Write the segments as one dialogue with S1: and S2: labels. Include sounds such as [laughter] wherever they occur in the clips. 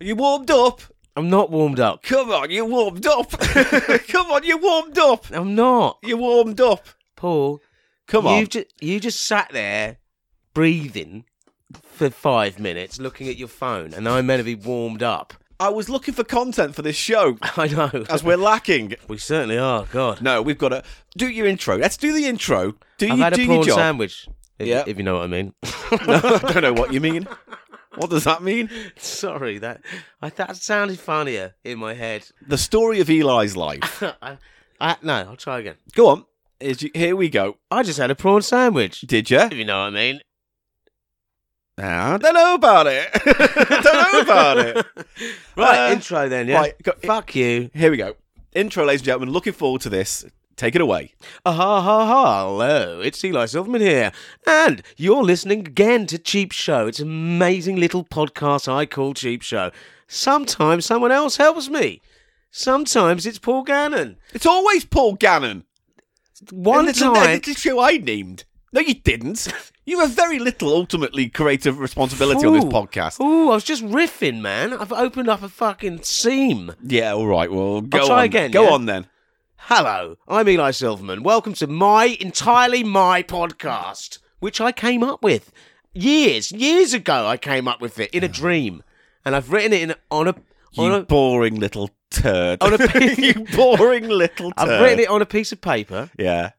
S1: Are you warmed up?
S2: I'm not warmed up.
S1: Come on, you warmed up. [laughs] Come on, you warmed up.
S2: I'm not.
S1: You warmed up.
S2: Paul,
S1: Come on.
S2: you just you just sat there breathing for five minutes looking at your phone and I'm meant to be warmed up. [laughs]
S1: I was looking for content for this show,
S2: I know.
S1: as we're lacking.
S2: we certainly are, God.
S1: No, we've got to do your intro. Let's do the intro. Do
S2: I've
S1: you
S2: had
S1: do
S2: a
S1: your
S2: prawn
S1: job?
S2: sandwich. If,
S1: Yeah.
S2: if you know what I mean.
S1: No, [laughs] I don't know what you mean. What does that mean?
S2: [laughs] Sorry, that I that sounded funnier in my head. [laughs]
S1: The story of Eli's life.
S2: I, I, no, I'll try again.
S1: Go on. Is you- here we go.
S2: I just had a prawn sandwich.
S1: Did you?
S2: If you know what I mean.
S1: I don't know about it. [laughs] don't know about it.
S2: [laughs] Right,
S1: Uh,
S2: intro then, yeah.
S1: right, go-
S2: Fuck you.
S1: Here we go. Intro, ladies and gentlemen. Looking forward to this. Take it away.
S2: Ah, ha, ha, ha, hello, it's Eli Silverman here, and you're listening again to Cheap Show. It's an amazing little podcast I call Cheap Show. Sometimes someone else helps me. Sometimes it's Paul Gannon.
S1: It's always Paul Gannon.
S2: One
S1: it's
S2: time,
S1: A, it's a show I named. No, you didn't. You have very little ultimately creative responsibility on this
S2: Ooh.
S1: podcast.
S2: Ooh, I was just riffing, man. I've opened up a fucking seam.
S1: Yeah, all right. Well, go
S2: try
S1: on.
S2: again,
S1: Go
S2: yeah?
S1: on then.
S2: Hello, I'm Eli Silverman. Welcome to my entirely my podcast, which I came up with years, years ago. I came up with it in a dream, and I've written it in on a
S1: You
S2: on a
S1: boring little turd. [laughs]
S2: On a-
S1: you boring little turd.
S2: I've written it on a piece of paper,
S1: Yeah,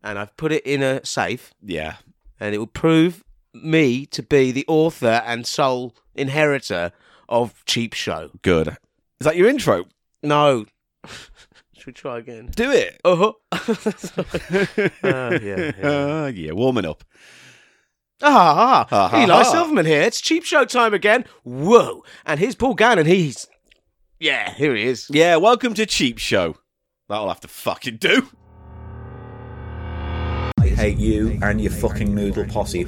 S2: and I've put it in a safe,
S1: yeah.
S2: and it will prove me to be the author and sole inheritor of Cheap Show.
S1: Good. Is that your intro?
S2: No, [laughs] should we try again?
S1: Do it.
S2: Uh-huh. [laughs]
S1: [laughs]
S2: Uh, yeah, yeah.
S1: Uh, yeah, warming up.
S2: Ah,
S1: Ah,
S2: ah,
S1: ha,
S2: Eli
S1: ha.
S2: Silverman here. It's cheap show time again. Whoa. And here's Paul Gannon. He's. Yeah, here he is.
S1: Yeah, welcome to Cheap Show. That'll have to fucking do.
S3: I hate you and your fucking noodle posse.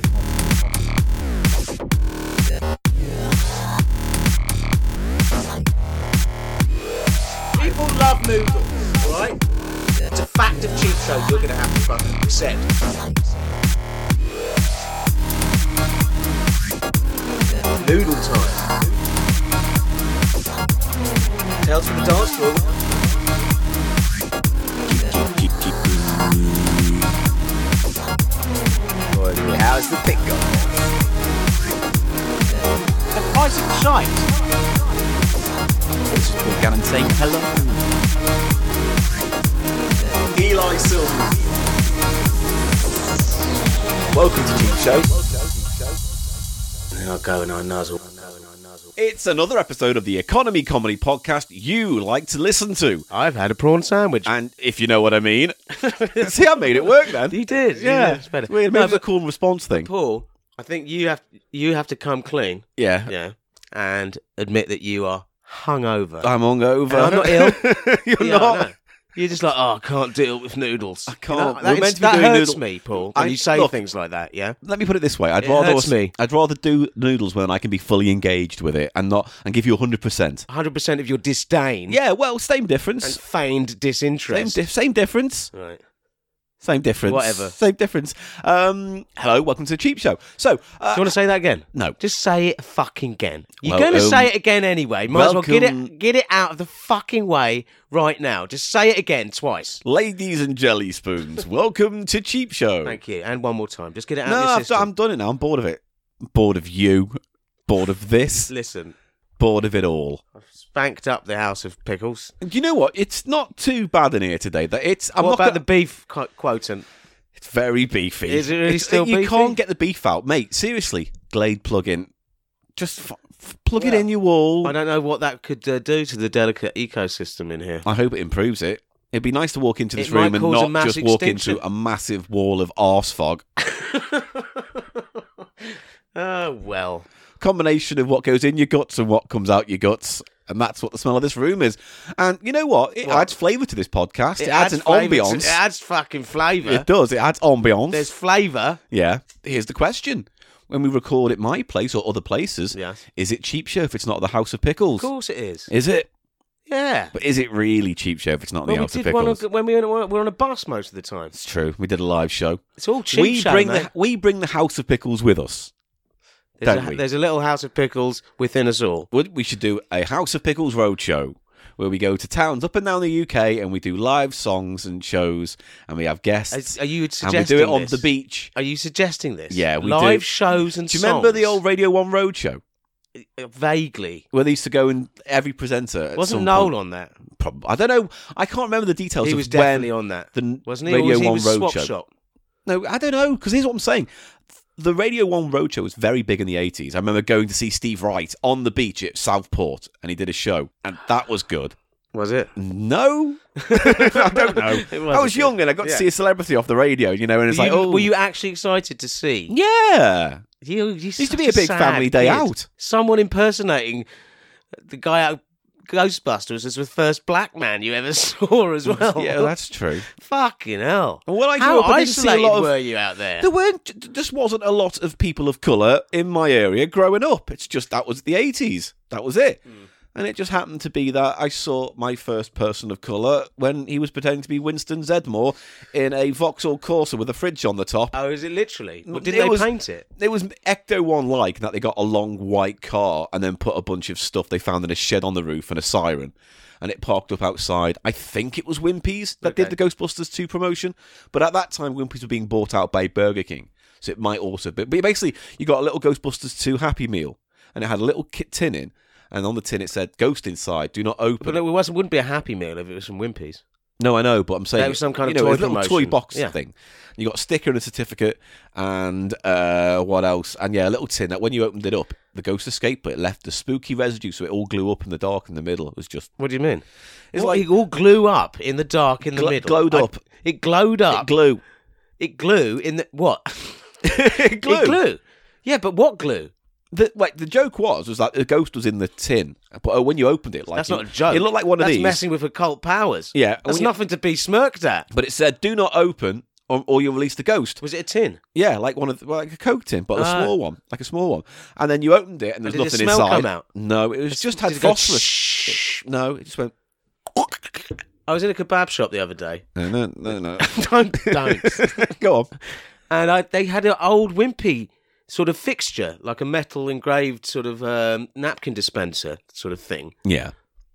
S2: People love noodles, right? It's a fact of cheap show you're going to have to fucking accept. Noodle time. Tales from the dance floor.
S3: How's the pick going?
S2: The price of shite.
S3: This is Paul Gannon saying hello. Eli Silver. Welcome to Cheap Show.
S2: And I'll go and I nuzzle.
S1: It's another episode of the Economy Comedy Podcast you like to listen to.
S2: I've had a prawn sandwich.
S1: And if you know what I mean, [laughs] see, I made it work then.
S2: You did.
S1: Yeah,
S2: it's better.
S1: Weird, maybe
S2: No,
S1: it's a
S2: but
S1: call and response thing.
S2: Paul, I think you have you have to come clean.
S1: Yeah,
S2: yeah, and admit that you are hungover.
S1: I'm hungover.
S2: I'm not ill.
S1: [laughs] You're
S2: [laughs] Yeah, I
S1: not.
S2: know. You're just like, oh, I can't deal with noodles. I
S1: can't. We're
S2: that is-
S1: meant to be
S2: that
S1: doing
S2: hurts
S1: noodle-
S2: me, Paul.
S1: I-
S2: And you say
S1: look.
S2: things like that, yeah.
S1: Let me put it this way: I'd
S2: It
S1: rather
S2: hurts me.
S1: I'd rather do noodles when I can be fully engaged with it and not and give you hundred percent.
S2: 100 percent of your disdain
S1: Yeah, well, same
S2: and
S1: difference.
S2: feigned
S1: Same,
S2: disinterest.
S1: dif- same difference.
S2: right.
S1: Same difference.
S2: Whatever.
S1: Same difference. Um, hello, welcome to the Cheap Show. So,
S2: Do
S1: uh,
S2: you want to say that again?
S1: no,
S2: Just say it fucking again. You're
S1: Well,
S2: going to
S1: um,
S2: say it again anyway. Might as well get
S1: welcome-
S2: it get it out of the fucking way right now. Just say it again twice.
S1: ladies and jelly
S2: [laughs]
S1: spoons, welcome to Cheap Show.
S2: Thank you. And one more time. Just get it out
S1: no,
S2: of your
S1: I've,
S2: system.
S1: I'm done it now. I'm bored of it. Bored of you. Bored of
S2: [laughs]
S1: this.
S2: Listen,
S1: Bored of it all.
S2: I've spanked up the house of pickles.
S1: And you know what? It's not too bad in here today. That it's. I'm
S2: what
S1: not
S2: about
S1: gonna-
S2: the beef qu- quotient?
S1: It's very beefy.
S2: Is it really
S1: It's-
S2: still
S1: You
S2: beefy?
S1: can't get the beef out, mate. Seriously, Glade plug in. Just f- f- plug it in your wall.
S2: I
S1: I,
S2: don't know what that could uh, do to the delicate ecosystem in here.
S1: hope it improves it. It'd be nice to walk into this
S2: It
S1: room
S2: might
S1: and
S2: cause a
S1: not
S2: mass
S1: just walk
S2: extinction.
S1: into a massive wall of arse fog.
S2: oh well.
S1: Combination of what goes in your guts and what comes out your guts. And that's what the smell of this room is. And you know what? It
S2: What?
S1: adds flavour to this podcast. It, adds, an
S2: flavour to-
S1: ambiance.
S2: It adds fucking flavour.
S1: It does. It adds ambiance.
S2: There's flavour.
S1: Yeah. Here's the question. When we record at my place or other places,
S2: Yes.
S1: is it cheap show if it's not the House of
S2: Of
S1: Pickles?
S2: course it is.
S1: Is it?
S2: Yeah.
S1: But is it really cheap show if it's not in
S2: Well,
S1: the
S2: we
S1: House of
S2: did one on,
S1: Pickles?
S2: when we were on, we were on a bus most of the time.
S1: It's true. We did a live show.
S2: It's all cheap
S1: we
S2: show,
S1: bring
S2: mate.
S1: the we bring the House of Pickles with us.
S2: There's,
S1: Don't
S2: a,
S1: we?
S2: there's a little house of pickles within us all.
S1: Would we should do a House of Pickles roadshow where we go to towns up and down the UK and we do live songs and shows and we have guests
S2: Are- Are you
S1: and we
S2: suggesting
S1: do it on
S2: this?
S1: the beach.
S2: Are you suggesting this?
S1: Yeah, we
S2: live
S1: do.
S2: shows and
S1: Do you remember the
S2: songs?
S1: old Radio One roadshow
S2: vaguely?
S1: where they used to go and every presenter at
S2: Wasn't
S1: some
S2: Noel
S1: point-
S2: on that?
S1: prob- I don't know. I can't remember the details
S2: He
S1: of
S2: was
S1: when
S2: definitely on that,
S1: the
S2: wasn't he? Or
S1: Radio
S2: was he
S1: One
S2: with Swap
S1: roadshow.
S2: Shop?
S1: No, I don't know because here's what I'm saying. The Radio 1 Roadshow was very big in the 80s. I remember going to see Steve Wright on the beach at Southport and he did a show and that was good.
S2: Was it?
S1: No, [laughs] I don't know.
S2: [laughs] It
S1: I was
S2: good.
S1: young and I got
S2: Yeah.
S1: to see a celebrity off the radio, you know, and it's
S2: Were
S1: like,
S2: you-
S1: oh,
S2: were you actually excited to see? [laughs]
S1: yeah.
S2: You, you
S1: Used to be a big family day out.
S2: Someone impersonating the guy out Ghostbusters as the first black man you ever [laughs] saw as well.
S1: Yeah, that's true.
S2: [laughs] fucking hell.
S1: And when I grew
S2: How
S1: up, I didn't see a
S2: isolated
S1: lot of.
S2: were you out there?
S1: There weren't. Just wasn't a lot of people of color in my area growing up. It's just that was the eighties. That was it. And it just happened to be that I saw my first person of colour when he was pretending to be Winston Zedmore in a Vauxhall Corsa with a fridge on the top.
S2: Oh, is it literally? Well,
S1: It
S2: did they
S1: was-
S2: paint it?
S1: It was Ecto 1 like in that they got a long white car and then put a bunch of stuff they found in a shed on the roof and a siren. And it parked up outside. I think it was Wimpy's that did
S2: Okay.
S1: the Ghostbusters 2 promotion. But at that time, Wimpy's were being bought out by Burger King. So it might also be. But basically, you got a little Ghostbusters 2 Happy Meal and it had a little kit tin in. And on the tin, it said, Ghost inside, do not
S2: But
S1: open.
S2: it wasn't, wouldn't be a Happy Meal if it was from Wimpy's.
S1: No, I know, but I'm saying
S2: That was some
S1: you
S2: kind of
S1: know,
S2: toy
S1: a little toy
S2: promotion.
S1: box
S2: Yeah.
S1: thing. You got a sticker and a certificate, and uh, what else? And yeah, a little tin that when you opened it up, the ghost escaped, but it left the spooky residue, so it all glue up in the dark in the middle. It was just
S2: What do you mean?
S1: It's
S2: It's
S1: like-
S2: like all glue up in the dark in the
S1: Gl-
S2: middle.
S1: glowed
S2: I-
S1: up.
S2: it glowed up.
S1: [laughs]
S2: It,
S1: glue,
S2: glue in the what? [laughs]
S1: glue.
S2: It glue. Yeah, but what glue?
S1: The, like the joke was, was that the ghost was in the tin, but uh, when you opened it, like
S2: That's
S1: you-
S2: not a joke.
S1: It looked like one of
S2: That's
S1: these,
S2: messing with occult powers.
S1: Yeah, when
S2: That's
S1: you-
S2: nothing to be smirked at.
S1: but it said, "Do not open." Or, or you release the ghost.
S2: Was it a tin?
S1: Yeah, like one of the, well, like a coke tin, but a
S2: Ah.
S1: small one, like a small one. And then you opened it, and there was
S2: Did the
S1: nothing
S2: smell
S1: inside.
S2: come out?
S1: No, it was just had
S2: Did it go
S1: phosphorus.
S2: shh?
S1: No, it just went.
S2: I was in a kebab shop the
S1: [laughs]
S2: other day.
S1: No, no, no, no.
S2: don't, [laughs] don't.
S1: Go on.
S2: And I, they had an old wimpy sort of fixture, like a metal engraved sort of um, napkin dispenser sort of thing.
S1: Yeah,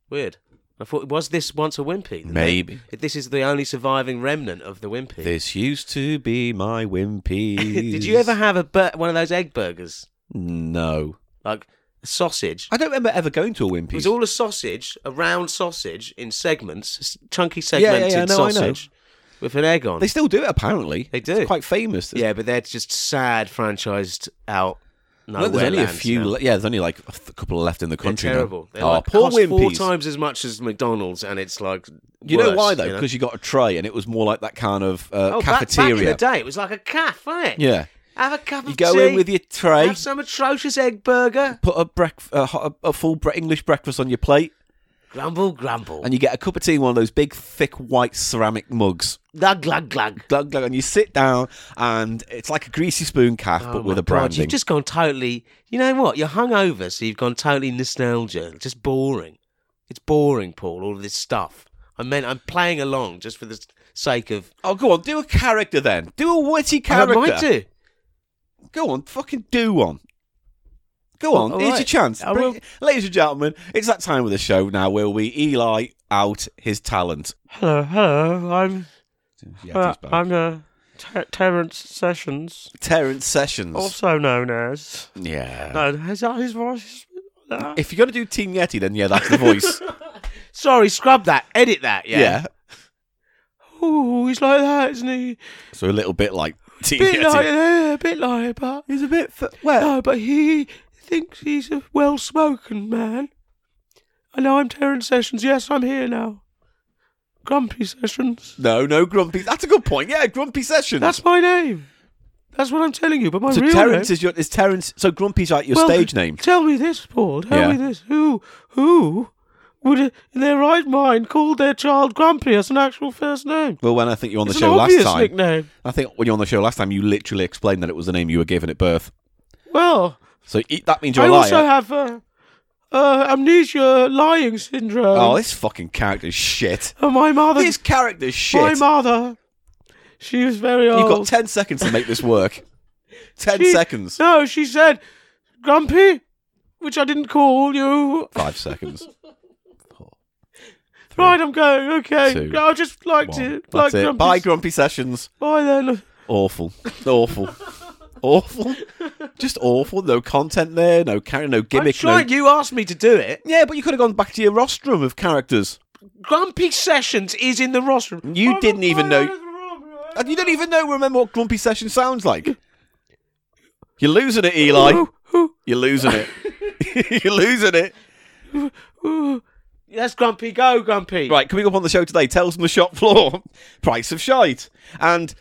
S2: Weird. I thought, was this once a wimpy?
S1: maybe.
S2: This is the only surviving remnant of the wimpy.
S1: This used to be my wimpy. [laughs]
S2: [laughs] Did you ever have a bur- one of those egg burgers,
S1: No,
S2: like a sausage?
S1: I don't remember ever going to a
S2: It
S1: wimpy.
S2: was all a sausage, a round sausage in segments, s- chunky
S1: yeah,
S2: segmented
S1: I know, I know.
S2: sausage with an egg on.
S1: They still do it, apparently.
S2: They do.
S1: It's quite famous.
S2: yeah, but they're just sad, franchised out.
S1: I know
S2: Nowhere
S1: there's only a
S2: lands
S1: few.
S2: now.
S1: le- yeah, there's only like a th- couple left in the
S2: They're
S1: country. now.
S2: terrible. They're
S1: oh,
S2: like,
S1: poor
S2: cost four
S1: wimpies.
S2: times as much as McDonald's, and it's like
S1: you know
S2: worse,
S1: why though?
S2: you know?
S1: Because you got a tray, and it was more like that kind of uh,
S2: oh, back-
S1: cafeteria.
S2: Back, in the day, it was like a calf, wasn't it?
S1: yeah,
S2: Have a cup of
S1: you go
S2: tea.
S1: in with your tray,
S2: Have some atrocious egg burger.
S1: put a, breakf- a, ho- a full bre- English breakfast on your plate,
S2: Grumble, grumble.
S1: and you get a cup of tea in one of those big, thick, white ceramic mugs.
S2: glug, glug, glug.
S1: glug glug, and you sit down, and it's like a greasy spoon calf,
S2: Oh
S1: but with
S2: my
S1: a
S2: God,
S1: branding.
S2: You've just gone totally. You know what? You're hungover, so you've gone totally nostalgia. Just boring. It's boring, Paul. All of this stuff. I meant I'm playing along just for the s- sake of.
S1: Oh, go on, do a character then. Do a witty
S2: I
S1: character.
S2: might do.
S1: Go on, fucking do one. Go on,
S2: all
S1: here's your
S2: right.
S1: chance.
S2: I
S1: Bring- Ladies and gentlemen, it's that time of the show now where we Eli out his talent.
S4: Hello, hello. I'm
S1: Yeah,
S4: uh,
S1: he's back.
S4: I'm uh, Ter- Terence Sessions,
S1: Terence Sessions.
S2: Oh,
S4: also known as.
S1: yeah.
S2: Uh.
S4: No, is that his voice? Uh,
S1: If you're going to do Team Yeti, then yeah, that's the voice.
S2: Sorry, scrub that. Edit that.
S1: yeah.
S2: Yeah.
S4: Ooh, he's like that, isn't
S2: [laughs]
S4: he?
S1: So a little bit like Team
S4: Bit
S1: Yeti.
S4: like, yeah, a bit like, but
S1: he's a bit. F- well,
S4: no, Ah, but he thinks he's a well-spoken man. And I'm Terence Sessions. Yes, I'm here now. Grumpy Sessions.
S1: no, no, Grumpy. That's a good point. Yeah, Grumpy Sessions.
S4: That's my name. That's what I'm telling you. But my
S1: so
S4: real
S1: Terence
S4: name.
S1: is your is Terence. So Grumpy's like your
S4: Well,
S1: stage name.
S4: Tell me this, Paul. Tell
S1: Yeah.
S4: me this. Who, who would, in their right mind, call their child Grumpy as an actual first name?
S1: Well, when I think you were on the
S4: it's
S1: show
S4: an
S1: last
S4: obvious
S1: time,
S4: nickname.
S1: I think when you were on the show last time, you literally explained that it was the name you were given at birth.
S4: Well,
S1: So e- that means you're
S4: I
S1: a liar.
S4: also have uh, uh, amnesia lying syndrome.
S1: oh, this fucking
S4: [laughs]
S1: character's shit.
S4: And my mother,
S1: This character's shit.
S4: my mother, she was very
S1: You've got
S4: old. [laughs]
S1: ten seconds to make this work. ten
S4: She-
S1: seconds.
S4: No, she said, Grumpy, which I didn't call you. [laughs]
S1: Five seconds. Four,
S4: Right, I'm going. Okay,
S1: Two.
S4: I just liked
S1: one.
S4: it.
S1: That's
S4: Like
S1: it.
S4: Grumpy.
S1: Bye, Grumpy Sessions.
S4: Bye then.
S1: Awful.
S4: [laughs]
S1: Awful. awful. Just awful. No content there. No character. No
S2: I'm
S1: gimmick. No...
S2: trying. You asked me to do it.
S1: Yeah, but you could have gone back to your rostrum of characters.
S2: Grumpy Sessions is in the rostrum.
S1: You didn't even know. And you don't even know. Remember what Grumpy Sessions sounds like. You're losing it, Eli. You're losing it. [laughs] You're losing it.
S2: Yes, Grumpy, go, Grumpy.
S1: Right, coming up on the show today, Tales from the Shop Floor, [laughs] Price of Shite, and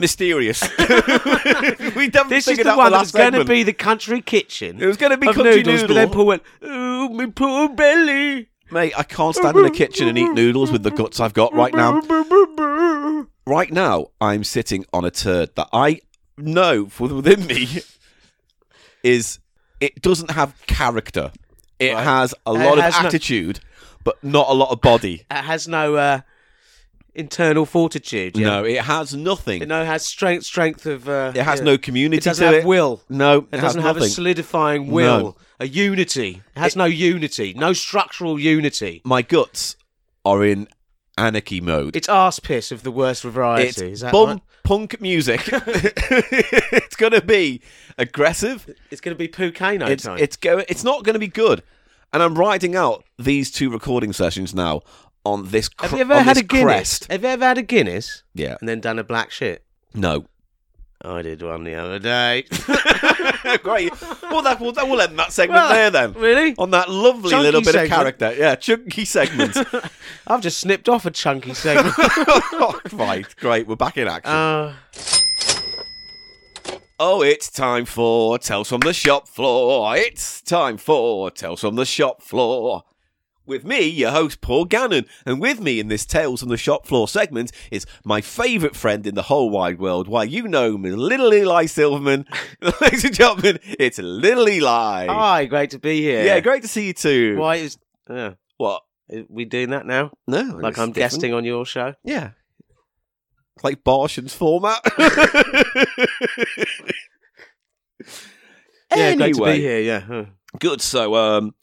S1: Mysterious. [laughs] we haven't
S2: This is
S1: figured
S2: the
S1: out
S2: one
S1: last
S2: that's going to
S1: segment.
S2: be the country kitchen.
S1: It was going to be
S2: of
S1: country
S2: noodles,
S1: noodle.
S2: but then Paul went, "Ooh, my poor
S1: [laughs]
S2: belly."
S1: Mate, I can't stand in the kitchen and eat noodles with the guts I've got right now. Right now, I'm sitting on a turd that I know from within me is it doesn't have character. It
S2: Right.
S1: has a
S2: It
S1: lot of
S2: has no-
S1: attitude, but not a lot of body.
S2: It has no uh, internal fortitude. Yeah?
S1: No, it has nothing.
S2: it no has strength. Strength of uh,
S1: It has
S2: yeah.
S1: no community
S2: It doesn't
S1: to
S2: have
S1: it.
S2: will.
S1: No,
S2: It,
S1: it, has
S2: doesn't have
S1: nothing.
S2: a solidifying will, a unity. It has no unity, no structural unity.
S1: My guts are in anarchy mode.
S2: It's arse piss of the worst variety.
S1: It's
S2: Is that
S1: bum
S2: right?
S1: punk music. [laughs] it's gonna be aggressive.
S2: It's going to be Pucano
S1: It's
S2: time.
S1: it's go- It's not gonna be good. And I'm riding out these two recording sessions now on this. Cr-
S2: have you ever
S1: on
S2: had a
S1: this
S2: Guinness?
S1: crest.
S2: Have you ever had a Guinness
S1: Yeah.
S2: and then done a black shit?
S1: No.
S2: I did one the other day.
S1: [laughs]
S2: [laughs]
S1: Great. Well, that will that will end that segment
S2: Well,
S1: there then.
S2: really?
S1: On that lovely
S2: Chunky
S1: little bit
S2: segment.
S1: of character. Yeah, chunky segment.
S2: I've just snipped off a chunky segment.
S1: [laughs] right, great. We're back in action.
S2: uh,
S1: Oh, it's time for Tales from the Shop Floor. It's time for Tales from the Shop Floor. With me, your host, Paul Gannon, and with me in this Tales from the Shop Floor segment is my favourite friend in the whole wide world. Why, you know him as Little Eli Silverman. [laughs] Ladies and gentlemen, it's Little Eli.
S2: hi, great to be here.
S1: yeah, great to see you too.
S2: Why is uh,
S1: What?
S2: we doing that now?
S1: No.
S2: Like
S1: it's
S2: I'm
S1: different.
S2: guesting on your show.
S1: Yeah. Like Bartian's format. [laughs]
S2: Yeah, great to
S1: Anyway.
S2: be here. Yeah. huh.
S1: Good. So um,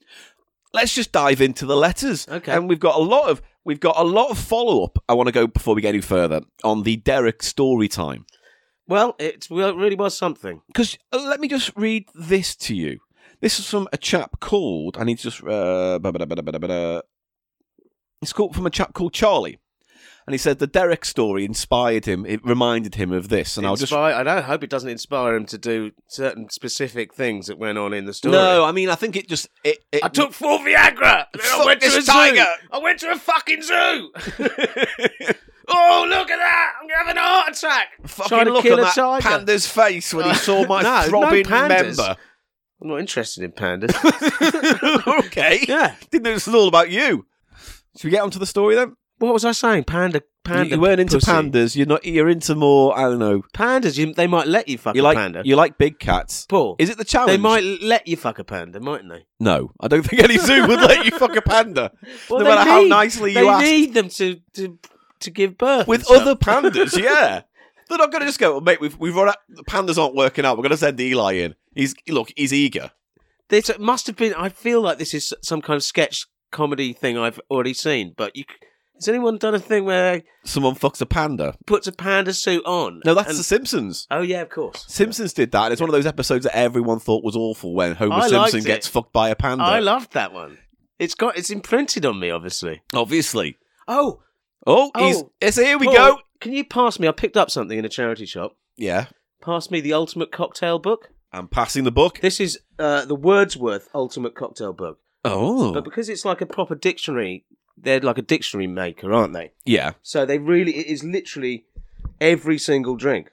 S1: let's just dive into the letters.
S2: Okay.
S1: And we've got a lot of we've got a lot of follow up. I want to go before we get any further on the Derek story time
S2: Well, it well, it really was something.
S1: because let me just read this to you. This is from a chap called I need to just uh, ba- ba- ba- ba- ba- ba- ba- it's called from a chap called Charlie. And he said the Derek story inspired him. It reminded him of this, and I'll just
S2: Inspire- I don't hope it doesn't inspire him to do certain specific things that went on in the story.
S1: no. I mean, I think it just it. it
S2: I took four Viagra. and then I
S1: Fuck
S2: went to
S1: this
S2: a zoo.
S1: tiger.
S2: I went to a fucking zoo. [laughs] oh, look at that! I'm gonna have an heart attack.
S1: fucking
S2: trying to
S1: look at
S2: kill a
S1: that
S2: tiger. Uh,
S1: panda's face when he saw my
S2: [laughs] No, no
S1: throbbing
S2: pandas.
S1: member.
S2: I'm not interested
S1: [laughs]
S2: in pandas.
S1: okay.
S2: yeah.
S1: [laughs] Didn't know this was all about you. Should we get onto the story then?
S2: What was I saying? Panda. Panda.
S1: you weren't into
S2: pussy.
S1: pandas. You're not. You're into more. I don't know.
S2: Pandas. You, they might let you fuck
S1: You
S2: a
S1: like
S2: panda.
S1: you like big cats.
S2: Paul.
S1: Is it the challenge?
S2: they might let you fuck a panda, mightn't they?
S1: No, I don't think any zoo would let you fuck a
S2: [laughs]
S1: panda,
S2: Well,
S1: no
S2: they
S1: matter how
S2: need-
S1: nicely
S2: they
S1: you ask.
S2: need them to to to give birth
S1: With
S2: and stuff.
S1: other
S2: [laughs]
S1: pandas, yeah. They're not going to just go, "Oh, mate. We've we've run out. The pandas aren't working out. We're going to send Eli in. He's look. He's eager.
S2: This it must have been. I feel like this is some kind of sketch comedy thing I've already seen. But you, c- has anyone done a thing where they
S1: Someone fucks a panda.
S2: puts a panda suit on?
S1: No, that's
S2: and-
S1: The Simpsons.
S2: oh yeah, of course.
S1: Simpsons did that. And it's one of those episodes that everyone thought was awful when Homer
S2: I liked
S1: Simpson
S2: it.
S1: gets fucked by a panda.
S2: I loved that one. It's got it's imprinted on me, obviously.
S1: Obviously.
S2: Oh,
S1: Oh,
S2: Oh.
S1: he's. It's here we
S2: Paul,
S1: go.
S2: Can you pass me? I picked up something in a charity shop.
S1: Yeah.
S2: Pass me the ultimate cocktail book.
S1: I'm passing the book.
S2: This is uh, the Wordsworth Ultimate Cocktail Book.
S1: Oh.
S2: But because it's like a proper dictionary, they're like a dictionary maker, aren't they?
S1: Yeah.
S2: So they really, it is literally every single drink.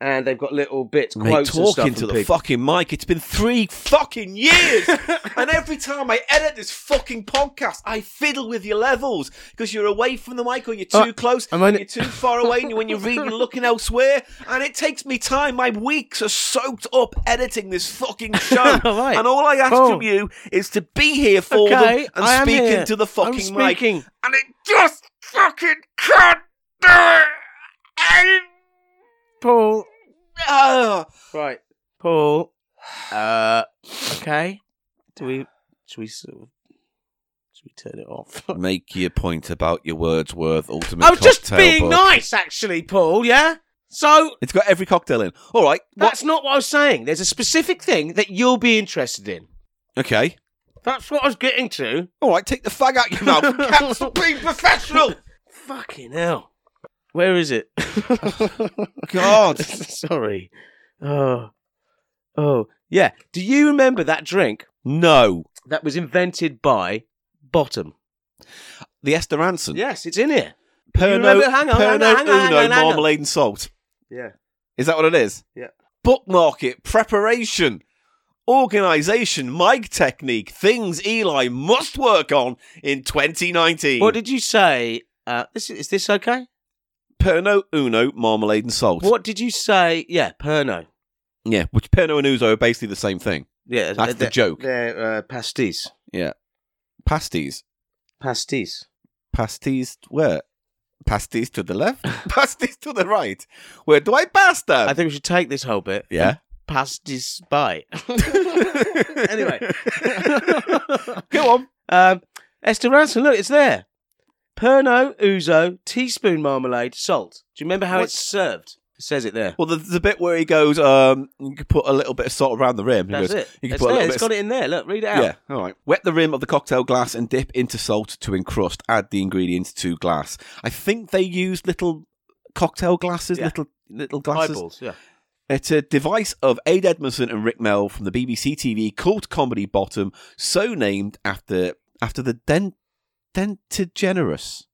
S2: And they've got little bits,
S1: Mate,
S2: quotes and stuff
S1: talking
S2: from
S1: to the
S2: people.
S1: fucking mic. It's been three fucking
S2: [laughs]
S1: years. and every time I edit this fucking podcast, I fiddle with your levels because you're away from the mic or you're too
S2: Uh,
S1: close.
S2: I'm only-
S1: You're too far away and when you're reading, you're looking elsewhere. And it takes me time. My weeks are soaked up editing this
S2: [laughs]
S1: fucking show.
S2: All right.
S1: And all I ask
S2: Cool.
S1: from you is to be here for
S2: Okay,
S1: them and
S2: I am
S1: speak
S2: here.
S1: into the
S2: I'm
S1: fucking mic.
S2: speaking.
S1: and it just fucking can't do it. And,
S2: Paul.
S1: uh,
S2: Right. Paul. Uh,
S5: Okay.
S2: do we? Should we? Sort of, should we turn it off? [laughs]
S1: Make your point about your Wordsworth ultimate.
S2: I was just
S1: cocktail
S2: being
S1: book.
S2: nice, actually, Paul. Yeah. So
S1: It's got every cocktail in. All right.
S2: that's not what I was saying. There's a specific thing that you'll be interested in.
S1: Okay.
S2: That's what I was getting to.
S1: All right. Take the fag out your [laughs] mouth. Cats are being professional.
S2: Fucking hell. Where is it? [laughs]
S1: [laughs] God.
S2: Sorry. Oh. Oh. Yeah. Do you remember that drink
S1: No.
S2: that was invented by Bottom?
S1: The Esther Ranson.
S2: Yes, it's in here.
S1: Pernod,
S2: remember- hang on, hang on,
S1: Pernod
S2: hang on, hang
S1: Uno
S2: on, hang on.
S1: marmalade and salt.
S2: Yeah.
S1: Is that what it is?
S2: Yeah.
S1: Book market, preparation, organization, mic technique, things Eli must work on in 2019.
S2: What did you say? Uh, this is, is this okay?
S1: Pernod Uno marmalade and salt.
S2: What did you say? Yeah, Perno.
S1: Yeah, which Pernod and Uno are basically the same thing.
S2: Yeah,
S1: That's the
S2: they're-
S1: joke.
S2: They're uh, pasties.
S1: Pasties.
S2: Pasties.
S1: Pasties where? Pasties to the left, [laughs] pasties to the right. Where do I pass them?
S2: I think we should take this whole bit.
S1: yeah.
S2: Pasties [laughs] by. [laughs] anyway.
S1: [laughs] Go on.
S2: Um, Esther Ranson, look, it's there. Perno, ouzo, teaspoon marmalade, salt. Do you remember how
S1: What?
S2: it's served? It says it there.
S1: Well, there's a bit where he goes, um, you can put a little bit of salt around the rim. He
S2: That's
S1: goes,
S2: it.
S1: You can
S2: It's
S1: put a
S2: there.
S1: little
S2: It's
S1: bit of-
S2: got it in there. Look, read it out.
S1: Yeah, all right. Wet the rim of the cocktail glass and dip into salt to encrust. Add the ingredients to glass. I think they used little cocktail glasses,
S2: Yeah.
S1: little little glasses.
S2: Eyeballs. Yeah.
S1: It's a device of Aid Edmondson and Rick Mell from the BBC TV cult comedy Bottom, so named after after the dent dentigenerous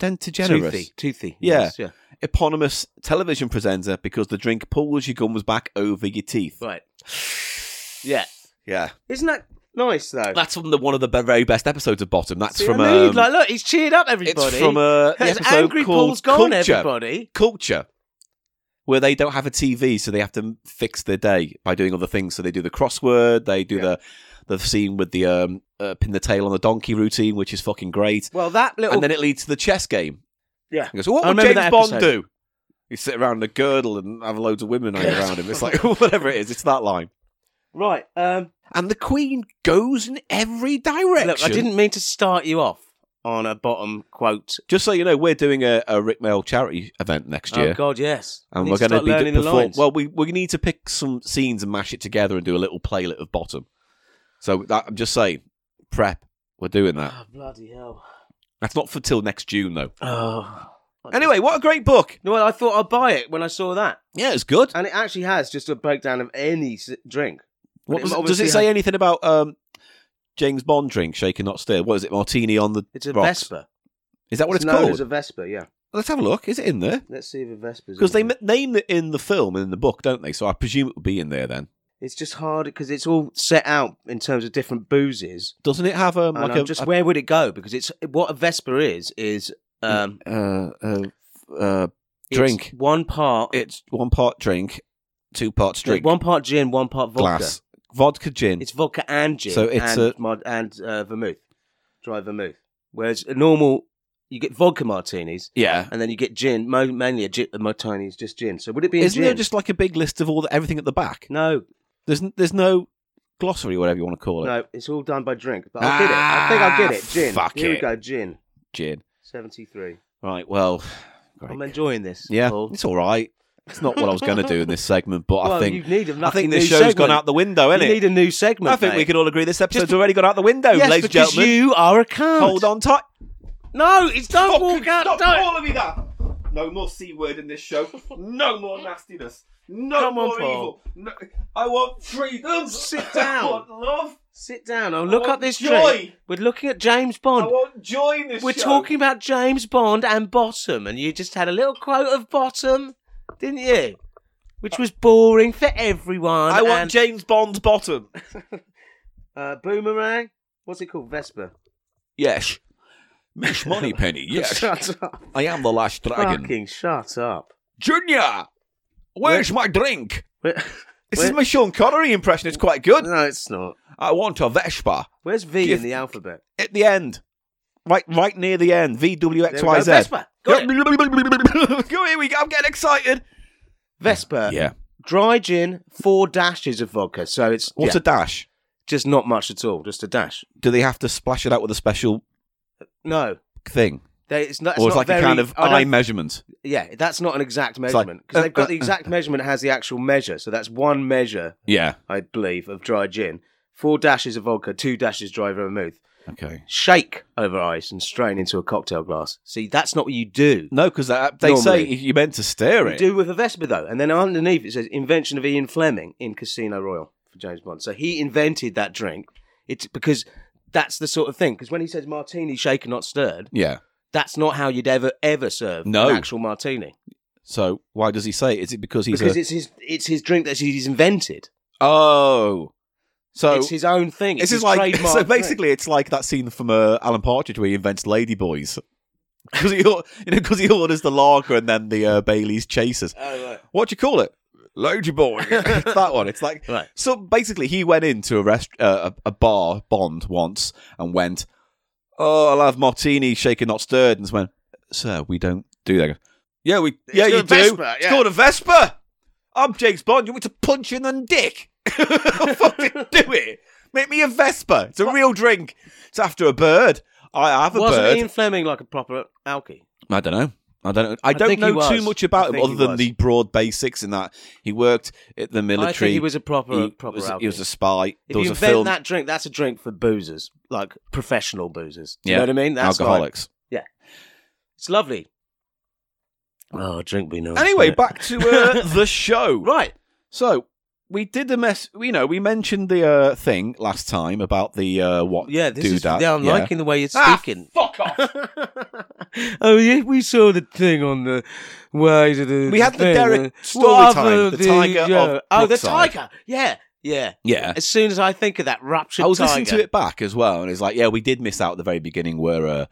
S1: dentigenerous
S2: Toothy. Toothy.
S1: Yeah.
S2: Yes, yeah.
S1: eponymous television presenter because the drink pulls your gums back over your teeth.
S2: Right. Yeah.
S1: Yeah,
S2: Isn't that nice though?
S1: that's from the one of the be- very best episodes of Bottom. That's
S2: See,
S1: from
S2: I mean,
S1: um,
S2: like, look, he's cheered up everybody.
S1: it's from a
S2: That's
S1: episode
S2: angry
S1: called
S2: Paul's gone,
S1: Culture.
S2: everybody.
S1: Culture, where they don't have a TV, so they have to fix their day by doing other things. So they do the crossword, they do the the scene with the um uh, pin the tail on the donkey routine, which is fucking great.
S2: Well, that little
S1: And then it leads to the chess game.
S2: Yeah.
S1: He goes, what
S2: I
S1: would
S2: remember
S1: James
S2: that
S1: Bond
S2: episode.
S1: do? He sit around the girdle and have loads of women hanging around him. It's like [laughs] whatever it is, it's that line.
S2: right. Um,
S1: And the Queen goes in every direction.
S2: look, I didn't mean to start you off on a bottom quote.
S1: Just so you know, we're doing a, a Rick Mail charity event next year.
S2: Oh God, yes.
S1: and
S2: Need
S1: we're
S2: to
S1: going to
S2: start
S1: be
S2: learning
S1: do-
S2: the
S1: perform-
S2: lines.
S1: well we we need to pick some scenes and mash it together and do a little playlet of bottom so that, i'm just saying prep we're doing that
S2: Oh, bloody hell.
S1: that's not for till next june though
S2: [sighs] Oh.
S1: anyway what a great book
S2: No, well, I thought I'd buy it when I saw that,
S1: yeah it's good
S2: and it actually has just a breakdown of any s- drink.
S1: what was,
S2: it
S1: does
S2: obviously
S1: it say
S2: had-
S1: anything about um james bond drink shaken not stirred what is it martini on the
S2: It's a
S1: rocks?
S2: Vespa.
S1: is that what it's,
S2: known
S1: called
S2: as a Vespa. Yeah.
S1: let's have a look is it in there
S2: Let's see if a Vespa's.
S1: because they
S2: in
S1: m-
S2: here.
S1: name it in the film and in the book don't they so i presume it would be in there then
S2: It's just hard because it's all set out in terms of different boozes.
S1: doesn't it have um,
S2: and
S1: like
S2: I'm
S1: a,
S2: just
S1: a-
S2: where would it go? Because it's what a Vespa is is um
S1: uh, uh, uh,
S2: it's
S1: Drink.
S2: one part
S1: it's one part drink two parts drink
S2: one part gin, one part vodka.
S1: glass vodka gin.
S2: It's vodka and gin.
S1: So it's
S2: and
S1: a-
S2: mod- and uh, vermouth, dry vermouth. Whereas a normal, you get vodka martinis,
S1: yeah.
S2: and then you get gin. Mo- mainly a gin, a martini is just gin. So would it be? a
S1: Isn't
S2: gin?
S1: there just like a big list of all the, everything at the back?
S2: no,
S1: There's n- there's no glossary, whatever you want to call it.
S2: no? It's all done by drink. But I get it. I think I get it. Gin.
S1: Ah, fuck
S2: Here we
S1: it.
S2: go. Gin.
S1: Gin.
S2: Seventy-three.
S1: Right. Well. great.
S2: I'm enjoying this.
S1: yeah.
S2: Paul.
S1: It's all right. It's not what I was going to do in this segment, but
S2: Well,
S1: I
S2: you
S1: think
S2: need a
S1: I
S2: fucking
S1: think this
S2: new
S1: show's
S2: segment.
S1: gone out the window,
S2: You
S1: isn't
S2: need
S1: it?
S2: a new segment.
S1: I think we
S2: mate.
S1: can all agree this episode's already gone out the window,
S2: Yes,
S1: ladies and
S2: because
S1: gentlemen.
S2: you are a cunt.
S1: Hold on tight.
S2: No, it's don't walk out.
S1: Stop
S2: don't.
S1: calling me that. No more c word in this show. No more nastiness. No
S2: Come on,
S1: more evil.
S2: Paul.
S1: No, I want freedom.
S2: Sit
S1: [laughs] I
S2: down.
S1: want love.
S2: Sit down. I'll look
S1: want
S2: up this
S1: Oh, joy.
S2: drink. We're looking at James
S1: I
S2: Bond.
S1: want joy in this
S2: We're
S1: show.
S2: talking about James Bond and Bottom, and you just had a little quote of Bottom, didn't you? Which was boring for everyone.
S1: I want
S2: and,
S1: James Bond's bottom.
S2: uh, Boomerang. What's it called? Vespa.
S1: Yes. Miss
S2: [laughs]
S1: Moneypenny,
S2: Shut up.
S1: [laughs] I am the last
S2: Fucking shut up.
S1: Junior, where's my drink?
S2: Where- [laughs]
S1: This
S2: where-
S1: is my Sean Connery impression. It's quite good.
S2: No, it's not.
S1: I want a Vespa.
S2: Where's V
S1: You-
S2: in the alphabet?
S1: At the end. Right right near the end.
S2: There we go.
S1: VWXYZ.
S2: Vespa. Got it.
S1: Go here we go. I'm getting excited.
S2: Vespa.
S1: Yeah.
S2: dry gin, four dashes of vodka. So it's
S1: What's
S2: yeah,
S1: a dash?
S2: just not much at all, just a dash.
S1: Do they have to splash it out with a special
S2: No,
S1: thing,
S2: they, it's not.
S1: or it's
S2: it's not
S1: like
S2: very,
S1: a kind of
S2: I don't-
S1: eye measurement?
S2: Yeah, that's not an exact
S1: like,
S2: measurement because
S1: uh,
S2: they've got
S1: uh,
S2: the
S1: uh.
S2: exact measurement has the actual measure. So that's one measure,
S1: Yeah.
S2: I believe, of dry gin, four dashes of vodka, two dashes dry vermouth.
S1: Okay.
S2: Shake over ice and strain into a cocktail glass. See, that's not what you do.
S1: No, because they say
S2: Normally.
S1: you're meant to stir
S2: You
S1: it.
S2: do with a Vespa though, and then underneath it says invention of Ian Fleming in Casino Royale for James Bond. So he invented that drink. It's because that's the sort of thing. Because when he says martini shaken not stirred,
S1: Yeah.
S2: that's not how you'd ever ever serve
S1: No.
S2: an actual martini.
S1: So why does he say? It? Is it because he's
S2: Because
S1: a,
S2: it's his it's his drink that he's invented.
S1: oh? So
S2: it's his own thing. It's
S1: this
S2: his
S1: is like [laughs]
S2: trademark
S1: so
S2: drink.
S1: basically it's like that scene from uh, Alan Partridge where he invents ladyboys [laughs] because he or- you know 'cause he orders the lager and then the uh, Bailey's chasers.
S2: Oh, right.
S1: What do you call it?
S2: [laughs]
S1: Ladyboy. it's that one. It's like
S2: Right.
S1: so basically he went into a rest uh, a, a bar Bond once and went, oh I'll have martini shaken not stirred and went, sir we don't do that. Yeah we yeah you
S2: called
S1: do.
S2: a Vespa,
S1: It's
S2: yeah.
S1: called a Vespa. I'm James Bond. You want me to punch you in the dick? [laughs] I'll fucking do it. Make me a Vespa. It's a real drink. It's after a bird. I have a
S2: Wasn't
S1: bird.
S2: Ian Fleming like a proper alkie?
S1: I don't know. I don't. know. I don't
S2: think he
S1: know too
S2: was.
S1: much
S2: I
S1: about him
S2: think
S1: other
S2: he
S1: than
S2: was.
S1: the broad basics. In that he worked at the military.
S2: I think he was a proper
S1: He
S2: proper
S1: was,
S2: alkie.
S1: he was a spy.
S2: If
S1: there
S2: you
S1: was a
S2: invent
S1: film.
S2: that drink, that's a drink for boozers, like professional boozers. Do you
S1: Yeah.
S2: know what I mean? That's like-
S1: alcoholics.
S2: it's lovely. Oh, drink be nice.
S1: Anyway,
S2: mate.
S1: back to
S2: [laughs]
S1: uh, the show.
S2: right.
S1: So we did the mess. You know, we mentioned the uh, thing last time about the uh, what?
S2: Yeah, this is.
S1: doodah.
S2: Yeah, I'm
S1: Yeah.
S2: liking the way you're
S1: Ah,
S2: speaking. [laughs]
S1: Fuck off.
S2: oh yeah, we saw the thing on the way to the.
S1: We had the
S2: thing,
S1: Derek
S2: uh,
S1: story
S2: what
S1: time,
S2: other
S1: the tiger of
S2: oh, the
S1: Brookside.
S2: tiger. Yeah, yeah,
S1: Yeah.
S2: As soon as I think of that raptured
S1: I was
S2: tiger,
S1: listening to it back as well, and it's like, yeah, we did miss out at the very beginning where uh,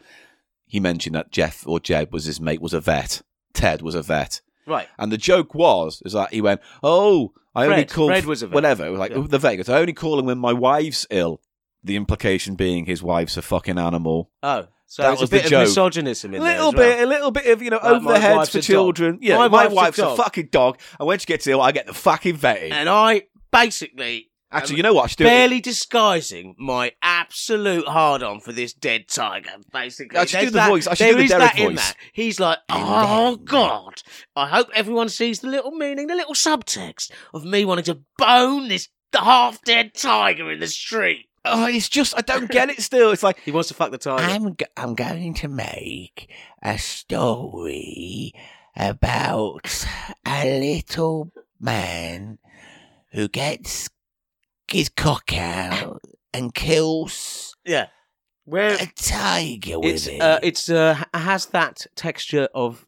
S1: he mentioned that Jeff or Jeb was his mate was a vet, Ted was a vet,
S2: right?
S1: and the joke was is that he went, oh, I only
S2: Fred.
S1: call
S2: Fred was a vet.
S1: whatever, like
S2: Yeah.
S1: the vet. He Goes, I only call him when my wife's ill. The implication being his wife's a fucking animal.
S2: Oh, so
S1: That
S2: there's a
S1: was the
S2: bit of
S1: joke.
S2: misogynism
S1: A
S2: in there.
S1: little
S2: as well.
S1: bit, a little bit of you know
S2: Like,
S1: over
S2: my
S1: the heads
S2: wife's
S1: for
S2: a dog.
S1: children. Yeah,
S2: My
S1: my,
S2: wife's a
S1: wife's, a,
S2: dog.
S1: fucking dog, and when she gets ill, I get the fucking vetted.
S2: And I basically
S1: Actually, you know what? I should do it.
S2: barely disguising my absolute hard on for this dead tiger. Basically,
S1: I should do
S2: There's
S1: the
S2: that,
S1: voice. I should
S2: there
S1: do the
S2: is
S1: Derek
S2: that in
S1: voice.
S2: that. He's like, oh god. I hope everyone sees the little meaning, the little subtext of me wanting to bone this half dead tiger in the street.
S1: Oh, it's just I don't get it. Still, it's like
S2: He wants to fuck the tiger.
S5: I'm go- I'm going to make a story about a little man who gets his cock out and kills
S2: yeah.
S1: Uh,
S2: Where
S5: a tiger with
S2: it's
S5: it.
S2: uh, it's uh, ha- has that texture of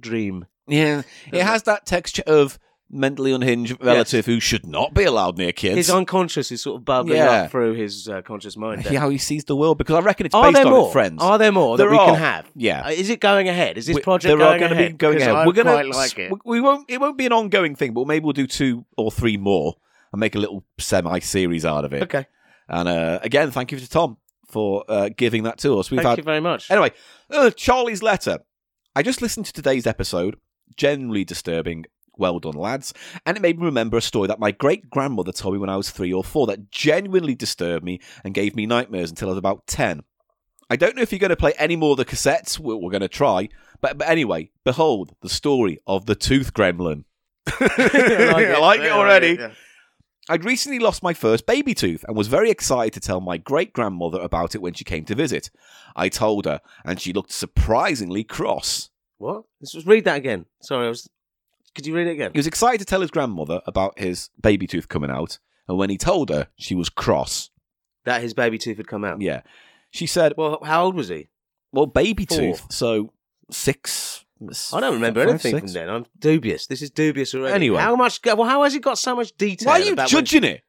S2: dream.
S1: Yeah, it has that texture of mentally unhinged relative who should not be allowed near kids.
S2: His unconscious is sort of bubbling
S1: Yeah.
S2: up through his uh, conscious mind. there.
S1: yeah, how he sees the world because I reckon it's
S2: Are
S1: based
S2: there
S1: on
S2: more?
S1: friends.
S2: Are there more
S1: There
S2: that we
S1: are.
S2: can have?
S1: Yeah.
S2: Uh, Is it going ahead? Is this
S1: We-
S2: project
S1: there
S2: going
S1: are going
S2: ahead?
S1: to be going
S2: 'Cause
S1: ahead.
S2: I
S1: We're gonna
S2: quite like it.
S1: we- We won't. It won't be an ongoing thing, but we'll- maybe we'll do two or three more and make a little semi-series out of it.
S2: Okay.
S1: And uh, again, thank you to Tom for uh, giving that to us. We've
S2: Thank
S1: had
S2: you very much. [laughs]
S1: Anyway, uh, Charlie's letter. I just listened to today's episode, generally disturbing. Well done, lads. And it made me remember a story that my great grandmother told me when I was three or four that genuinely disturbed me and gave me nightmares until I was about 10. I don't know if you're going to play any more of the cassettes. We're, we're going to try. But, but anyway, behold the story of the tooth gremlin. [laughs] [laughs] I like it already. I'd recently lost my first baby tooth and was very excited to tell my great grandmother about it when she came to visit. I told her, and she looked surprisingly cross.
S2: What? Let's just read that again. Sorry, I was. Could you read it again?
S1: He was excited to tell his grandmother about his baby tooth coming out, and when he told her, she was cross.
S2: That his baby tooth had come out.
S1: Yeah. She said,
S2: Well, how old was he?
S1: Well, baby
S2: Four.
S1: tooth, so six.
S2: I don't remember
S1: five,
S2: anything
S1: six?
S2: from then. I'm dubious. This is dubious already.
S1: Anyway.
S2: how much? Well, how has he got so much detail?
S1: Why are you
S2: about
S1: judging it?
S2: When...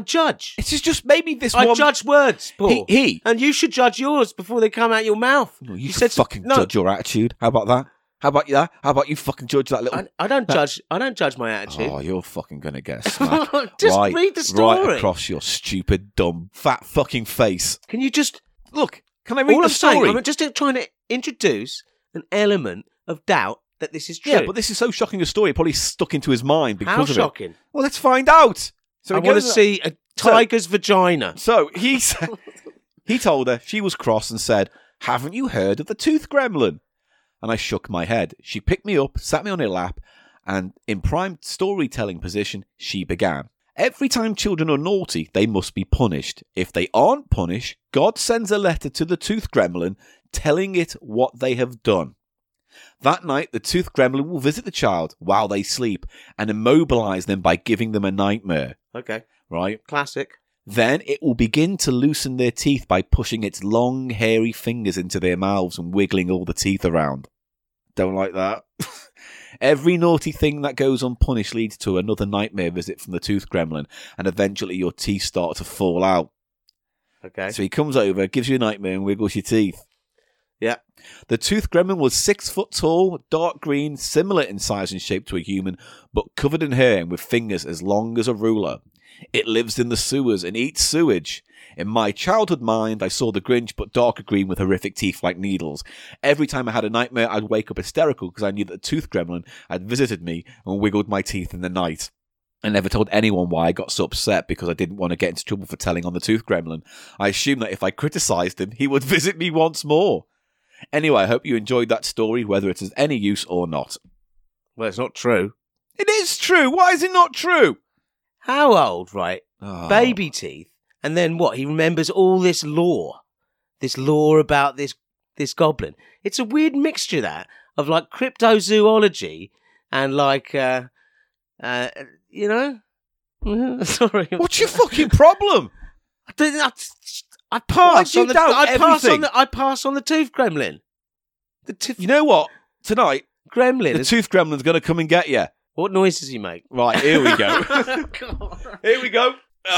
S2: I judge.
S1: It's just- just maybe this
S2: I
S1: one.
S2: judge words, Paul.
S1: he, he.
S2: And you should judge yours before they come out your mouth.
S1: No, you,
S2: You
S1: said
S2: said-
S1: fucking
S2: no.
S1: judge your attitude. How about that? How about that? How about you fucking judge that little?
S2: I, I don't judge. I don't judge my attitude.
S1: Oh, you're fucking gonna get a smack.
S2: Just
S1: right,
S2: read the
S1: Right
S2: story.
S1: across your stupid, dumb, fat fucking face.
S2: Can you just
S1: Look, can I read
S2: all
S1: the
S2: I'm
S1: story?
S2: saying? I'm just trying to introduce an element of doubt that this is true.
S1: Yeah, but this is so shocking a story. It probably stuck into his mind because
S2: How
S1: of
S2: shocking!
S1: it. Well, let's find out. So
S2: I
S1: he
S2: want to
S1: goes- uh,
S2: see a tiger's vagina.
S1: So he [laughs] said, he told her she was cross and said, "Haven't you heard of the tooth gremlin?" And I shook my head. She picked me up, sat me on her lap, and in prime storytelling position, she began. Every time children are naughty, they must be punished. If they aren't punished, God sends a letter to the tooth gremlin telling it what they have done. That night, the tooth gremlin will visit the child while they sleep and immobilize them by giving them a nightmare,
S2: Okay,
S1: right?
S2: classic.
S1: Then it will begin to loosen their teeth by pushing its long, hairy fingers into their mouths and wiggling all the teeth around. Don't like that. [laughs] Every naughty thing that goes unpunished leads to another nightmare visit from the tooth gremlin, and eventually your teeth start to fall out.
S2: Okay,
S1: So he comes over, gives you a nightmare, and wiggles your teeth.
S2: Yeah.
S1: The tooth gremlin was six foot tall, dark green, similar in size and shape to a human, but covered in hair and with fingers as long as a ruler. It lives in the sewers and eats sewage. In my childhood mind, I saw the Grinch, but darker green with horrific teeth like needles. Every time I had a nightmare, I'd wake up hysterical because I knew that the tooth gremlin had visited me and wiggled my teeth in the night. I never told anyone why I got so upset because I didn't want to get into trouble for telling on the tooth gremlin. I assumed that if I criticised him, he would [laughs] visit me once more. Anyway, I hope you enjoyed that story, whether it's of any use or not.
S2: well, it's not true.
S1: It is true. Why is it not true?
S2: How old, right?
S1: Oh.
S2: Baby teeth, and then what? He remembers all this lore, this lore about this this goblin. It's a weird mixture that of like cryptozoology and like uh, uh, you know. [laughs] Sorry,
S1: What's your fucking problem?
S2: I, didn't- I, I passed
S1: do you
S2: on the.
S1: doubt
S2: I passed on
S1: everything?
S2: the. I passed on the tooth gremlin. The
S1: [laughs]
S2: tooth
S1: You know what? Tonight,
S2: gremlin.
S1: the
S2: is-
S1: tooth gremlin's going to come and get you.
S2: what noise does he
S1: [laughs]
S2: make?
S1: Right, here we go. here we go.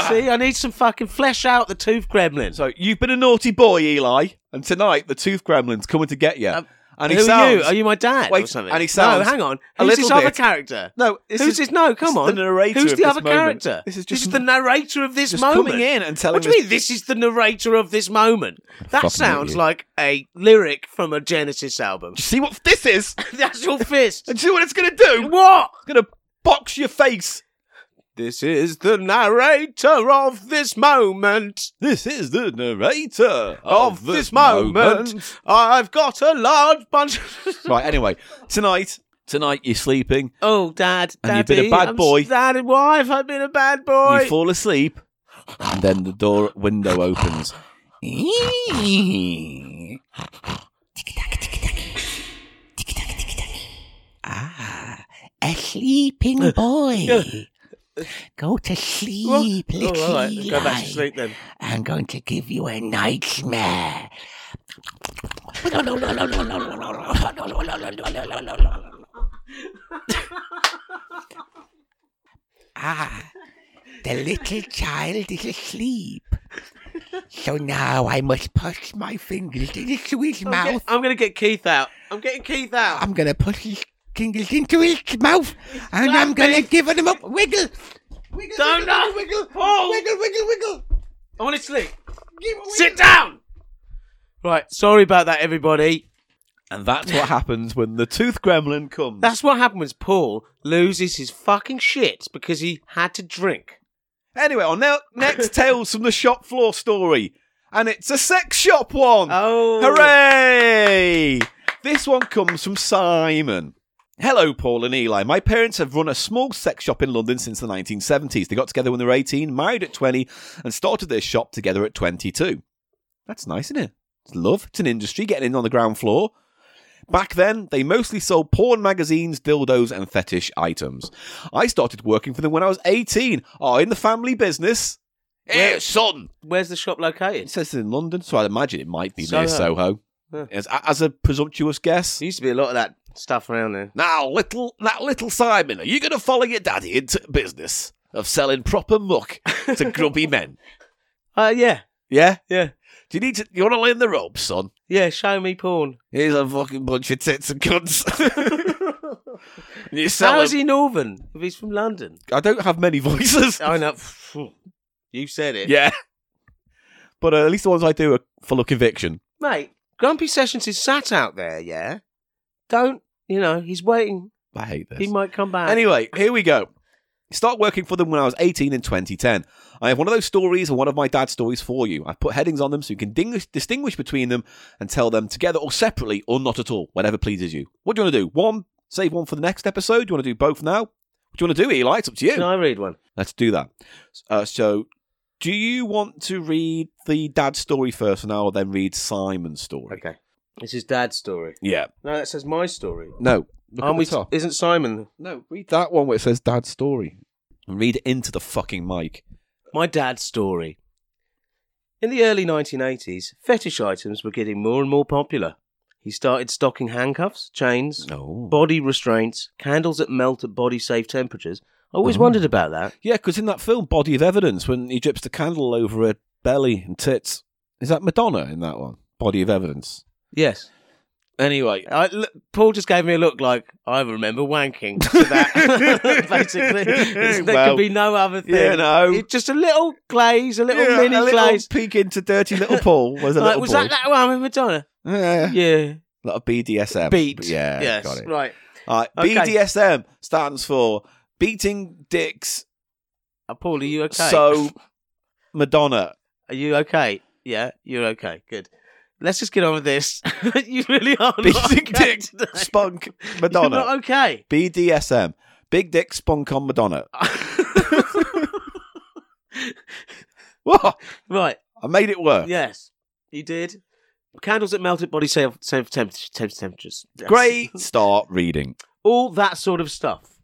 S2: See, I need some fucking flesh out the tooth gremlin.
S1: So, you've been a naughty boy, Eli, and tonight the tooth gremlin's coming to get you.
S2: Um,
S1: and he
S2: Who are you?
S1: sounds.
S2: Are you my dad or
S1: Wait,
S2: something?
S1: and he sounds
S2: No, hang on.
S1: a
S2: Who's
S1: little
S2: this other
S1: bit-
S2: character?
S1: No, this
S2: Who's
S1: is-
S2: this? No,
S1: this is
S2: come on.
S1: the narrator
S2: Who's
S1: of
S2: the
S1: this
S2: other
S1: moment.
S2: character?
S1: This is
S2: this
S1: just
S2: is the narrator of this
S1: just
S2: moment.
S1: coming in and telling
S2: What do
S1: us-
S2: you mean? This is the narrator of this moment. That
S1: fucking
S2: sounds
S1: hate you.
S2: like a lyric from a Genesis album. [laughs]
S1: Do [laughs] you see what this is?
S2: That's your fist.
S1: Do you see what it's going to do?
S2: what?
S1: It's going to box your face.
S2: This is the narrator of this moment.
S1: This is the narrator
S2: Of this moment, I've got a large bunch. Of...
S1: Right, anyway, tonight, tonight you're sleeping,
S2: [laughs] oh, Dad,
S1: And you've been a
S2: Daddy,
S1: bad
S2: I'm
S1: boy.
S2: s- Dad, why have I been a bad boy?
S1: you fall asleep, and then the door window opens.
S5: Ah, Ah, a
S2: Uh,
S5: sleeping boy. Go to sleep,
S2: Oh,
S5: little
S2: all right, go back
S5: Eli.
S2: to sleep then.
S5: I'm going to give you a nightmare. ah, the little child is asleep. So now I must push my fingers into his
S2: I'm,
S5: mouth.
S2: get- I'm gonna get Keith out. I'm getting Keith out.
S5: I'm gonna push his fingers into his mouth, and I'm gonna give him a wiggle. Wiggle,
S2: Don't
S5: wiggle,
S2: knock.
S5: wiggle, wiggle,
S2: Paul.
S5: wiggle, wiggle, wiggle.
S2: I want to sleep.
S5: Give a wiggle.
S2: Sit down. Right, sorry about that, everybody.
S1: And that's what happens when the tooth gremlin comes.
S2: That's what happened was Paul loses his fucking shit because he had to drink.
S1: Anyway, on now next Tales from the Shop Floor story. And it's a sex shop one.
S2: Oh,
S1: Hooray! This one comes from Simon. Hello, Paul and Eli. My parents have run a small sex shop in London since the 1970s. They got together when they were 18, married at 20, and started their shop together at 22. That's nice, isn't it? It's love. It's an industry getting in on the ground floor. Back then, they mostly sold porn magazines, dildos, and fetish items. I started working for them when I was 18. Oh, in the family business. Eh, son!
S2: Where's the shop
S1: It
S2: located?
S1: says it's in London, so uh, I'd imagine it might be near
S2: Soho.
S1: Soho.
S2: Yeah.
S1: As, as a presumptuous guess.
S2: There used to be a lot of that stuff around there.
S1: Now, little that little Simon, are you going to follow your daddy into business of selling proper muck [laughs] to grubby men?
S2: Uh, yeah,
S1: Yeah,
S2: yeah,
S1: do you need to? You want to learn the ropes, son?
S2: yeah. Show me porn.
S1: Here's a fucking bunch of tits and [laughs] cunts. you
S2: How
S1: sell
S2: is he northern? If he's from London,
S1: I don't have many voices.
S2: I know. [laughs] You said
S1: [laughs]
S2: it,
S1: yeah, but uh, at least the ones I do are full of conviction.
S2: mate. Grumpy Sessions is sat out there. Yeah, don't You know, he's waiting.
S1: I hate this.
S2: He might come back.
S1: Anyway, here we go. Start working for them when I was 18 in 2010. I have one of those stories and one of my dad's stories for you. I've put headings on them so you can ding- distinguish between them and tell them together or separately or not at all, whatever pleases you. What do you want to do? One, save one for the next episode. Do you want to do both now? What do you want to do, Eli? It's up to you.
S2: Can I read one?
S1: Let's do that. Uh, so, do you want to read the dad's story first and I will then read Simon's story?
S2: Okay. This is Dad's story.
S1: Yeah.
S2: No, that says my story.
S1: No. Look at
S2: Aren't
S1: the
S2: we?
S1: top.
S2: Isn't Simon?
S1: No, read that one where it says dad's story. And read it into the fucking mic.
S2: My dad's story. In the early 1980s, fetish items were getting more and more popular. He started stocking handcuffs, chains,
S1: No.
S2: body restraints, candles that melt at body safe temperatures. I always wondered about that.
S1: Yeah, because in that film, Body of Evidence, when he drips the candle over her belly and tits, is that Madonna in that one? Body of Evidence.
S2: Yes.
S1: Anyway,
S2: I, look, Paul just gave me a look like I remember wanking to
S1: [laughs]
S2: that. [laughs] Basically, It's- there
S1: Well,
S2: could be no other thing.
S1: yeah, no.
S2: It's just a little glaze, a little
S1: Yeah,
S2: mini
S1: a little
S2: glaze.
S1: peek into Dirty Little Paul was a
S2: Like,
S1: little
S2: was
S1: boy.
S2: that that one with Madonna?
S1: [laughs] Yeah,
S2: Yeah,
S1: a lot of BDSM.
S2: beat.
S1: Yeah,
S2: yes,
S1: got it.
S2: right.
S1: All right,
S2: Okay.
S1: BDSM stands for beating dicks.
S2: Uh, Paul, are you okay?
S1: So, Madonna.
S2: [laughs] are you okay? Yeah, you're okay. Good. Let's just get on with this. [laughs] you really are not
S1: Beating
S2: okay
S1: dicks,
S2: today.
S1: spunk,
S2: [laughs] You're
S1: Madonna. [laughs]
S2: not okay. [laughs]
S1: BDSM. Big dick spunk on Madonna.
S2: Uh,
S1: What?
S2: right.
S1: I made it work.
S2: Yes, you did. Candles that melted body safe, safe temp- temp- temperatures. Yes. [laughs]
S1: Great start reading.
S2: all that sort of stuff.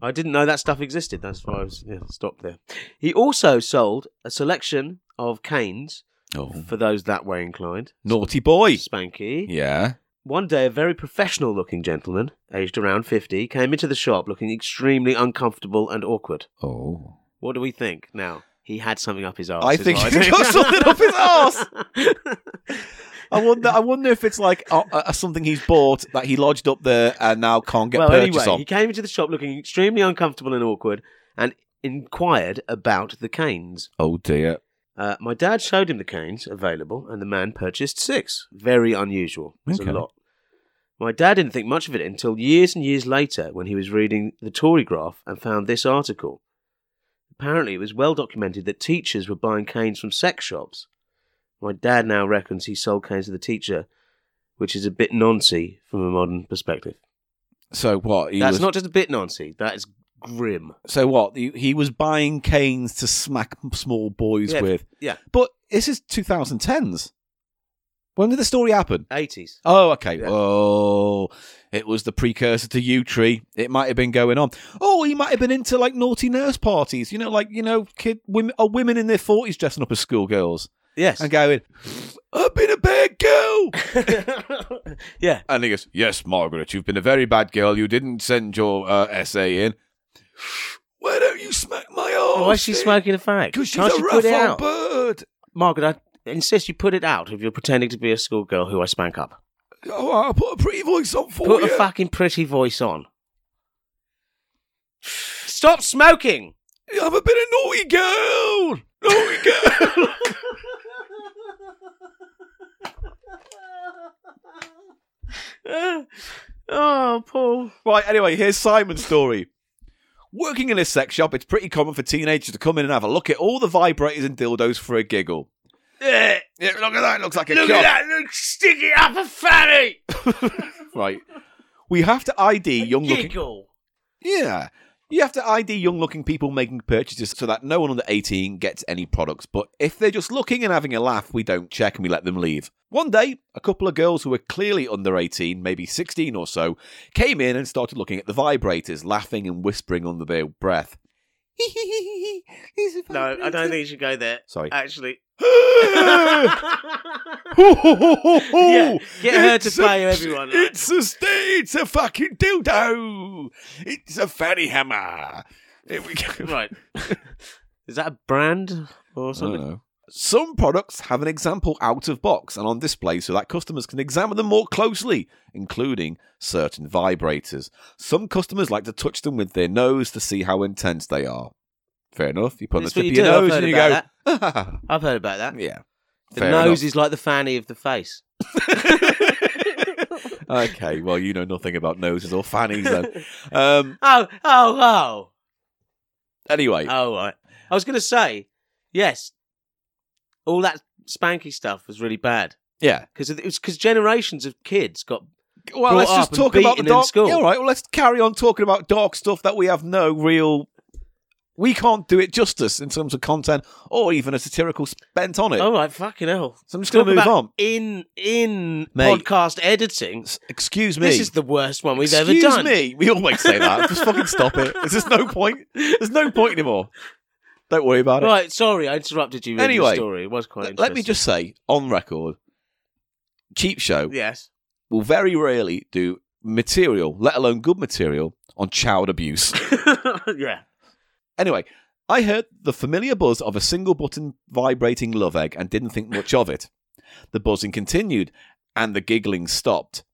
S2: I didn't know that stuff existed. That's why I was yeah, stopped there. He also sold a selection of canes
S1: Oh.
S2: for those that way inclined.
S1: Naughty boy.
S2: Spanky.
S1: Yeah.
S2: One day, a very professional looking gentleman, aged around 50, came into the shop looking extremely uncomfortable and awkward.
S1: Oh.
S2: What do we think now? He had something up his arse.
S1: I
S2: is
S1: think
S2: what
S1: he's got something up his arse.
S2: [laughs] arse!
S1: I wonder. I wonder if it's like uh, uh, something he's bought that he lodged up there and now can't get
S2: well,
S1: purchase
S2: anyway,
S1: on.
S2: he came into the shop looking extremely uncomfortable and awkward and inquired about the canes.
S1: Oh dear.
S2: Uh, my dad showed him the canes available, and the man purchased six. Very unusual. It's
S1: Okay.
S2: a lot. My dad didn't think much of it until years and years later when he was reading the Tory graph and found this article. Apparently, it was well documented that teachers were buying canes from sex shops. My dad now reckons he sold canes to the teacher, which is a bit nancy from a modern perspective.
S1: So what? He
S2: That's
S1: was,
S2: not just a bit nancy, that is grim.
S1: So what? He, he was buying canes to smack small boys
S2: Yeah,
S1: with.
S2: yeah.
S1: But this is 2010s. When did the story happen?
S2: 80s.
S1: Oh, okay.
S2: Yeah.
S1: Oh, it was the precursor to U Tree. It might have been going on. Oh, he might have been into like naughty nurse parties. You know, like you know, kid women, oh, women in their forties dressing up as schoolgirls
S2: Yes.
S1: and going, "I've been a bad girl."
S2: [laughs] yeah.
S1: And he goes, "Yes, Margaret, you've been a very bad girl. You didn't send your uh, essay in. Why don't you smack my arse?
S2: Why is she smoking a fag?
S1: Because Oh, she's
S2: Can't
S1: a
S2: you
S1: rough
S2: put it
S1: old
S2: out?
S1: bird.
S2: Margaret, I insist you put it out if you're pretending to be a schoolgirl who I spank up.
S1: Oh, I'll put a pretty voice on for
S2: Put
S1: you.
S2: a fucking pretty voice on. Stop smoking!
S1: I've been a naughty girl. Naughty girl." Uh,
S2: oh, Paul.
S1: Right, anyway, here's Simon's story. Working in a sex shop, it's pretty common for teenagers to come in and have a look at all the vibrators and dildos for a giggle. Yeah, yeah look at that, it looks like a
S2: Eh, Look
S1: cock.
S2: at that! Look, stick it up a fanny!
S1: Right. We have to ID young looking
S2: Giggle.
S1: Yeah. You have to ID young looking people making purchases so that no one under 18 gets any products. But if they're just looking and having a laugh, we don't check and we let them leave. One day, a couple of girls who were clearly under 18, maybe 16 or so, came in and started looking at the vibrators, laughing and whispering under their breath. [laughs]
S2: No, I don't think you should go there.
S1: Sorry. [laughs]
S2: Actually. [laughs]
S1: yeah,
S2: get her to play everyone, right?
S1: It's [laughs] a st- it's a fucking dildo. It's a fanny hammer. Here we go.
S2: right. [laughs] Is that a brand
S1: Uh,
S2: or something?
S1: Some products have an example out of box and on display so that customers can examine them more closely, including certain vibrators. Some customers like to touch them with their nose to see how intense they are. Fair enough. You put
S2: That's
S1: on
S2: what
S1: the
S2: you
S1: tip of
S2: do.
S1: your
S2: I've
S1: nose
S2: heard
S1: and you
S2: about
S1: go,
S2: that. I've heard about
S1: [laughs]
S2: that.
S1: yeah.
S2: The
S1: fair
S2: nose
S1: enough.
S2: [laughs] is like the fanny of the face.
S1: Okay, well, you know nothing about noses or fannies
S2: [laughs]
S1: then. Um,
S2: Oh, oh, oh.
S1: anyway,
S2: Oh, right. I was going to say, yes, all that spanky stuff was really bad
S1: yeah.
S2: because it was because generations of kids got.
S1: Well,
S2: Brought
S1: let's
S2: up
S1: just
S2: and
S1: talk about the
S2: beaten in
S1: dark.
S2: school.
S1: Yeah, all right. Well, let's carry on talking about dark stuff that we have no real. We can't do it justice in terms of content or even a satirical spent on it.
S2: All right, fucking hell.
S1: so I'm just going to move
S2: Oh, Talk about
S1: on.
S2: In in
S1: Mate.
S2: podcast editing,
S1: S- Excuse me.
S2: this is the worst one we've
S1: Excuse
S2: ever done.
S1: me. We always say that. just fucking stop it. There's just no point. There's no point anymore. Don't worry about it.
S2: Right, sorry, I interrupted you. with your
S1: Anyway,
S2: story it was quite.
S1: Let- Let me
S2: interesting.
S1: just say on record, Cheap Show
S2: Yes. [laughs]
S1: will very rarely do material, let alone good material, on child abuse.
S2: yeah.
S1: Anyway, I heard the familiar buzz of a single button vibrating love egg and didn't think much of it. The buzzing continued and the giggling stopped.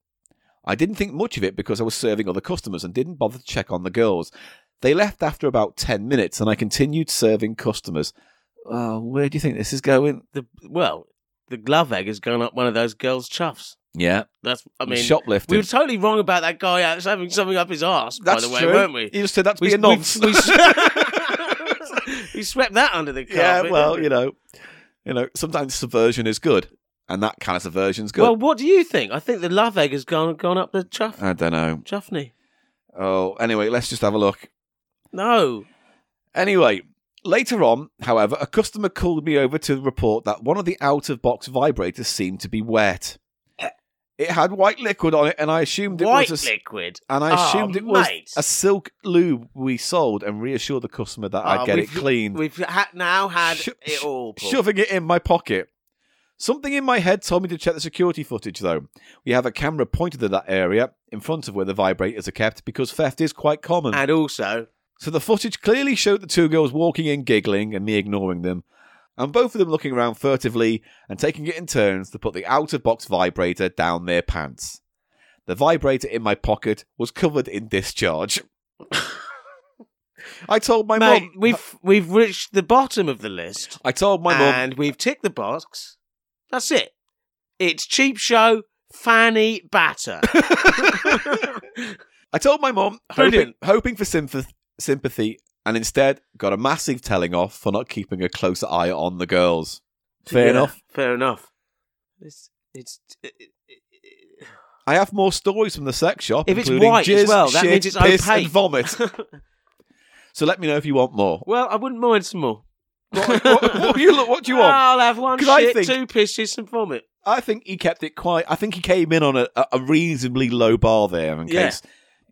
S1: I didn't think much of it because I was serving other customers and didn't bother to check on the girls. They left after about 10 minutes and I continued serving customers. Oh, where do you think this is going?
S2: The well, the glove egg has gone up one of those girls' chuffs.
S1: Yeah.
S2: That's. I mean,
S1: shoplifting.
S2: we were totally wrong about that guy out having something up his arse.
S1: That's
S2: by the way,
S1: true.
S2: weren't we?
S1: You just said that's
S2: We,
S1: being
S2: we-
S1: nonce. [laughs]
S2: we s- [laughs] we swept that under the carpet.
S1: yeah,
S2: didn't
S1: well,
S2: we?
S1: you know, you know, sometimes subversion is good, and that kind of subversion's good.
S2: Well, what do you think? I think the love egg has gone gone up the chuff
S1: I don't know.
S2: chuffney.
S1: Oh, anyway, let's just have a look.
S2: No,
S1: Anyway, later on, however, a customer called me over to report that one of the out of box vibrators seemed to be wet. It had white liquid on it, and I assumed it
S2: white
S1: was a,
S2: liquid.
S1: and I
S2: Oh,
S1: assumed it was
S2: mate.
S1: a silk lube we sold, and reassured the customer that I'd
S2: Oh,
S1: get it
S2: we've-
S1: cleaned.
S2: We've ha- now had
S1: Sho-
S2: it
S1: sh-
S2: all. Paul.
S1: shoving it in my pocket. Something in my head told me to check the security footage, though. We have a camera pointed at that area in front of where the vibrators are kept because theft is quite common.
S2: And also,
S1: so the footage clearly showed the two girls walking in, giggling, and me ignoring them, and both of them looking around furtively and taking it in turns to put the out of box vibrator down their pants. The vibrator in my pocket was covered in discharge. [laughs] I told my
S2: mate,
S1: mum.
S2: we've we've reached the bottom of the list,
S1: I told my mum.
S2: and we've ticked the box. That's it. It's cheap show fanny
S1: [laughs]
S2: batter.
S1: I told my mum, hoping,
S2: Brilliant.
S1: hoping for sympath- sympathy, and instead got a massive telling off for not keeping a closer eye on the girls. Fair
S2: Yeah,
S1: enough.
S2: Fair enough. It's it's. it- it- it-
S1: I have more stories from the sex shop,
S2: If it's
S1: including
S2: white as
S1: jizz,
S2: well, that
S1: shit,
S2: means it's
S1: piss,
S2: opaque.
S1: and vomit.
S2: [laughs]
S1: so let me know if you want more.
S2: Well, I wouldn't mind some more.
S1: [laughs] What, what- what do you look? What do you want?
S2: I'll have one
S1: 'Cause I
S2: shit,
S1: think-
S2: two pisses, some vomit.
S1: Ah. I think he kept it quite. I think he came in on a, a- a reasonably low bar there in
S2: Yeah.
S1: case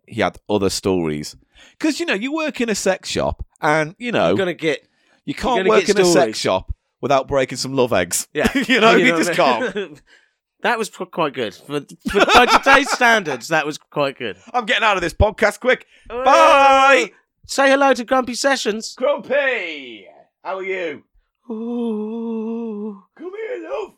S1: he had other stories. Because you know, you work in a sex shop, and you know,
S2: I'm gonna get
S1: You can't
S2: gonna
S1: work in
S2: get
S1: a sex
S2: stories.
S1: shop without breaking some love eggs.
S2: yeah.
S1: you know, you, just
S2: what I mean?
S1: can't.
S2: [laughs] that was pro- quite good for, for by today's standards. That was quite good.
S1: [laughs] I'm getting out of this podcast quick. Bye,
S2: Say hello to Grumpy Sessions.
S1: Grumpy. How are you?
S2: Ooh,
S1: Come here, love.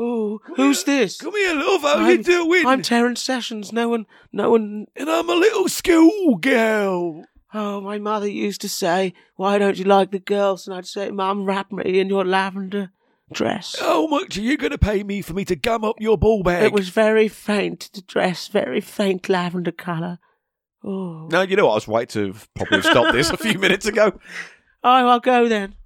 S2: ooh. Who's this?
S1: Come here, love. How you
S2: I'm-
S1: doing?
S2: I'm Terence Sessions. No one, no one.
S1: and I'm a little schoolgirl.
S2: Oh, my mother used to say, "Why don't you like the girls?" And I'd say, "Mum, wrap me in your lavender dress."
S1: How much are you going to pay me for me to gum up your ball bag?
S2: It was very faint, the dress, very faint lavender colour. Oh.
S1: No, you know what? I was right to have probably have stopped this a few minutes ago.
S2: oh, I'll go then.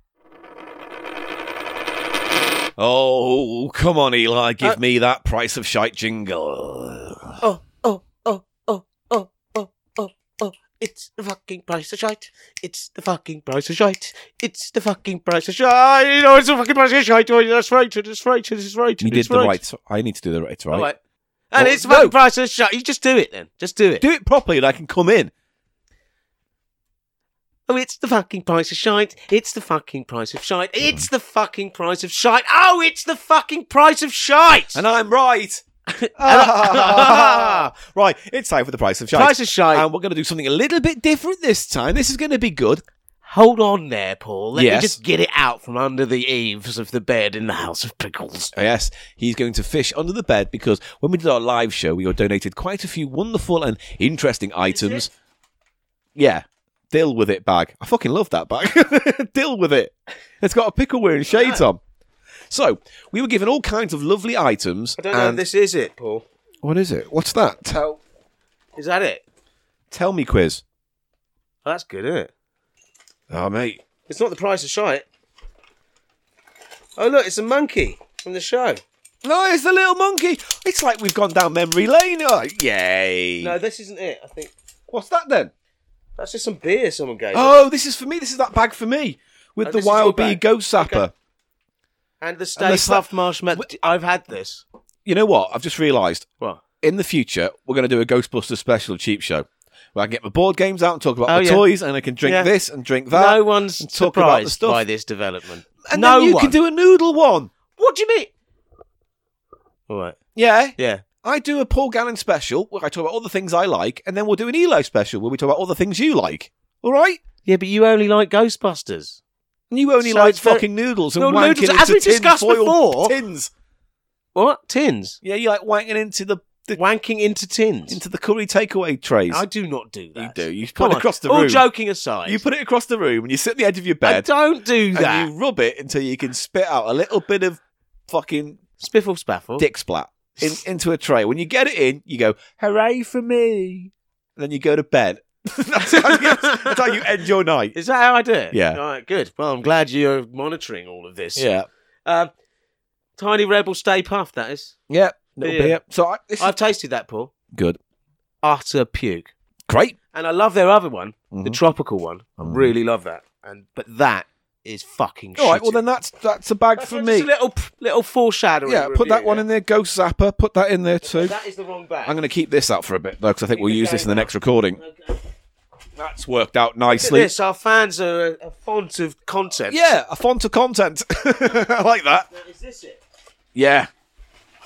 S1: Oh, come on, Eli. Give
S2: Uh,
S1: me that price of shite jingle.
S2: Oh, oh, oh, oh, oh, oh, oh, oh. It's the fucking price of shite. It's the fucking price of shite. It's the fucking price of shite. Oh, it's the fucking price of shite. Oh, that's right. It's right. It's right.
S1: You did
S2: it's
S1: the right. I need to do the right. It's right.
S2: All right. And
S1: Well,
S2: it's the fucking
S1: no.
S2: price of shite. You just do it then. Just do it.
S1: Do it properly, and I can come in.
S2: Oh, it's the fucking price of shite. It's the fucking price of shite. It's the fucking price of shite. Oh, it's the fucking price of shite.
S1: And I'm
S2: [laughs]
S1: right. Ah,
S2: I-
S1: [laughs] right, it's time for the price of shite.
S2: price of shite.
S1: and we're going to do something a little bit different this time. This is going to be good.
S2: Hold on there, Paul. Let
S1: Yes.
S2: me just get it out from under the eaves of the bed in the House of Pickles.
S1: Oh, yes, he's going to fish under the bed because when we did our live show, we were donated quite a few wonderful and interesting items. Yeah, deal with it bag. I fucking love that bag. [laughs] deal with it. It's got a pickle wearing shades on. So we were given all kinds of lovely items. and
S2: this is it, Paul.
S1: What is it? What's that? Tell
S2: Is that it?
S1: Tell me quiz.
S2: Oh, that's good, isn't it?
S1: Oh mate.
S2: It's not the price of shite. Oh, look, it's a monkey from the show.
S1: No, it's the little monkey. It's like we've gone down memory lane. Oh, yay.
S2: No, this isn't it. I think
S1: What's that then?
S2: that's just some beer someone gave. us.
S1: Oh, this is for me. This is that bag for me with
S2: Oh,
S1: the
S2: this is your
S1: wild bee
S2: bag.
S1: ghost sapper.
S2: Okay. And the Stay
S1: Unless that-
S2: Puft Marshmallow. I've had this.
S1: You know what? I've just realised.
S2: What?
S1: In the future, we're going to do a Ghostbusters special cheap show where I can get my board games out and talk about
S2: Oh,
S1: my
S2: yeah.
S1: toys, and I can drink
S2: Yeah.
S1: this and drink that.
S2: no one's
S1: and talk about the
S2: surprised
S1: stuff.
S2: by this development.
S1: and
S2: no
S1: then you
S2: one.
S1: can do a noodle one.
S2: What do you mean? All right.
S1: Yeah,
S2: Yeah.
S1: I do a Paul Gannon special where I talk about all the things I like, and then we'll do an Eli special where we talk about all the things you like. All right?
S2: Yeah, but you only like Ghostbusters.
S1: And you only
S2: So
S1: like
S2: it's very-
S1: fucking noodles and
S2: No,
S1: wanking
S2: noodles,
S1: into
S2: as we
S1: tin
S2: discussed
S1: foil
S2: before.
S1: tins.
S2: What? Tins?
S1: Yeah, you like wanking into the, the
S2: Wanking into tins.
S1: into the curry takeaway trays.
S2: I do not do that.
S1: you do. You put
S2: Come
S1: it
S2: on.
S1: across the
S2: All
S1: room.
S2: joking aside.
S1: You put it across the room and you sit on the edge of your
S2: I
S1: bed
S2: don't do that.
S1: and you rub it until you can spit out a little bit of fucking
S2: Spiffle spaffle. [laughs]
S1: dick splat in, into a tray. When you get it in, you go, hooray for me. And then you go to bed. [laughs] that's, how you, that's how you end your night.
S2: Is that how I do it?
S1: Yeah.
S2: All right, good. Well, I'm glad you're monitoring all of this.
S1: Yeah.
S2: Um, Tiny Rebel Stay Puff, that is.
S1: Yep. Little
S2: Yeah.
S1: beer. So I, this is
S2: I've tasted that, Paul.
S1: good.
S2: Utter puke.
S1: Great.
S2: And I love their other one, the
S1: Mhm.
S2: tropical one. I
S1: Mhm.
S2: really love that. And But that is fucking shit.
S1: All right. Well, then that's that's a bag for me.
S2: Just a little, little foreshadowing.
S1: Yeah. Put that
S2: review,
S1: one
S2: yeah.
S1: in there. Ghost Zapper. Put that in there too.
S2: That is the wrong bag.
S1: I'm going to keep this out for a bit though, because I think
S2: Keep
S1: we'll
S2: it
S1: use this in
S2: going
S1: the
S2: now.
S1: next recording.
S2: Okay.
S1: That's worked out
S2: Look at
S1: nicely.
S2: this. Our fans are a, a font of content.
S1: Yeah, a font of content. [laughs] I like that.
S2: Now, Is this it?
S1: Yeah.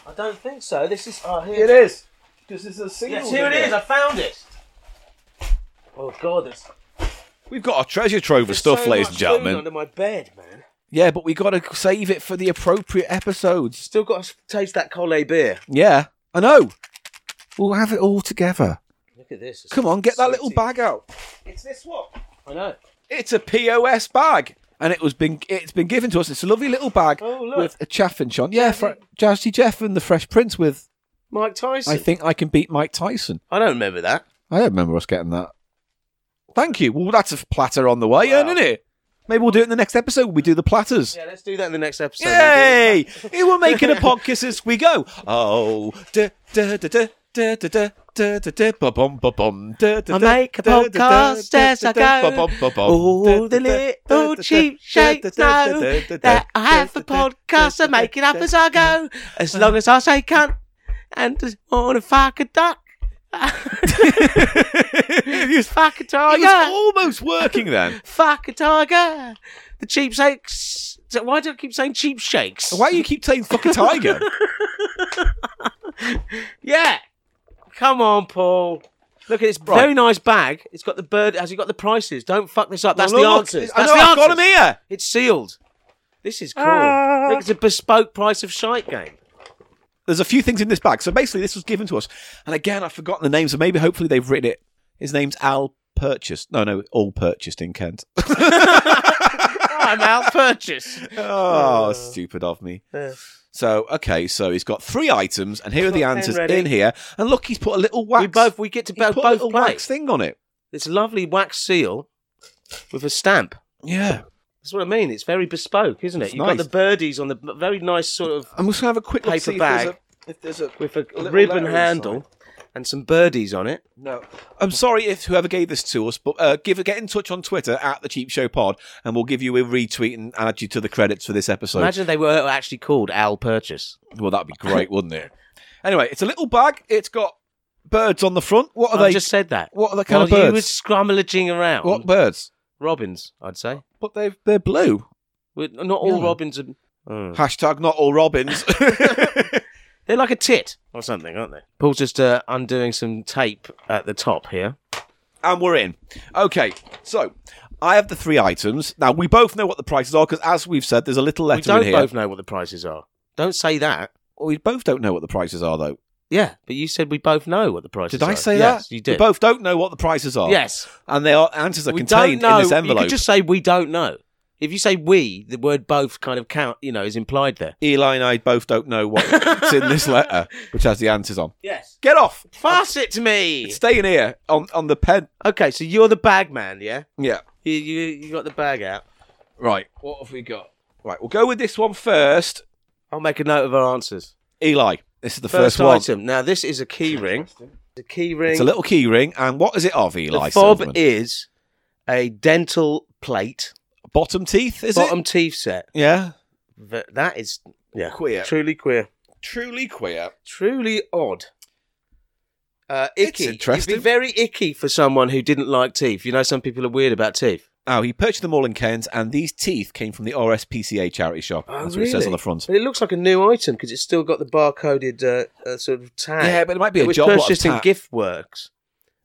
S2: I don't think so. This is. Oh, here
S1: It is. This is a single.
S2: Yes, here it is. I found it. Oh God, there's,
S1: We've got our treasure trove of
S2: there's
S1: stuff,
S2: so
S1: ladies
S2: much
S1: and
S2: food
S1: gentlemen.
S2: under my bed, man.
S1: Yeah, but we got to save it for the appropriate episodes.
S2: Still got to taste that Collet beer.
S1: Yeah, I know. We'll have it all together.
S2: Look at this. It's
S1: Come on, get that little
S2: salty.
S1: bag out.
S2: It's this one. I know.
S1: It's a POS bag, and it was been it's been given to us. It's a lovely little bag
S2: Oh, look.
S1: with a chaffinch on. Yeah, Fra- Jazzy Jeff and the Fresh Prince with
S2: Mike Tyson.
S1: "I Think I Can Beat Mike Tyson."
S2: I don't remember that.
S1: I don't remember us getting that. Thank you. Well, that's a platter on the way,
S2: Wow.
S1: isn't it? Maybe we'll do it in the next episode. when We do the platters.
S2: Yeah, let's do that in the next episode. maybe.
S1: Yay! Hey, we're making
S2: [laughs]
S1: a podcast as we go. Oh, da da da da da da da. Da, da, da, ba, bum, ba, bum, da, da,
S2: I
S1: da,
S2: make a
S1: da, da, da,
S2: podcast
S1: da,
S2: as
S1: da,
S2: I
S1: da,
S2: go.
S1: ba, bum, ba, bum,
S2: All
S1: da,
S2: the
S1: da, da,
S2: little
S1: da, da,
S2: cheap
S1: da, da,
S2: shakes
S1: da, da, da,
S2: know
S1: da,
S2: that
S1: da,
S2: I have [laughs] a
S1: da, da,
S2: podcast. I
S1: da,
S2: make it up
S1: da, [laughs]
S2: [laughs] as I go, as long as I say cunt and just want to fuck a duck.
S1: He was-
S2: fuck
S1: he
S2: a
S1: was
S2: tiger.
S1: almost working then.
S2: [laughs] Fuck a tiger. The cheap shakes. So Why do I keep saying cheap shakes?
S1: Why do you keep saying fuck a tiger?
S2: Yeah. Come on, Paul. Look at this
S1: Right.
S2: very nice bag. It's got the bird. Has it got the prices? Don't fuck this up. That's
S1: Well,
S2: the
S1: look,
S2: answer. That's
S1: I know,
S2: the
S1: I've got
S2: answers.
S1: him here.
S2: It's sealed. This is cool.
S1: Ah.
S2: Look, it's a bespoke price of shite game.
S1: there's a few things in this bag. So basically, this was given to us, and again, I've forgotten the name. So maybe hopefully they've written it. His name's Al Purchased. No, no, all purchased in Kent. [laughs]
S2: I'm out purchase.
S1: oh,
S2: Uh.
S1: stupid of me.
S2: [laughs] Yeah.
S1: So okay, so he's got three items, and here are the
S2: got ten
S1: answers
S2: ready.
S1: in here. And look, he's put a little wax.
S2: We both we get to
S1: he's
S2: both
S1: put a
S2: both
S1: little
S2: play.
S1: wax thing on it.
S2: This lovely wax seal with a stamp.
S1: Yeah,
S2: That's what I mean. It's very bespoke, isn't it?
S1: It's
S2: You've got
S1: nice.
S2: the birdies on the very nice sort of
S1: I'm just gonna have a quick look
S2: Paper
S1: see
S2: bag.
S1: If there's a, if there's
S2: with a,
S1: little
S2: ribbon
S1: letter
S2: handle and some birdies on it.
S1: No, I'm sorry if whoever gave this to us, but uh, give get in touch on Twitter at the Cheap Show Pod, and we'll give you a retweet and add you to the credits for this episode.
S2: Imagine they were actually called Al Purchase.
S1: Well, that'd be great, wouldn't it? Anyway, it's a little bag. It's got birds on the front. What are
S2: I
S1: they?
S2: just said that.
S1: What are the kind
S2: While
S1: of birds?
S2: you were scrummaging around,
S1: What birds?
S2: robins, I'd say.
S1: But they they're blue.
S2: Well, Not all
S1: Yeah.
S2: robins are. Mm.
S1: Hashtag not all robins. [laughs]
S2: They're like a tit or something, aren't they? Paul's just uh, undoing some tape at the top here.
S1: and we're in. Okay, so I have the three items. Now we both know what the prices are because, as we've said, there's a little letter
S2: We don't
S1: in here.
S2: both know what the prices are. Don't say that.
S1: We both don't know what the prices are, though.
S2: Yeah, but you said we both know what the prices
S1: Did
S2: are.
S1: I say
S2: yes,
S1: that?
S2: You
S1: We
S2: did.
S1: both don't know what the prices are.
S2: Yes.
S1: and their answers are
S2: we
S1: contained
S2: don't know.
S1: in this envelope.
S2: You could just say we don't know. If you say we, the word both kind of count, you know, is implied there.
S1: Eli and I both don't know what's in [laughs] this letter, which has the answers on.
S2: Yes.
S1: Get off!
S2: Pass it to me.
S1: Stay in here on, on the pen.
S2: Okay, so you're the bag man, yeah?
S1: Yeah.
S2: You, you you got the bag out.
S1: Right.
S2: What have we got?
S1: Right. We'll go with this one first.
S2: I'll make a note of our answers.
S1: Eli. This is the first,
S2: First,
S1: one.
S2: item. Now this is a key ring. The key ring.
S1: It's a little key ring, and what is it of, Eli?
S2: the fob
S1: Silverman?
S2: is a dental plate,
S1: Bottom teeth, is
S2: bottom
S1: it?
S2: teeth set.
S1: Yeah.
S2: Th- That is yeah,
S1: Queer.
S2: truly queer,
S1: Truly queer.
S2: truly odd. Uh,
S1: It's
S2: icky.
S1: interesting.
S2: You'd be very icky for someone who didn't like teeth. You know, some people are weird about teeth.
S1: Oh, he purchased them all in Cairns, and these teeth came from the RSPCA charity shop.
S2: Oh,
S1: That's what it says on the front.
S2: But it looks like a new item because it's still got the barcoded uh, uh, sort of tag.
S1: Yeah, but it might be a
S2: it was
S1: job lot of
S2: purchased in
S1: tat.
S2: Giftworks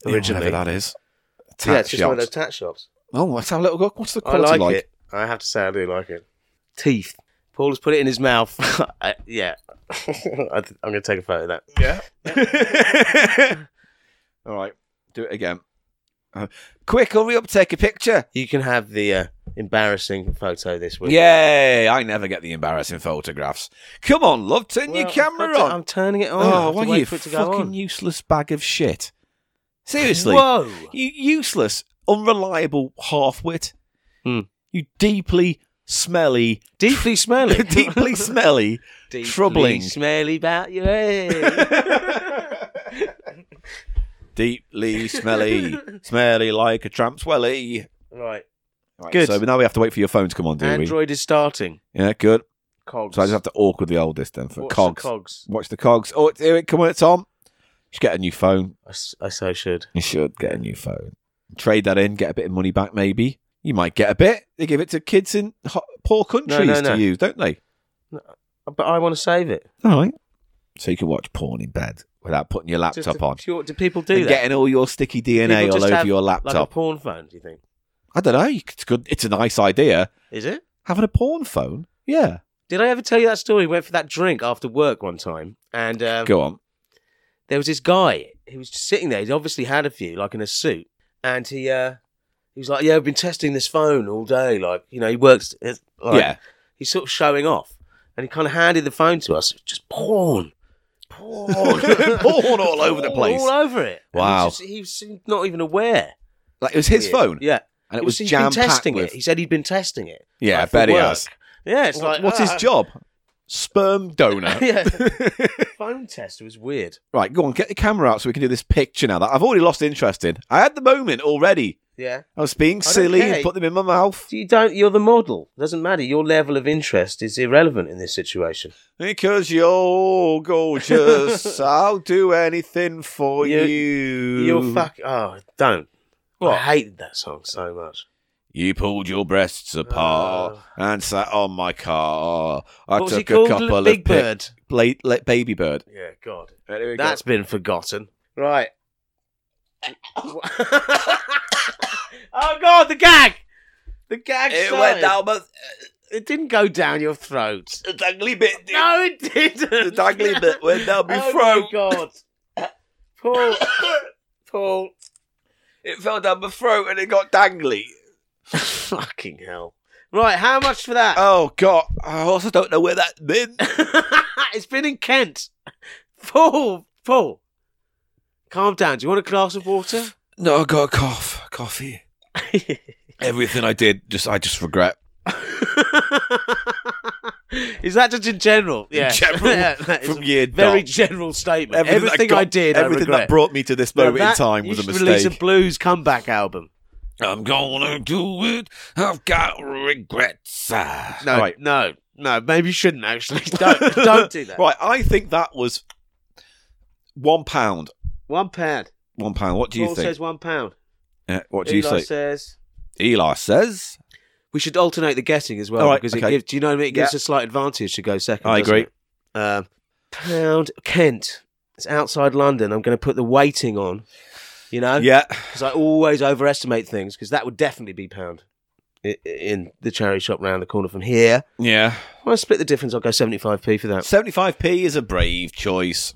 S1: Yeah, whatever
S2: originally.
S1: that is. Tat
S2: yeah, it's just one of
S1: shops.
S2: those tat shops.
S1: Oh, let's have a little look. What's the
S2: I
S1: quality
S2: like, it. I have to say, I do like it. Teeth. Paul has put it in
S1: [laughs]
S2: his mouth. I, yeah, [laughs] I th- I'm going to take a photo of that.
S1: [laughs] All right, do it again. Uh, quick, hurry up, take a picture.
S2: You can have the uh, embarrassing photo this week.
S1: Yay! I never get the embarrassing photographs. Come on, love, turn your
S2: Well,
S1: camera
S2: I've got to-
S1: on.
S2: I'm turning it on. I
S1: oh,
S2: have to
S1: why
S2: wait
S1: you
S2: for it to
S1: fucking
S2: go on.
S1: useless bag of shit? Seriously,
S2: Whoa!
S1: you useless, unreliable halfwit.
S2: Hmm.
S1: You deeply smelly,
S2: Deeply
S1: [laughs]
S2: smelly.
S1: deeply
S2: [laughs]
S1: smelly.
S2: Deeply
S1: troubling.
S2: smelly about your
S1: [laughs]
S2: head.
S1: Deeply smelly, smelly like a tramp's welly.
S2: right.
S1: Right,
S2: Good.
S1: So now we have to wait for your phone to come on, do
S2: Android is starting.
S1: we? Yeah, good.
S2: Cogs.
S1: So I just have to awkwardly hold this then for
S2: What's the
S1: cogs.
S2: cogs?
S1: Watch the cogs. Oh, it's, here it come on, it's on. You should get a new phone.
S2: I, s- I so should.
S1: You should get a new phone. Trade that in, get a bit of money back, maybe. You might get a bit. They give it to kids in ho- poor countries
S2: no.
S1: to use, don't they?
S2: But I want to save it.
S1: All right. So you can watch porn in bed without putting your
S2: Just
S1: laptop
S2: a
S1: on
S2: pure- do people do
S1: and
S2: that?
S1: getting all your sticky DNA
S2: People
S1: all
S2: just
S1: over
S2: have,
S1: your
S2: Like a
S1: laptop.
S2: porn phone, do you think?
S1: I don't know. It's good. It's a nice idea.
S2: Is it?
S1: Having a porn phone. Yeah.
S2: Did I ever tell you that story? Went for that drink after work one time, and um,
S1: Go on.
S2: there was this guy who was just sitting there. He'd obviously had a few, like in a suit, and he uh, he was like, "Yeah, I've been testing this phone all day. Like, you know, he works. it's Like,
S1: yeah.
S2: he's sort of showing off, and he kind of handed the phone to us. It was Just porn,
S1: [laughs]
S2: porn,
S1: Porn all over the
S2: Porn
S1: place.
S2: all over it. And
S1: Wow.
S2: he was, just, he was not even aware.
S1: Like it was his
S2: Weird.
S1: phone.
S2: Yeah,
S1: And it
S2: He
S1: was
S2: he'd
S1: jam
S2: been
S1: packed
S2: testing
S1: with.
S2: it. He said he'd been testing it.
S1: Yeah,
S2: like,
S1: I bet
S2: for
S1: he
S2: work.
S1: has.
S2: Yeah, it's
S1: What-
S2: like
S1: what's his
S2: ah.
S1: job? Sperm donor.
S2: [laughs]
S1: [laughs]
S2: yeah, phone test was weird.
S1: right, go on, get the camera out so we can do this picture now. That I've already lost interest in. I had the moment already.
S2: Yeah.
S1: I was being
S2: don't
S1: silly
S2: care.
S1: and put them in my mouth.
S2: You don't. You're the model. Doesn't matter. Your level of interest is irrelevant in this situation.
S1: Because you're
S2: [laughs]
S1: gorgeous, I'll do anything for you
S2: You- You're fuck. Oh, don't. I hated that song so much.
S1: You pulled your breasts apart
S2: Oh.
S1: and sat on my car. I
S2: What was he
S1: took a
S2: called?
S1: couple
S2: L-
S1: of pic-
S2: Big Bird.
S1: Bla- le- baby bird.
S2: Yeah, God.
S1: Anyway, go-
S2: That's been forgotten. [coughs] Right. oh God, the gag. The gag.
S1: it
S2: started.
S1: went down my
S2: It didn't go down your throat.
S1: the dangly bit. dude.
S2: [laughs] No, it didn't.
S1: The dangly bit went down my
S2: [laughs] oh
S1: throat.
S2: my God. [coughs] Paul. Paul.
S1: It fell down my throat and it got dangly.
S2: Fucking hell. Uh, Right, how much for that?
S1: Oh god! I also don't know where that's been.
S2: [laughs] it's been in Kent. Paul, Paul. Calm down. Do you want a glass of [laughs] water?
S1: No, I got a cough. Coffee. Everything I did, just I just regret.
S2: Is that just in general? Yeah.
S1: general,
S2: [laughs] Yeah, that is
S1: from
S2: a
S1: year
S2: Very
S1: dot.
S2: general statement.
S1: Everything
S2: Everything,
S1: that
S2: I,
S1: got-
S2: did, I
S1: Everything
S2: regret.
S1: that brought me to this
S2: Now
S1: moment in
S2: that-
S1: time
S2: you
S1: was a
S2: should Release a
S1: mistake.
S2: blues comeback album.
S1: I'm gonna do it. I've got regrets. Ah.
S2: No,
S1: Right.
S2: no, no. Maybe you
S1: [laughs]
S2: shouldn't actually. [laughs] Don't, don't do that.
S1: Right, I think that was one pound.
S2: One pound.
S1: One pound. What do you
S2: Paul
S1: think?
S2: says one pound.
S1: Yeah, what do you
S2: Eli
S1: think?
S2: says
S1: Eli says.
S2: We should alternate the guessing as well
S1: All right,
S2: because
S1: okay.
S2: it gives. Do you know what I mean? It gives
S1: Yeah.
S2: a slight advantage to go second.
S1: I
S2: doesn't
S1: agree.
S2: it? Um, pound Kent. It's outside London. I'm going to put the weighting on. You know,
S1: Yeah.
S2: because I always overestimate things because that would definitely be pound i- i- in the charity shop round the corner from here.
S1: Yeah.
S2: Well, I split the difference. I'll go 75p for that.
S1: 75p is a brave choice.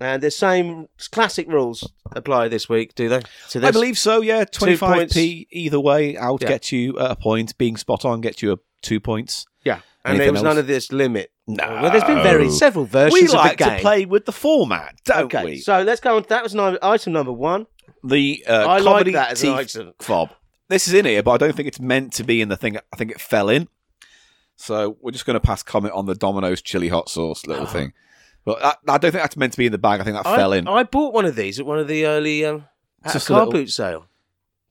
S2: And the same classic rules apply this week, do they? To this?
S1: I believe so, yeah.
S2: points.
S1: 25p either way out
S2: Yeah.
S1: gets you uh, a point. Being spot on gets you a, two points.
S2: Yeah. And
S1: Anything
S2: there was
S1: else?
S2: none of this limit.
S1: No.
S2: Well, there's been very several versions
S1: We
S2: of
S1: like
S2: the game.
S1: to play with the format, don't
S2: okay,
S1: we?
S2: so let's go on. That was num- item number one.
S1: the uh,
S2: I like
S1: comedy
S2: that as an
S1: teeth
S2: item.
S1: fob. This is in here, but I don't think it's meant to be in the thing. I think it fell in. So we're just going to pass comment on the Domino's chili hot sauce little thing. But that, I don't think that's meant to be in the bag. I think that
S2: I,
S1: fell in.
S2: I bought one of these at one of the early um, at a
S1: Just a
S2: car
S1: little-
S2: boot sale.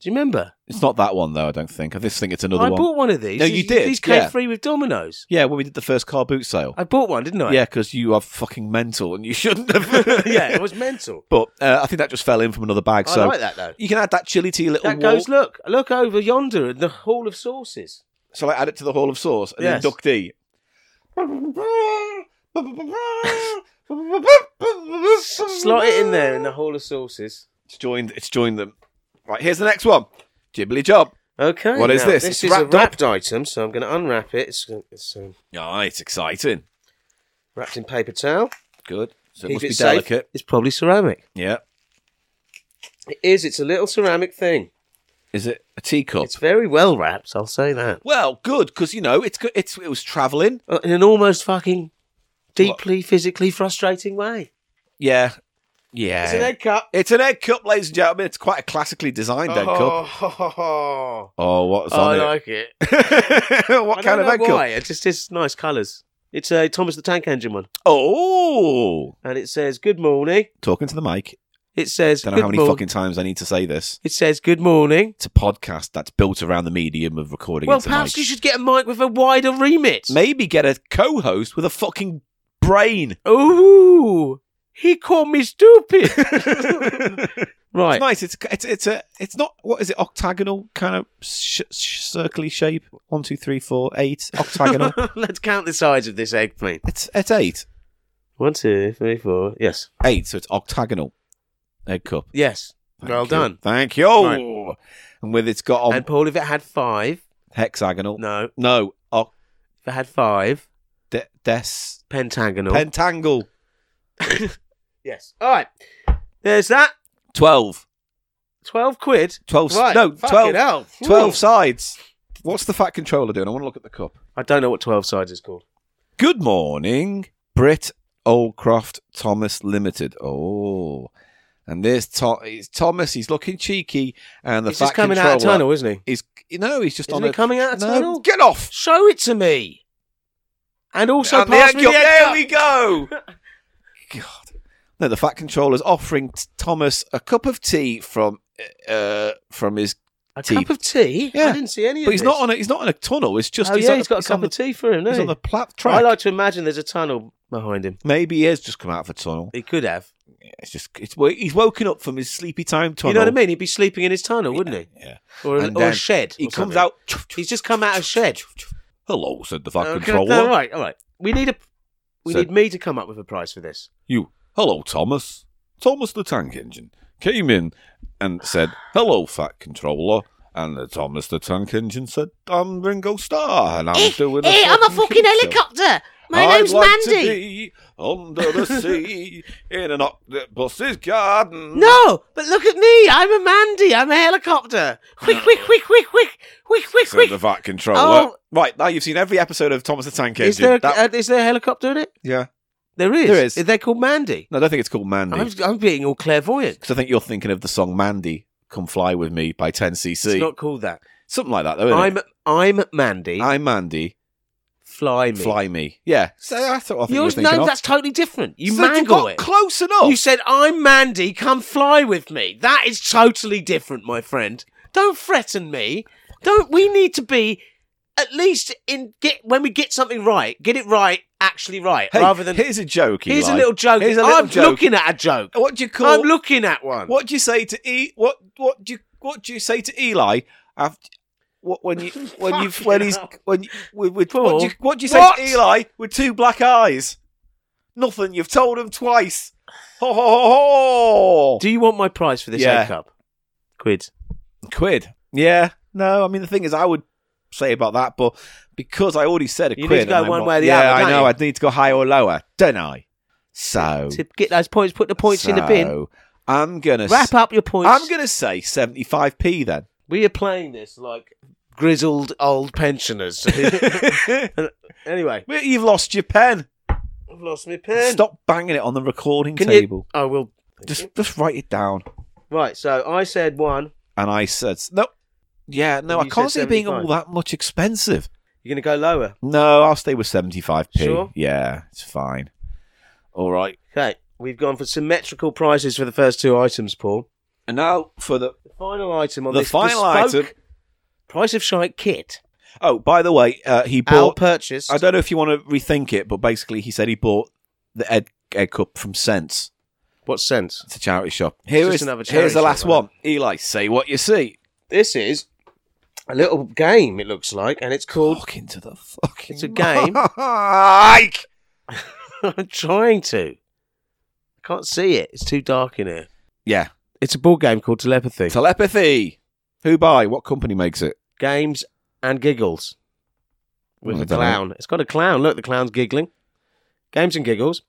S2: Do you remember?
S1: it's not that one though. I don't think. I just think it's another
S2: I
S1: one.
S2: bought one of these.
S1: No,
S2: These-
S1: you did,
S2: These came
S1: yeah.
S2: free with Domino's.
S1: yeah, when we did the first car boot sale.
S2: I bought one, didn't I?
S1: Yeah, because you are fucking mental and you shouldn't have. [laughs]
S2: [laughs] yeah, it was mental.
S1: But uh, I think that just fell in from another bag.
S2: Oh, I
S1: so
S2: like that though.
S1: you can add that chili to your little
S2: That
S1: wall.
S2: goes. Look, look over yonder at the Hall of Sauces.
S1: Shall I add it to the Hall of Sauce? An
S2: Yes. [laughs]
S1: inductee.
S2: Slot it in there in the Hall of Sauces.
S1: It's joined. It's joined them. Right. Here's the next one. Jibbly job.
S2: Okay.
S1: What is
S2: now,
S1: this? It's
S2: This is
S1: wrapped
S2: a
S1: up?
S2: wrapped item, so I'm going to unwrap it. It's, it's um,
S1: Oh, it's exciting.
S2: wrapped in paper towel.
S1: Good. So it
S2: Keep
S1: must be
S2: it safe.
S1: delicate.
S2: It's probably ceramic.
S1: Yeah.
S2: It is. It's a little ceramic thing.
S1: Is it a teacup?
S2: It's very well wrapped. I'll say that.
S1: well, good because you know it's good. It's it was travelling.
S2: Uh, In an almost fucking deeply physically frustrating way.
S1: Yeah. Yeah.
S2: It's an egg cup.
S1: It's an egg cup, ladies and gentlemen. It's quite a classically designed egg cup.
S2: Oh, [laughs]
S1: Oh, what's
S2: I
S1: on
S2: like it.
S1: [laughs] it? what
S2: I
S1: kind
S2: don't
S1: of egg
S2: know why.
S1: cup?
S2: It just is nice colours. It's a Thomas the Tank Engine one,
S1: Oh,
S2: and it says "Good morning."
S1: talking to the mic.
S2: It says
S1: Don't know
S2: "Good
S1: how many
S2: mor-
S1: fucking times I need to say this.
S2: It says "Good morning."
S1: It's a podcast that's built around the medium of recording.
S2: Well,
S1: into
S2: perhaps
S1: mics.
S2: you should get a mic with a wider remit.
S1: maybe get a co-host with a fucking brain.
S2: Ooh, he called
S1: [laughs]
S2: me stupid. right.
S1: It's nice. It's it's it's a it's not what is it octagonal kind of sh- sh- circly shape. One, two, three, four, eight.
S2: [laughs]
S1: Octagonal.
S2: Let's count the sides of this egg, please.
S1: it's it's eight.
S2: One, two, three, four. Yes.
S1: Eight. So it's octagonal. Egg cup.
S2: Yes.
S1: Thank
S2: well
S1: you. Um,
S2: done.
S1: Thank you.
S2: Right.
S1: And with it's got on
S2: And Paul, if it had five,
S1: hexagonal. No, no
S2: no,
S1: oc-
S2: if it had five,
S1: de- des
S2: pentagonal.
S1: pentangle.
S2: yes. All right. There's that.
S1: Twelve.
S2: 12 quid.
S1: Twelve. s-
S2: Right.
S1: No.
S2: Fucking
S1: Twelve.
S2: hell.
S1: Twelve sides. What's the fat controller doing? I want to look at the cup.
S2: I don't know what 12 sides is called.
S1: Good morning, Brit Oldcroft Thomas Limited. Oh, and there's Tom, it's Thomas. He's looking cheeky, and the
S2: he's
S1: fat
S2: just coming
S1: controller
S2: out of tunnel, isn't he?
S1: Is you know he's just
S2: Isn't
S1: on
S2: he
S1: a
S2: coming out of
S1: no,
S2: tunnel?
S1: Get off!
S2: Show it to me. And also
S1: And the
S2: pass
S1: egg
S2: me
S1: yolk.
S2: the egg
S1: there
S2: cup.
S1: we
S2: [laughs]
S1: go. God, no, the fat controller's offering t- Thomas a cup of tea from uh from his,
S2: A
S1: Tea.
S2: cup of tea?
S1: Yeah.
S2: I didn't see any of
S1: but he's
S2: this.
S1: not on a he's not on a tunnel. It's just
S2: oh,
S1: he's
S2: yeah,
S1: on
S2: he's got a
S1: he's
S2: cup
S1: on the,
S2: of tea for him,
S1: He's on
S2: isn't
S1: the
S2: he?
S1: plat
S2: I
S1: track.
S2: like to imagine there's a tunnel behind him.
S1: Maybe he has just come out of a tunnel.
S2: He could have.
S1: It's just it's he's woken up from his sleepy time tunnel.
S2: You know what I mean? He'd be sleeping in his tunnel, wouldn't he?
S1: Yeah.
S2: Or, a,
S1: And
S2: or a
S1: then
S2: shed.
S1: He
S2: or
S1: comes
S2: something.
S1: out.
S2: He's just come out of shed.
S1: Hello, said the fucking
S2: Okay,
S1: controller.
S2: All right, all right. We need a. We
S1: So-
S2: need me to come up with a price for this.
S1: You. Hello, Thomas. Thomas the Tank Engine came in and said, "Hello, fat controller." And uh, Thomas the Tank Engine said, "I'm Ringo Starr, and I'm doing."
S6: Hey, Eh,
S1: a
S6: I'm a fucking
S1: helicopter.
S6: helicopter. My
S1: I'd
S6: name's
S1: like
S6: Mandy.
S1: To be under the sea in an octopus's garden.
S2: No, but look at me. I'm a Mandy. I'm a helicopter. Quick, quick, quick, quick, quick, quick, quick,
S1: Said
S2: quick.
S1: the fat controller.
S2: Oh.
S1: Right now, you've seen every episode of Thomas the Tank Engine.
S2: Is there, a,
S1: That-
S2: uh, is there a helicopter in it?
S1: yeah.
S2: There is.
S1: There is.
S2: They're called Mandy.
S1: No, I don't think it's called Mandy.
S2: I'm, I'm being all clairvoyant.
S1: Because I think you're thinking of the song Mandy, Come Fly With Me by 10cc.
S2: It's not called that.
S1: Something like that, though. Isn't
S2: I'm I'm Mandy.
S1: it? I'm Mandy,
S2: fly me.
S1: Fly Me. Yeah. So that's what I think
S2: Yours,
S1: you're thinking
S2: no,
S1: of.
S2: that's totally different. You
S1: So
S2: mangle
S1: got
S2: it.
S1: close enough.
S2: You said, I'm Mandy, come fly with me. That is totally different, my friend. Don't threaten me. Don't we need to be at least in get when we get something right, get it right, actually right,
S1: Hey,
S2: rather than
S1: here's a joke.
S2: here's a
S1: Eli.
S2: little joke.
S1: Here's a little
S2: I'm
S1: joke.
S2: looking at a joke.
S1: What do you call?
S2: I'm looking at one.
S1: what do you say to E? What what do you what do you say to Eli after? What, when [laughs] you when you when he's when you, with, with what do you, what do you say
S2: What?
S1: to Eli with two black eyes? Nothing. You've told him twice. Ho ho ho ho.
S2: Do you want my price for this
S1: Yeah.
S2: egg cup? Quid.
S1: quid. Yeah. No, I mean the thing is, I would say about that, but because I already said a
S2: You need
S1: quid,
S2: to go
S1: and I'm
S2: one
S1: not-
S2: way or the
S1: yeah,
S2: other,
S1: I
S2: don't
S1: know.
S2: you?
S1: I'd need to go higher or lower, don't I? So,
S2: to get those points, put the points in the bin.
S1: Oh. so I'm gonna
S2: Wrap up your points.
S1: I'm gonna say 75p then.
S2: We are playing this like grizzled
S1: [laughs]
S2: old pensioners. [laughs] anyway,
S1: Well, You've lost your pen.
S2: I've lost my pen.
S1: Stop banging it on the recording
S2: Can you-
S1: table.
S2: I will.
S1: Just just write it down.
S2: Right, so I said one.
S1: And I said no. Yeah, no,
S2: You
S1: I can't
S2: said
S1: see it being
S2: 75.
S1: all that much expensive.
S2: You're going to go lower.
S1: No, I'll stay with 75p.
S2: Sure?
S1: Yeah, it's fine. All right.
S2: Okay, we've gone for symmetrical prices for the first two items, Paul.
S1: And now for the
S2: The final item on
S1: The
S2: this
S1: final
S2: bespoke
S1: item-
S2: price of shite kit.
S1: Oh, by the way, uh, he
S2: Al
S1: bought
S2: purchased.
S1: I don't know if you want to rethink it, but basically he said he bought the egg, egg cup from Sense.
S2: What sense?
S1: It's a charity shop. Here
S2: just
S1: is
S2: another charity
S1: here's the
S2: shop,
S1: last
S2: right?
S1: one. Eli, say what you see.
S2: This is a little game. It looks like, and it's
S1: [laughs]
S2: called. [laughs]
S1: Look into the fucking
S2: It's
S1: [laughs]
S2: a game.
S1: mic.
S2: I'm trying to. I can't see it. It's too dark in here.
S1: Yeah.
S2: It's a board game called Telepathy.
S1: Telepathy. Who by? What company makes it?
S2: Games and giggles with
S1: Well,
S2: a
S1: I don't know.
S2: clown. It's got a clown. Look, the clown's giggling. Games and giggles.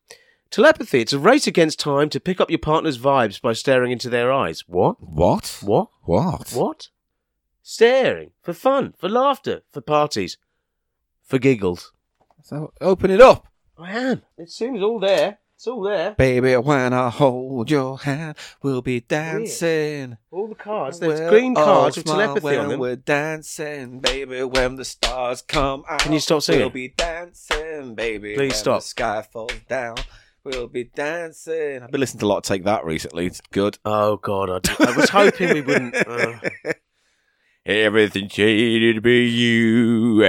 S2: Telepathy. It's a race against time to pick up your partner's vibes by staring into their eyes. What?
S1: What?
S2: What?
S1: What?
S2: What? Staring for fun, for laughter, for parties, for giggles.
S1: So open it up.
S2: I am. It seems all there. It's all there.
S1: Baby, when I hold your hand, we'll be dancing.
S2: All the cards. There's
S1: We'll oh,
S2: green
S1: all
S2: cards with
S1: smile
S2: telepathy
S1: when
S2: on them.
S1: We're dancing, baby, when the stars come out.
S2: Can you stop singing?
S1: We'll be dancing, baby.
S2: Please
S1: when
S2: stop.
S1: The sky falls down. We'll be dancing. I've been listening to a lot of Take That recently. It's good.
S2: Oh God, I, d- I was hoping we wouldn't.
S1: [laughs]
S2: Uh,
S1: Everything shaded be you.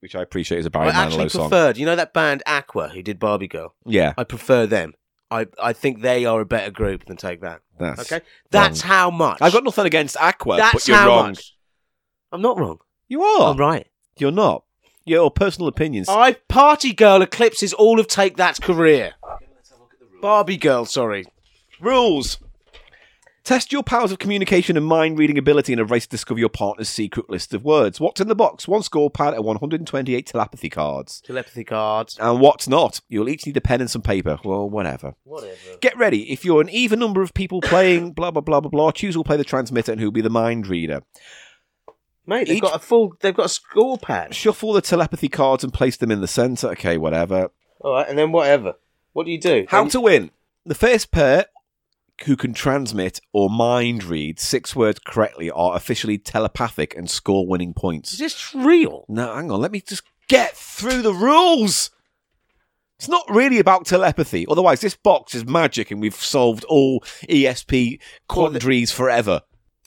S1: Which I appreciate is a Barry
S2: I
S1: Manilow
S2: actually
S1: song.
S2: preferred, you know, that band Aqua who did Barbie Girl.
S1: yeah,
S2: I prefer them. I I think they are a better group than Take That.
S1: that's.
S2: Okay, that's how much.
S1: I've got nothing against Aqua,
S2: That's
S1: but you're
S2: how
S1: wrong.
S2: much. I'm not wrong.
S1: You are.
S2: I'm right.
S1: You're not. Your personal opinions.
S2: I Party Girl eclipses all of Take That's career. Barbie Girl, sorry.
S1: Rules. Test your powers of communication and mind reading ability in a race to discover your partner's secret list of words. What's in the box? One scorecard and 128 telepathy cards.
S2: Telepathy cards.
S1: And what's not? You'll each need a pen and some paper. Well, whatever.
S2: Whatever.
S1: Get ready. If you're an even number of people playing, [laughs] blah, blah, blah, blah, blah, choose who'll play the transmitter and who'll be the mind reader.
S2: Mate, they've
S1: Each-
S2: got a full. They've got a score pad.
S1: Shuffle the telepathy cards and place them in the centre. Okay, whatever.
S2: All right, and then whatever. What do you do?
S1: How
S2: Then-
S1: to win. The first pair who can transmit or mind read six words correctly are officially telepathic and score winning
S2: Is
S1: points.
S2: this real?
S1: No, hang on. Let me just get through the rules. It's not really about telepathy. Otherwise, this box is magic and we've solved all ESP quandaries forever.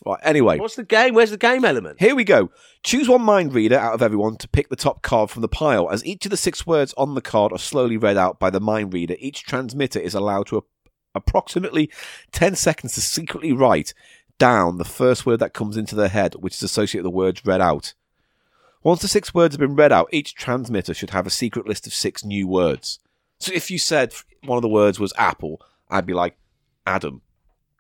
S1: Right, anyway.
S2: What's the game? Where's the game element?
S1: Here we go. Choose one mind reader out of everyone to pick the top card from the pile. As each of the six words on the card are slowly read out by the mind reader, each transmitter is allowed to a- approximately 10 seconds to secretly write down the first word that comes into their head, which is associated with the words read out. Once the six words have been read out, each transmitter should have a secret list of six new words. So if you said one of the words was apple, I'd be like, Adam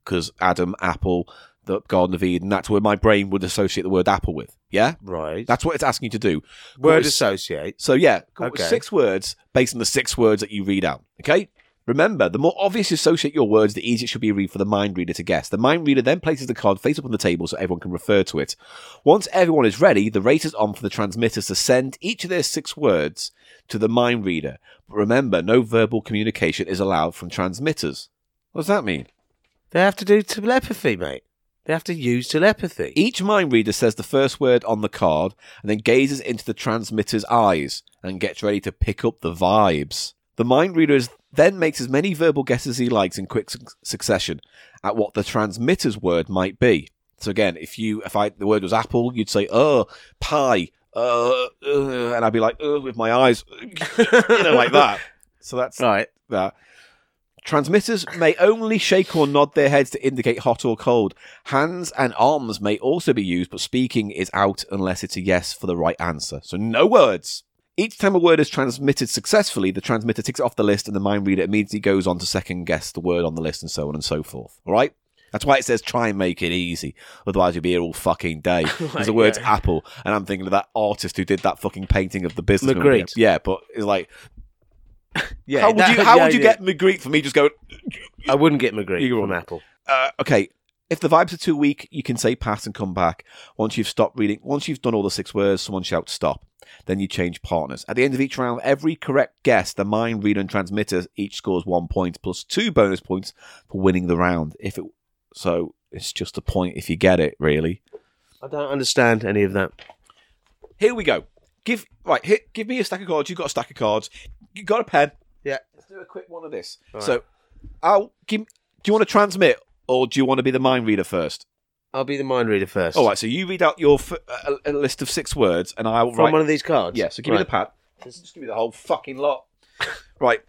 S1: because Adam, Apple, the Garden of Eden, that's where my brain would associate the word apple with. Yeah?
S2: Right.
S1: That's what it's asking you to do.
S2: Word
S1: It's-
S2: associate.
S1: So, yeah, come up with
S2: Okay.
S1: six words based on the six words that you read out. Okay? Remember, the more obvious you associate your words, the easier it should be read for the mind reader to guess. The mind reader then places the card face up on the table so everyone can refer to it. Once everyone is ready, the race is on for the transmitters to send each of their six words to the mind reader. But remember, no verbal communication is allowed from transmitters. What does that mean?
S2: They have to do telepathy, mate. They have to use telepathy.
S1: Each mind reader says the first word on the card and then gazes into the transmitter's eyes and gets ready to pick up the vibes. The mind reader is, then makes as many verbal guesses as he likes in quick suc- succession at what the transmitter's word might be. So again, if you if I the word was apple, you'd say oh pie, uh, uh and I'd be like uh, with my eyes, [laughs] you know, like that. [laughs] So that's
S2: Right.
S1: that. Transmitters may only shake or nod their heads to indicate hot or cold. Hands and arms may also be used, but speaking is out unless it's a yes for the right answer. So no words. Each time a word is transmitted successfully, the transmitter ticks it off the list and the mind reader immediately goes on to second guess the word on the list and so on and so forth. All right? That's why it says try and make it easy. Otherwise, you'll be here all fucking [laughs] day. There's the words apple, and I'm thinking of that artist who did that fucking painting of the business.
S2: Magritte.
S1: Yeah, but it's like
S2: Yeah,
S1: how would
S2: that-
S1: you how
S2: yeah,
S1: would you
S2: yeah.
S1: get Magritte for me just going?
S2: I wouldn't get McGree
S1: You
S2: from
S1: wouldn't.
S2: Apple.
S1: uh, okay, if the vibes are too weak, you can say pass and come back. Once you've stopped reading, once you've done all the six words, someone shouts stop. Then you change partners. At the end of each round, every correct guess, the mind, reader, and transmitter each scores one point plus two bonus points for winning the round. If it so, it's just a point if you get it. Really.
S2: I don't understand any of that.
S1: Here we go. Give right. Here, give me a stack of cards. You have got a stack of cards. You got a pen.
S2: Yeah.
S1: Let's do a quick one of this. So, I'll give. Do you want to transmit or do you want to be the mind reader first?
S2: I'll be the mind reader first.
S1: All right, so you read out your f- a, a list of six words, and I'll
S2: From
S1: write.
S2: one of these cards.
S1: yeah, so give me
S2: Right.
S1: the pad. Just just give me the whole fucking
S2: [laughs]
S1: lot. right,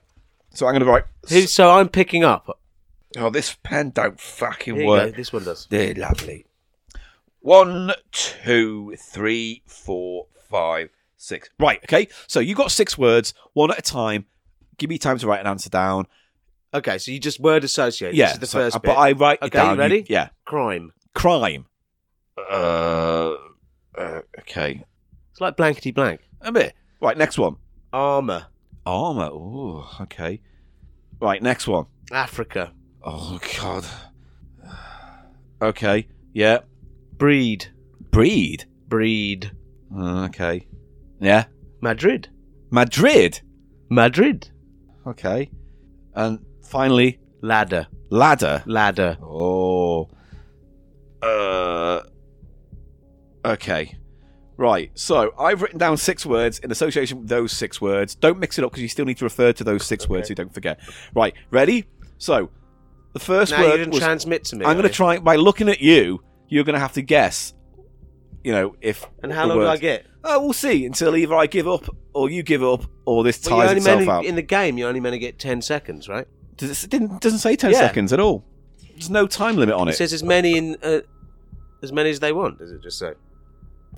S1: so I'm going to write.
S2: Who, so I'm picking up.
S1: Oh, this pen don't fucking
S2: Here you go.
S1: work.
S2: This one does.
S1: They're lovely. One, two, three, four, five, six. Right, okay. So you got six words, one at a time. Give me time to write an answer down.
S2: Okay, so you just word associate.
S1: yeah,
S2: this is the
S1: so-
S2: first
S1: uh,
S2: bit.
S1: But I write it
S2: Okay,
S1: down.
S2: you ready?
S1: yeah.
S2: Crime.
S1: Crime. Uh, uh, okay.
S2: It's like blankety blank.
S1: A bit. Right, next one.
S2: Armor.
S1: Armor. Ooh, okay. Right, next one.
S2: Africa.
S1: Oh god. Okay. Yeah.
S2: Breed.
S1: Breed.
S2: Breed.
S1: Uh, okay. Yeah.
S2: Madrid.
S1: Madrid.
S2: Madrid.
S1: Okay. And finally,
S2: Ladder.
S1: ladder.
S2: Ladder.
S1: Oh. Uh. Okay. Right. So I've written down six words in association with those six words. Don't mix it up because you still need to refer to those six words. So you don't forget. Right. Ready? So the first
S2: now you
S1: word
S2: didn't
S1: was
S2: transmit to me.
S1: I'm going
S2: to
S1: to try by looking at you. You're going to have to guess. You know if
S2: And how
S1: the
S2: long do I
S1: words-
S2: get?
S1: Oh, we'll see until either I give up or you give up or this
S2: Well, you're
S1: ties
S2: only
S1: itself
S2: meant to-
S1: out.
S2: In the game, you're only meant to get 10 seconds, right?
S1: Does it didn't, doesn't say ten
S2: Yeah.
S1: seconds at all. There's no time limit on
S2: It
S1: it.
S2: says as many in uh, as many as they want. Does it just say?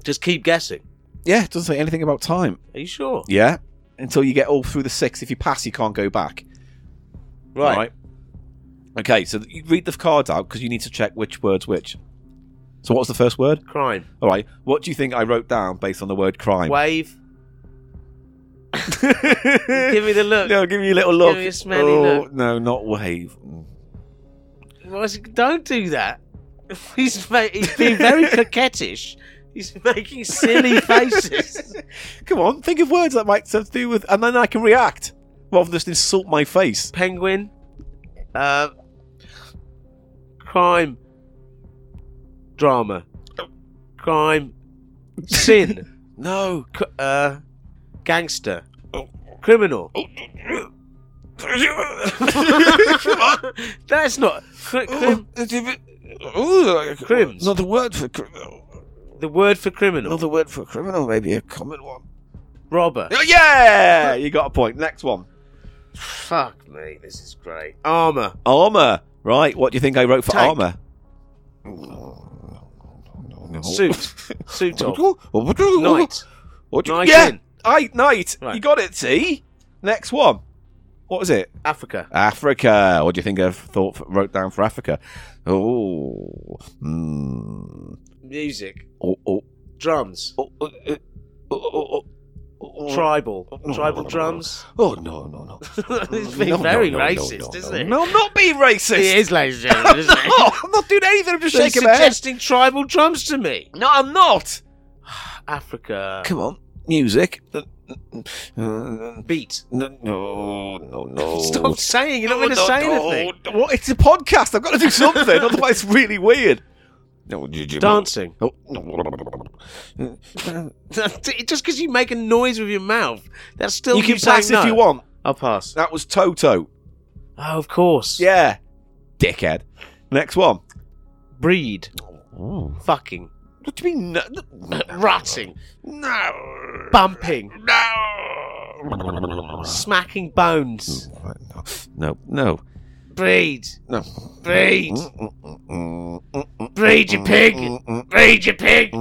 S2: Just keep guessing.
S1: yeah, it doesn't say anything about time.
S2: Are you sure?
S1: Yeah, until you get all through the six. If you pass, you can't go back.
S2: Right.
S1: Okay, so you read the cards out because you need to check which word's which. So what was the first word?
S2: Crime.
S1: All right. What do you think I wrote down based on the word crime? [laughs]
S2: Wave. Give me the look.
S1: No, give me a little look.
S2: me a smelly
S1: oh,
S2: look.
S1: No, not wave.
S2: Well, it's- Don't do that. [laughs] He's, ma- he's
S1: [laughs]
S2: being very coquettish. He's making silly faces.
S1: Come on, think of words that might have to do with, and then I can react rather than just insult my face.
S2: Penguin. Uh, crime. Drama. Crime.
S1: [laughs]
S2: Sin.
S1: No.
S2: C- uh, gangster.
S1: Oh.
S2: Criminal. [laughs] That's not. Cri-
S1: Oh.
S2: crim- Crims.
S1: Not the word for criminal.
S2: the word for criminal.
S1: Another word for criminal, maybe a common one.
S2: Robber.
S1: Oh, yeah, you got a point. Next one.
S2: Fuck me, this is great. Armor.
S1: Armor. Right. What do you think I wrote for
S2: Tank.
S1: armor? Oh.
S2: Suit. Suit
S1: [laughs]
S2: of.
S1: Knight.
S2: Knight.
S1: What do you,
S2: Knight
S1: yeah.
S2: in.
S1: I knight.
S2: Right.
S1: You got it. See. Next one. What was it?
S2: Africa.
S1: Africa. What do you think I've thought wrote down for Africa? Oh, mm.
S2: Music.
S1: oh, oh,
S2: Drums.
S1: oh, oh, oh, oh, oh.
S2: Tribal.
S1: no,
S2: Tribal
S1: no, no,
S2: drums.
S1: Oh no, no, [laughs] no.
S2: It's being
S1: No, no,
S2: very
S1: no, no,
S2: racist,
S1: no,
S2: isn't
S1: no,
S2: it?
S1: No, I'm not being racist. [laughs]
S2: It is, ladies and gentlemen, isn't [laughs] it?
S1: No, I'm not doing anything. I'm just
S2: Oh, They're
S1: shaking my head.
S2: suggesting tribal drums to me.
S1: No, I'm not.
S2: Africa.
S1: Come on, music. Uh, [laughs] No,
S2: Beat.
S1: no, no, no. [laughs]
S2: Stop saying. You're not going to
S1: Oh. No,
S2: say
S1: no,
S2: anything.
S1: no. What? It's a podcast. I've got [laughs] to do something. Otherwise, it's really weird. No,
S2: Dancing. [laughs]
S1: Oh, no.
S2: Just because you make a noise with your mouth, that's still
S1: you can
S2: saying
S1: pass
S2: no.
S1: if you want.
S2: I'll pass.
S1: That was Toto.
S2: Oh, of course.
S1: Yeah. Dickhead. Next one.
S2: Breed. Fucking.
S1: What do you mean? No.
S2: Rutting.
S1: [laughs] No.
S2: Bumping.
S1: No.
S2: Smacking bones.
S1: No. No.
S2: Breed.
S1: No.
S2: Breed. Breed, you pig. Breed, you pig.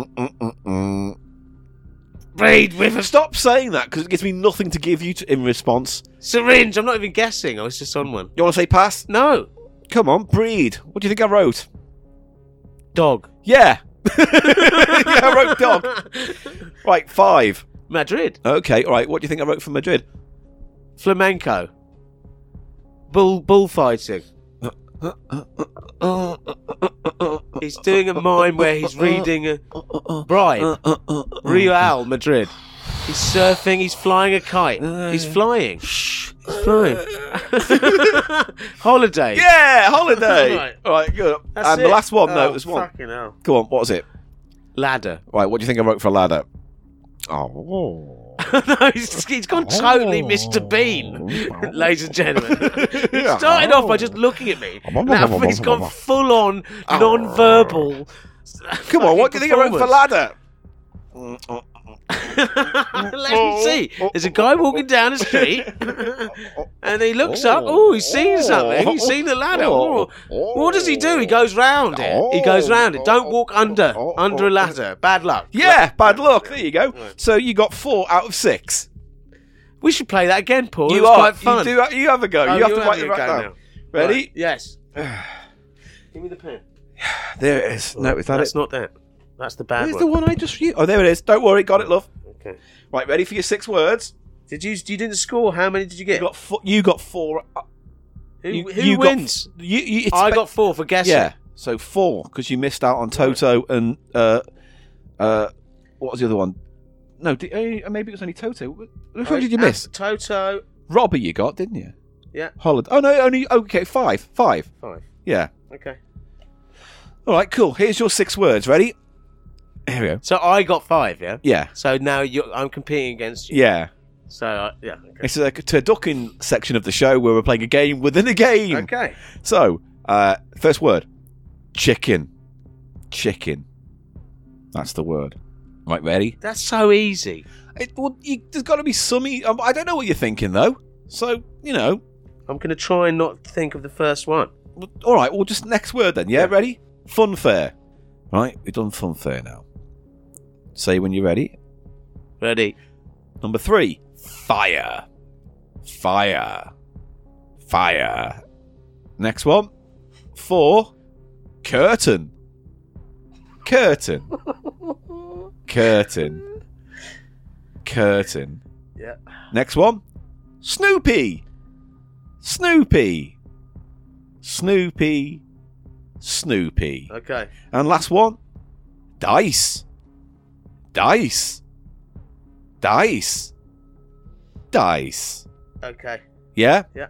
S2: Breed with a s-
S1: Stop saying that because it gives me nothing to give you to, in response.
S2: syringe. I'm not even guessing. I was just on one.
S1: You want to say pass?
S2: No.
S1: Come on, breed. What do you think I wrote?
S2: Dog.
S1: Yeah. yeah, [laughs] I wrote dog. Right, five.
S2: [laughs] Madrid.
S1: Okay, all right. What do you think I wrote for Madrid?
S2: flamenco, bull bullfighting. He's doing a mime where he's reading a bribe. Real Madrid. He's surfing. He's flying a kite. He's flying. Oh, Shh. He's [laughs] flying. Holiday.
S1: Yeah,
S2: [laughs]
S1: holiday. All right, good.
S2: That's
S1: and
S2: it.
S1: the last one,
S2: Oh,
S1: though, was one.
S2: Fucking hell.
S1: Come on, what was it?
S2: Ladder. [laughs]
S1: Right, what do you think I wrote for a ladder? Oh.
S2: no, he's, he's gone totally Mr. Bean, [laughs]
S1: Oh.
S2: ladies and [laughs] gentlemen. he started off by just looking at me. Now he's gone full on non verbal.
S1: Come on, what do you think I wrote for ladder?
S2: [laughs] Mm, Let me see. There's a guy walking down the [laughs] street, and he looks up. Oh, he's seen something. He's seen the ladder. Oh. What does he do? He goes round it. He
S1: Oh.
S2: goes round it. Don't walk under under a ladder. Bad luck.
S1: Yeah, bad luck. There you go. So you got four out of six.
S2: We should play that again, Paul. it
S1: you
S2: was
S1: are.
S2: quite fun.
S1: You do. You have a go.
S2: Oh,
S1: you have to
S2: have
S1: write it
S2: your
S1: right
S2: go
S1: down.
S2: now.
S1: Ready?
S2: Right,
S1: [sighs]
S2: Yes. Give me the pen.
S1: There it is. No, is that
S2: That's
S1: it?
S2: not that. That's the bad
S1: Where's
S2: one.
S1: the one I just used? Oh, there it is. Don't worry, got it, love.
S2: Okay.
S1: Right, ready for your six words?
S2: Did you? You didn't score. How many did you get?
S1: You got four. You got four. uh,
S2: who
S1: you,
S2: who
S1: you got-
S2: wins?
S1: you, you, it's
S2: I
S1: ba-
S2: got four for guessing.
S1: yeah. So four because you missed out on Toto and uh, uh, what was the other one? No, di- uh, maybe it was only Toto. Which one did you
S2: Uh,
S1: miss?
S2: Toto.
S1: Robbie, you got, didn't you?
S2: Yeah.
S1: Holland. Oh no, only okay, five, five.
S2: Five.
S1: Yeah.
S2: Okay.
S1: All right, cool. Here's your six words. Ready? Here we go.
S2: So I got five. Yeah.
S1: Yeah.
S2: So now you I'm competing against you.
S1: Yeah.
S2: So I, yeah. Okay.
S1: It's a to a ducking section of the show where we're playing a game within a game.
S2: Okay.
S1: So, uh, first word chicken. Chicken. That's the word. Right, ready?
S2: That's so easy.
S1: It, well, you, there's got to be some. e- um, I don't know what you're thinking, though. So, you know,
S2: I'm gonna try and not think of the first one.
S1: well, all right, well, just next word then. Yeah,
S2: Yeah.
S1: ready? Fun fair. Right, we've done fun fair now. Say when you're ready.
S2: Ready.
S1: Number three fire. Fire. Fire. Next one. Four. Curtain. Curtain. Curtain. Curtain.
S2: Yeah.
S1: Next one. Snoopy. Snoopy. Snoopy. Snoopy.
S2: Okay.
S1: And last one. Dice. Dice. Dice. Dice.
S2: Okay.
S1: Yeah?
S2: Yeah.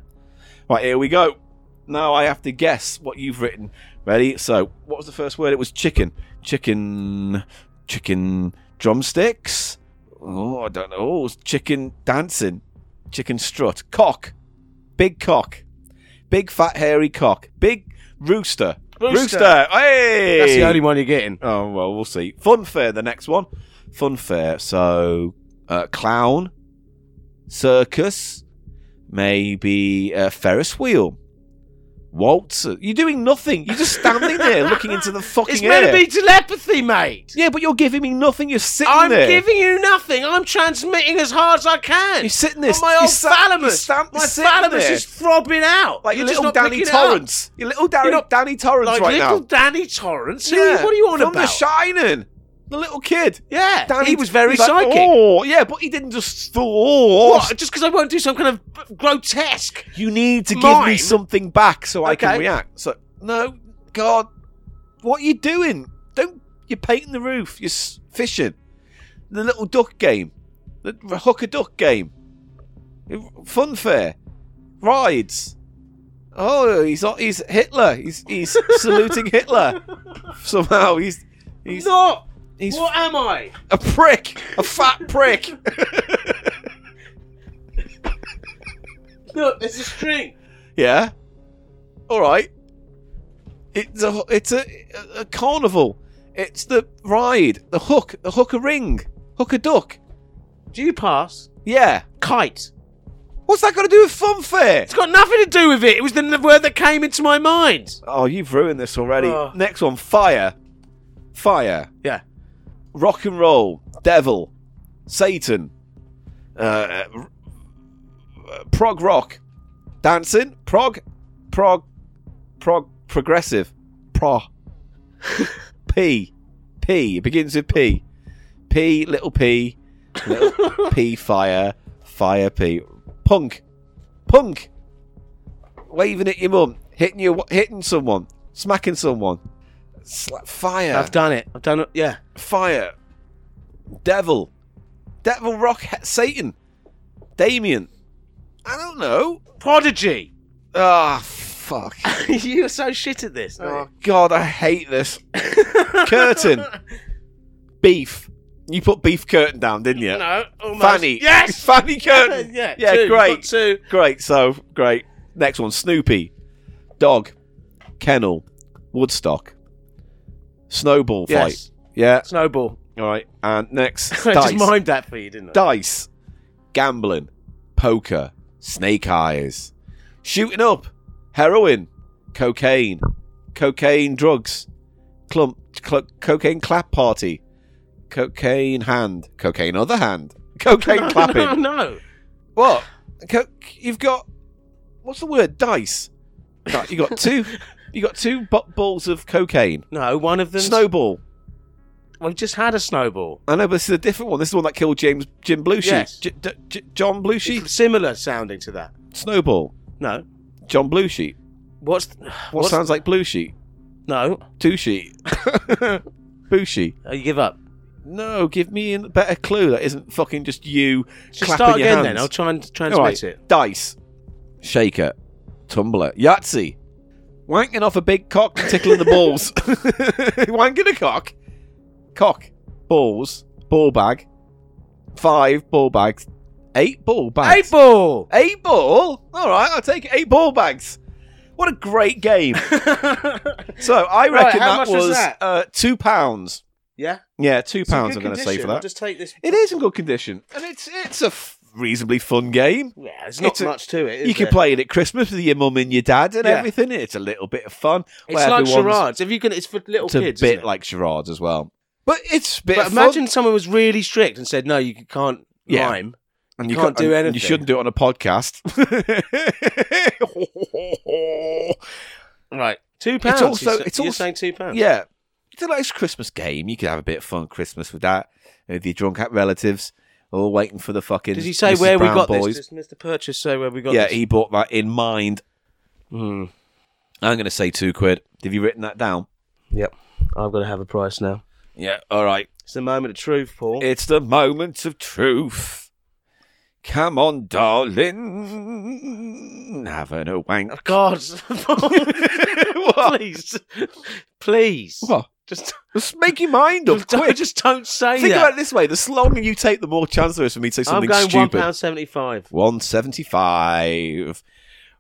S1: Right, here we go. Now I have to guess what you've written. Ready? So, what was the first word? It was chicken. Chicken. Chicken drumsticks? Oh, I don't know. Oh, it was chicken dancing. Chicken strut. Cock. Big cock. Big fat hairy cock. Big rooster.
S2: Rooster.
S1: Hey!
S2: That's the only one you're getting.
S1: Oh well, we'll see. Fun fair, the next one. Fun fair. So, uh, clown, circus, maybe uh, Ferris wheel, waltz. You're doing nothing. You're just standing
S2: [laughs]
S1: there looking into the fucking
S2: It's
S1: air.
S2: meant to be telepathy, mate.
S1: yeah, but you're giving me nothing. You're sitting
S2: I'm
S1: there.
S2: giving you nothing. I'm transmitting as hard as I can.
S1: You're sitting there.
S2: On my
S1: You're
S2: old
S1: sat- you're
S2: thalamus.
S1: sat-
S2: my
S1: you're sitting
S2: thalamus
S1: there.
S2: is throbbing out.
S1: like
S2: You're just
S1: little
S2: not
S1: Danny
S2: picking it up.
S1: Torrance. Your little Danny,
S2: You're not-
S1: Danny Torrance
S2: Like
S1: right
S2: little
S1: now.
S2: Danny Torrance. Who-
S1: Yeah,
S2: What are you on
S1: from
S2: about?
S1: The Shining. The little kid.
S2: yeah,
S1: Danny
S2: he was very
S1: he's like,
S2: psychic.
S1: oh, yeah, but he didn't just. Oh,
S2: What? Just because I won't do some kind of grotesque.
S1: You need to give me
S2: Mine?
S1: something back so I can
S2: Okay.
S1: react. So no, God, what are you doing? Don't you're painting the roof? You're s- fishing. The little duck game, the r- hooker duck game, fun fair, rides. Oh, he's not, he's Hitler. He's he's saluting [laughs] Hitler somehow. He's he's
S2: not.
S1: he's
S2: What am I?
S1: a prick, a fat prick.
S2: Look, there's a string.
S1: Yeah. All right. It's a it's a, a carnival. It's the ride, the hook, the hooker ring, hooker duck.
S2: Do you pass?
S1: Yeah.
S2: Kite.
S1: What's that got to do with fun fair?
S2: It's got nothing to do with it. It was the word that came into my mind.
S1: Oh, you've ruined this already.
S2: Oh.
S1: Next one, fire, fire,
S2: Yeah.
S1: rock and roll, devil, Satan, uh, r- uh, prog rock, dancing, prog, prog, prog, progressive, pro, p, p. It begins with p, p, little p, little p, fire, fire, p, punk, punk, waving at your mum, hitting you, hitting someone, smacking someone, Sla- fire,
S2: I've done it. I've done it. Yeah.
S1: fire, devil, devil rock, he- Satan, Damien. I don't know.
S2: Prodigy. [laughs]
S1: Ah, fuck.
S2: You're so shit at this. [laughs]
S1: Oh God, I hate this curtain. Beef. You put beef curtain down, didn't you?
S2: No. Almost.
S1: Fanny. [laughs]
S2: Yes.
S1: Fanny curtain.
S2: [laughs] yeah.
S1: Yeah.
S2: two.
S1: great.
S2: Got two.
S1: Great. So great. Next one. Snoopy. Dog. Kennel. Woodstock. Snowball
S2: Yes.
S1: fight. Yeah.
S2: Snowball. [laughs]
S1: All right. And next.
S2: I [laughs] just
S1: dice.
S2: mimed that for you, didn't I?
S1: dice. Gambling. Poker. Snake eyes. Shooting up. Heroin. Cocaine. Cocaine drugs. Clump. cl- cocaine clap party. Cocaine hand. Cocaine other hand. Cocaine
S2: [laughs] No,
S1: clapping.
S2: No, no.
S1: What? Co- You've got what's the word? Dice. Di- You got two. you got two bu- balls of cocaine.
S2: No, one of them.
S1: Snowball.
S2: We've just had a snowball.
S1: I know, but this is a different one. This is the one that killed James Jim Belushi.
S2: Yes.
S1: J- D- J- John Belushi.
S2: It's similar sounding to that.
S1: Snowball.
S2: No.
S1: John Belushi.
S2: What's th- [sighs]
S1: What
S2: what's
S1: sounds like Belushi?
S2: no?
S1: [laughs] Tushy. Bushy.
S2: Oh, you give up.
S1: No, give me a better clue that isn't fucking just you
S2: Just
S1: clapping
S2: start
S1: your
S2: again
S1: hands.
S2: then. I'll try and transmit
S1: All right,
S2: it.
S1: Dice, shaker, tumbler, Yahtzee, wanking off a big cock and tickling the balls. [laughs] wanking a cock, cock, balls, ball bag, five ball bags, eight ball bags,
S2: Eight ball. [laughs]
S1: Eight ball. All right, I'll take it. eight ball bags. What a great game! so I
S2: Right,
S1: reckon
S2: how
S1: that
S2: much
S1: was,
S2: was that?
S1: Uh, two pounds.
S2: yeah.
S1: Yeah, two
S2: It's in
S1: pounds.
S2: good
S1: I'm going to say
S2: condition.
S1: for
S2: I'll
S1: that.
S2: Just take this.
S1: It is in good condition, and it's it's a f- reasonably fun game.
S2: Yeah, there's not
S1: It's a-
S2: much to it. Is
S1: You can
S2: there?
S1: play it at Christmas with your mum and your dad and
S2: Yeah.
S1: everything. It's a little bit of fun.
S2: It's
S1: where
S2: like
S1: everyone's-
S2: charades. If you can, it's for little
S1: It's a
S2: kids.
S1: bit
S2: isn't it?
S1: like charades as well. But it's a bit
S2: But
S1: of
S2: imagine
S1: fun.
S2: someone was really strict and said, "No, you can't
S1: Yeah.
S2: rhyme."
S1: And
S2: can't
S1: ca-
S2: do
S1: and You
S2: anything.
S1: shouldn't do it on a podcast.
S2: [laughs] Right. Two pounds.
S1: also-
S2: You're sa-
S1: it's
S2: you're
S1: also-
S2: saying two
S1: [laughs]
S2: pounds.
S1: yeah. It's a nice Christmas game. You could have a bit of fun Christmas with that. With your drunk out relatives all waiting for the fucking.
S2: Does he say
S1: Mrs.
S2: where
S1: Brown
S2: we got
S1: boys.
S2: this? Does Mr. Purchase say where we got
S1: Yeah,
S2: this?
S1: he bought that in mind.
S2: Hmm.
S1: I'm going to say two quid. Have you written that down?
S2: Yep. I've got to have a price now.
S1: Yeah. All right.
S2: It's the moment of truth, Paul.
S1: It's the moment of truth. Come on, darling. Having a wank.
S2: Oh, God,
S1: [laughs]
S2: [laughs] please, please,
S1: What?
S2: just,
S1: Just make your mind up
S2: just don't,
S1: quick.
S2: just don't say
S1: Think
S2: that.
S1: about it this way: the longer you take, the more chance there is for me to say
S2: I'm
S1: something
S2: going one
S1: stupid.
S2: pound seventy-five.
S1: One seventy-five.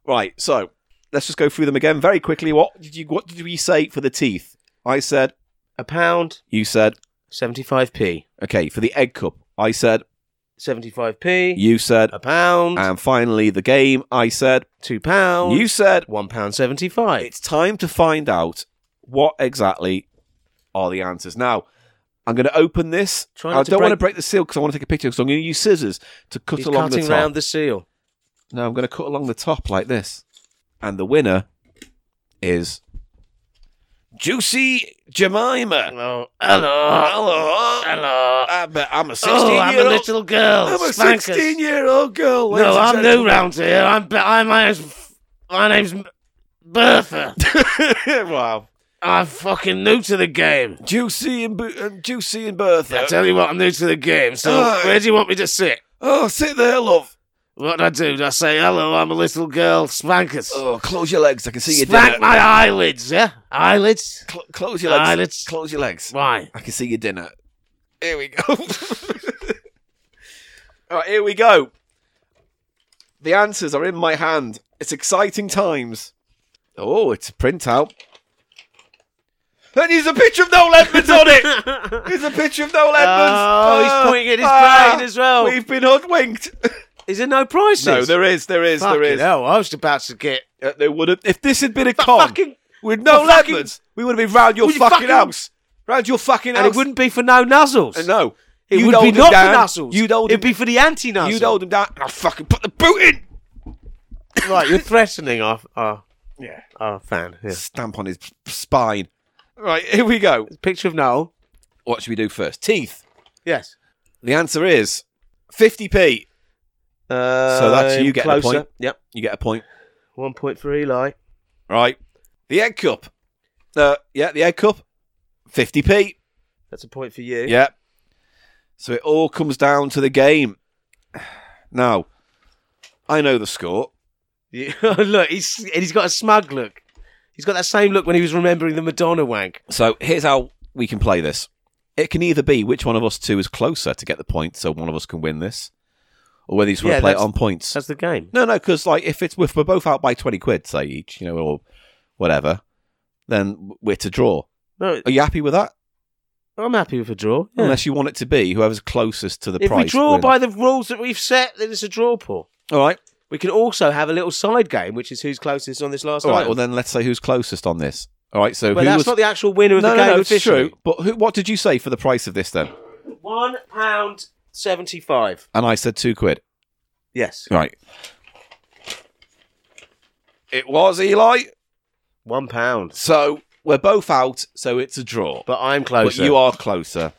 S1: Right. So let's just go through them again very quickly. What did you? What did we say for the teeth? I said.
S2: A pound
S1: You said.
S2: seventy-five p.
S1: Okay. For the egg cup, I said.
S2: Seventy-five p.
S1: You said.
S2: A pound.
S1: And finally, the game. I said.
S2: two pounds.
S1: You said.
S2: one pound seventy-five.
S1: It's time to find out what exactly are the answers. Now, I'm going to open this.
S2: Try
S1: I
S2: not to
S1: don't want to
S2: break-
S1: break the seal because I want to take a picture. So I'm going to use scissors to cut
S2: He's
S1: along the
S2: cutting
S1: top.
S2: round the seal.
S1: No, I'm going to cut along the top like this. And the winner is Juicy Jemima.
S2: Hello, hello,
S1: Hello.
S2: hello.
S1: I'm a, I'm a 16
S2: Oh, I'm
S1: year
S2: a
S1: old.
S2: little girl.
S1: I'm a
S2: Spankers.
S1: 16 year old girl. ladies
S2: No,
S1: and
S2: I'm new
S1: gentlemen.
S2: round here. I'm, I'm my name's, my name's Bertha.
S1: [laughs] wow.
S2: I'm fucking new to the game.
S1: Juicy and, Bo- and Juicy and Bertha.
S2: I tell you what, I'm new to the game. So
S1: Aye.
S2: where do you want me to sit?
S1: oh, sit there, love.
S2: What do I do? Do I say hello? I'm a little girl. Spankers.
S1: Oh, close your legs. I can see your
S2: Spank
S1: dinner.
S2: my Ah, eyelids. Yeah, eyelids.
S1: Cl- close your legs.
S2: Eyelids.
S1: Close your legs.
S2: Why?
S1: I can see your dinner. Here we go. [laughs] All right, here we go. The answers are in my hand. It's exciting times. Oh, it's a printout. And here's a picture of
S2: [laughs]
S1: Noel Edmonds on it. Here's a picture of Noel Edmonds. Ah,
S2: Oh, he's pointing at his plane as well.
S1: We've been hoodwinked. [laughs]
S2: Is there no prices?
S1: no, there is, there is,
S2: Fucking
S1: there is.
S2: Hell, I was about to get
S1: Uh, there would have if this had been a
S2: Fu-
S1: con.
S2: fucking.
S1: With no
S2: The fucking-
S1: leopards, we would have been round your
S2: Would you
S1: fucking,
S2: fucking-
S1: house. Round your fucking
S2: And
S1: house.
S2: it wouldn't be for no nuzzles.
S1: Uh, no.
S2: It
S1: You'd
S2: would be
S1: hold him
S2: not
S1: down.
S2: for nuzzles.
S1: You'd hold
S2: It'd
S1: him.
S2: be for the anti-nuzzle.
S1: You'd hold him down, and I'll fucking put the boot in.
S2: Right, you're threatening our our
S1: [laughs] Yeah.
S2: our fan. Yeah.
S1: Stamp on his p- spine. Right, here we go.
S2: Picture of Noel.
S1: What should we do first? Teeth.
S2: Yes.
S1: The answer is 50p.
S2: Uh,
S1: that's you getting a
S2: closer.
S1: point.
S2: Yep,
S1: You get a point.
S2: one point for Eli.
S1: Right. The egg cup. Uh, yeah, the egg cup. 50p.
S2: That's a point for you.
S1: Yeah. So it all comes down to the game. [sighs] Now, I know the score.
S2: You- [laughs] look, he's and he's got a smug look. He's got that same look when he was remembering the Madonna wank.
S1: So here's how we can play this. It can either be which one of us two is closer to get the point, so one of us can win this, or whether you just want
S2: Yeah,
S1: to play it
S2: that's-
S1: on points.
S2: That's the game.
S1: No, no, because like if it's if we're both out by twenty quid, say each, you know, or whatever, then we're to draw.
S2: No,
S1: Are you happy with that?
S2: I'm happy with a draw. yeah.
S1: Unless you want it to be whoever's closest to the
S2: if
S1: price.
S2: we draw
S1: wins.
S2: by the rules that we've set, then it's a draw, Paul.
S1: all right,
S2: We can also have a little side game, which is who's closest on this last
S1: all right.
S2: item.
S1: Well, then let's say who's closest on this. All right, so
S2: but
S1: who
S2: that's
S1: was?
S2: not the actual winner of
S1: no,
S2: the
S1: no,
S2: game.
S1: no, it's
S2: officially.
S1: true. But who, what did you say for the price of this then?
S2: One pound seventy-five.
S1: And I said two quid.
S2: Yes,
S1: Right. It was Eli.
S2: one pound.
S1: So we're both out. So it's a draw.
S2: But I'm
S1: but
S2: closer.
S1: you are closer.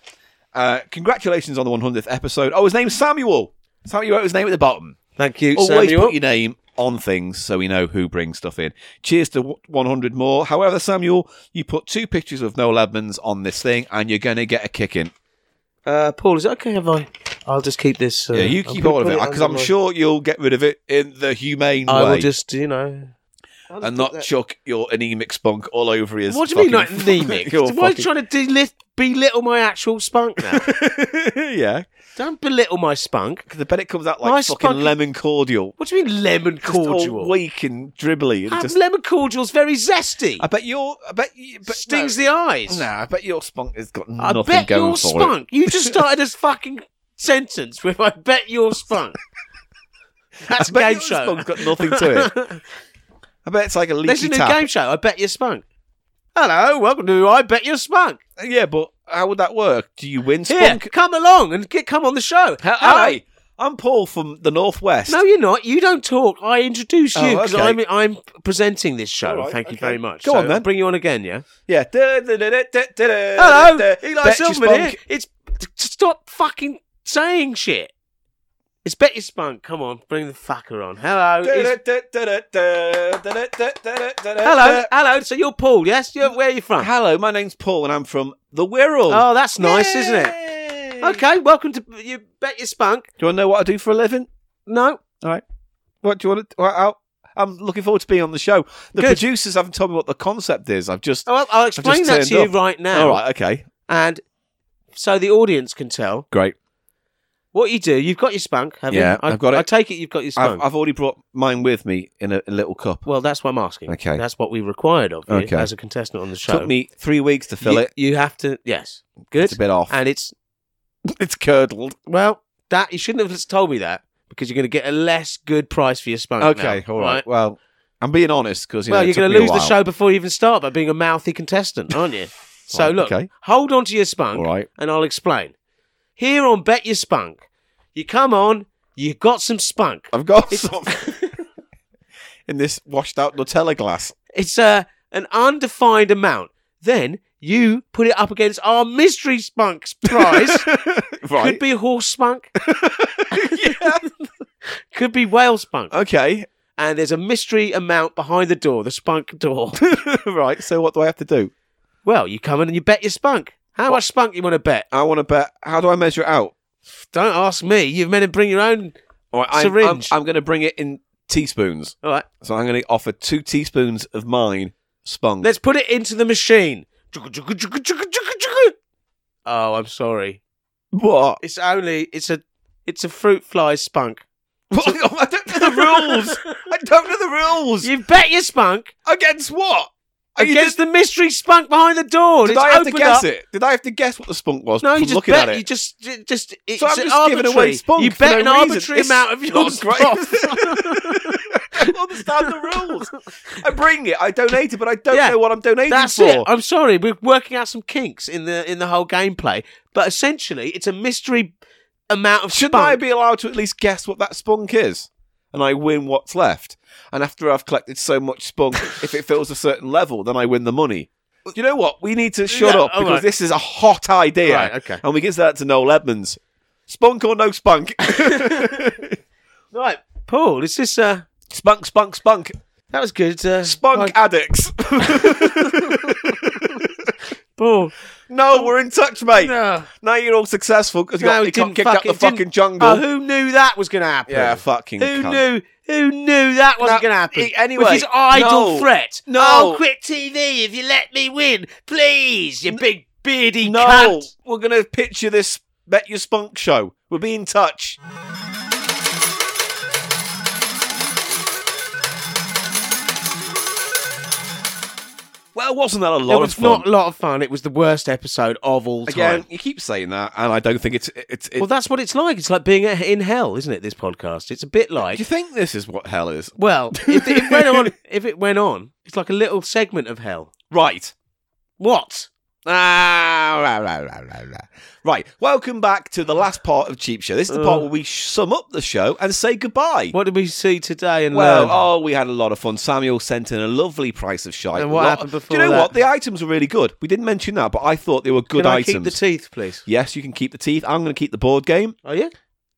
S1: Uh, congratulations on the 100th episode. Oh, his name's Samuel. Samuel wrote his name at the bottom.
S2: Thank you,
S1: Always
S2: Samuel.
S1: put your name on things so we know who brings stuff in. Cheers to w- 100 more. However, Samuel, you put two pictures of Noel Edmonds on this thing and you're going to get a kick in.
S2: Uh, Paul, is it okay if I? I'll just keep this. Uh,
S1: yeah, you
S2: I'm
S1: keep
S2: gonna
S1: hold of
S2: put
S1: it because
S2: under
S1: I'm
S2: my-
S1: sure you'll get rid of it in the humane
S2: I
S1: way
S2: will just, you know,
S1: and not chuck your anemic spunk all over his.
S2: What do you mean, like
S1: fucking-
S2: anemic?
S1: [laughs] your
S2: Why are you
S1: fucking-
S2: trying to delit- belittle my actual
S1: [laughs]
S2: spunk now?
S1: yeah,
S2: Don't belittle my spunk.
S1: because I bet it comes out like
S2: My
S1: fucking
S2: spunk-
S1: lemon cordial.
S2: What do you mean lemon
S1: Just all
S2: cordial?
S1: weak and dribbly. And
S2: Ah,
S1: just,
S2: Lemon cordial's very zesty.
S1: I bet your, I bet you, but
S2: Stings
S1: no,
S2: the eyes.
S1: Nah, I bet your spunk has got
S2: I
S1: nothing
S2: bet
S1: going
S2: your
S1: for it.
S2: spunk. You just started this fucking sentence with I bet your spunk. That's
S1: [laughs] I
S2: a
S1: bet
S2: game
S1: your
S2: show. [laughs]
S1: spunk's got nothing [laughs] to
S2: it.
S1: I bet it's like a
S2: There's a
S1: leaky
S2: new
S1: tap.
S2: game show. I bet your spunk. Hello, welcome to I bet your spunk.
S1: Yeah, but how would that work? Do you win
S2: Here,
S1: spunk?
S2: come along and get come on the show. Hello.
S1: Hi, I'm Paul from the northwest.
S2: No, you're not. You don't talk. I introduce you
S1: Oh,
S2: because
S1: okay.
S2: I'm I'm presenting this show.
S1: All right,
S2: Thank you
S1: okay.
S2: very much.
S1: Go
S2: So
S1: on, then.
S2: I'll bring you on again, yeah.
S1: Yeah. Hello,
S2: Hello, Eli Silverman here. It's t- stop fucking saying shit. It's Betty Spunk. Come on, bring the fucker on. Hello. It's- Hello,
S1: Hello.
S2: hello. So you're Paul, yes? You're, where are you from?
S1: Hello, my name's Uh, Paul, and I'm from the Wirral.
S2: Oh, that's nice, isn't it?
S1: it?
S2: Okay, welcome to you Bet Your Spunk.
S1: Do you want to know what I do for a living?
S2: No,
S1: What do you want to? Well, I'll- I'm looking forward to being on the show. The
S2: Good.
S1: producers haven't told me what the concept is. I've just.
S2: oh, well, I'll explain that
S1: turned
S2: to you
S1: up.
S2: right now.
S1: All right. Okay.
S2: and so the audience can tell.
S1: Great.
S2: What you do, you've got your spunk, have you?
S1: Yeah,
S2: I,
S1: I've got it.
S2: I take it you've got your spunk.
S1: I've, I've already brought mine with me in a, a little cup.
S2: Well, that's what I'm asking.
S1: Okay.
S2: That's what we required of you
S1: Okay.
S2: as a contestant on the show.
S1: Took me three weeks to fill
S2: you,
S1: it.
S2: You have to, yes. Good.
S1: It's a bit off.
S2: And [laughs] it's,
S1: it's curdled.
S2: well, that, you shouldn't have just told me that because you're going to get a less good price for your spunk.
S1: Okay.
S2: now,
S1: all right. Well, I'm being honest because you
S2: well,
S1: know,
S2: you're
S1: it took
S2: going
S1: me
S2: to
S1: a
S2: lose the
S1: while.
S2: show before you even start by being a mouthy contestant,
S1: [laughs]
S2: aren't you? so
S1: Right,
S2: look,
S1: okay.
S2: hold on to your spunk,
S1: All right.
S2: and I'll explain. Here on Bet Your Spunk, you come on, you got some spunk.
S1: I've got
S2: [laughs]
S1: some [laughs] in this washed out Nutella glass.
S2: It's uh, an undefined amount. Then you put it up against our mystery spunk's prize. Could
S1: right.
S2: be horse spunk. Could be whale spunk.
S1: Okay. [laughs]
S2: And there's a mystery amount behind the door, the spunk door.
S1: right. So what do I have to do?
S2: well, you come in and you bet your spunk. How much spunk you want to bet?
S1: I want to bet. How do I measure it out?
S2: Don't ask me. You've meant to bring your own.
S1: All right, I'm,
S2: Syringe.
S1: I'm, I'm going to bring it in teaspoons.
S2: All right.
S1: So I'm going to offer two teaspoons of mine spunk.
S2: Let's put it into the machine. Oh, I'm sorry.
S1: [laughs] what?
S2: It's only it's a it's a fruit fly spunk.
S1: [laughs] I don't know the rules. I don't know the rules.
S2: You bet your spunk
S1: Against what? Are you
S2: against the mystery spunk behind the door.
S1: Did
S2: It's
S1: I have to
S2: opened
S1: guess
S2: up.
S1: it? Did I have to guess what the spunk was?
S2: No, you
S1: from
S2: just
S1: looking
S2: bet.
S1: at it. [laughs]
S2: You just, ju- just. It's
S1: so I'm
S2: an
S1: just
S2: arbitrary.
S1: giving away spunk.
S2: you
S1: for
S2: bet
S1: no
S2: an
S1: reason.
S2: arbitrary
S1: It's
S2: amount of your
S1: not [laughs]
S2: spunk.
S1: great. I don't understand the [laughs] rules. I bring it. I donate it, but I don't
S2: Yeah.
S1: know what I'm donating
S2: That's
S1: for.
S2: it. I'm sorry, we're working out some kinks in the in the whole gameplay, but essentially, it's a mystery amount of
S1: Shouldn't I
S2: spunk.
S1: be allowed to at least guess what that spunk is? And I win what's left. And after I've collected so much
S2: [laughs]
S1: spunk, if it fills a certain level, then I win the money. Do you know what? We need to shut
S2: Yeah,
S1: up
S2: all
S1: because
S2: right.
S1: this is a hot idea.
S2: Right, okay. [laughs]
S1: And we give that to Noel Edmonds. Spunk or no spunk?
S2: Right, Paul, is this uh
S1: Spunk, spunk, spunk.
S2: that was good. Uh,
S1: Spunk
S2: like-
S1: addicts. [laughs] [laughs]
S2: Paul.
S1: no, we're in touch, mate.
S2: No.
S1: Now you're all successful because you
S2: No,
S1: got
S2: it
S1: you got
S2: didn't
S1: kicked out the
S2: fucking- didn't-
S1: fucking jungle.
S2: Oh, who knew that was going to happen?
S1: yeah, fucking
S2: Who
S1: cunt.
S2: knew? Who knew that wasn't
S1: Now,
S2: going to happen?
S1: he- anyway,
S2: with his idle
S1: no.
S2: threat.
S1: No.
S2: I'll quit TV if you let me win, please. You big beardy
S1: No,
S2: cunt.
S1: we're gonna picture this Bet Your Spunk show. We'll be in touch. Well, wasn't that a lot
S2: it was
S1: of fun?
S2: not a lot of fun. It was the worst episode of all time.
S1: Again, you keep saying that, and I don't think it's it's. It,
S2: well, that's what it's like. It's like being a- in hell, isn't it? This podcast. It's a bit
S1: do
S2: like.
S1: you think this is what hell is?
S2: Well, [laughs] if it
S1: [laughs]
S2: went on, if it went on, it's like a little segment of hell.
S1: Right.
S2: What?
S1: Ah, rah, rah, rah, rah, rah. Right. Welcome back to the last part of Cheap Show. This is the part where we sum up the show and say goodbye.
S2: What did we see today? And
S1: Well,
S2: learn?
S1: oh, we had a lot of fun. Samuel sent in a lovely price of shite.
S2: And what
S1: Lot-
S2: happened before
S1: Do you know
S2: that?
S1: what? The items were really good. We didn't mention that, but I thought they were good
S2: Can I
S1: items.
S2: keep the teeth, please?
S1: yes, you can keep the teeth. I'm going to keep the board game.
S2: Oh yeah.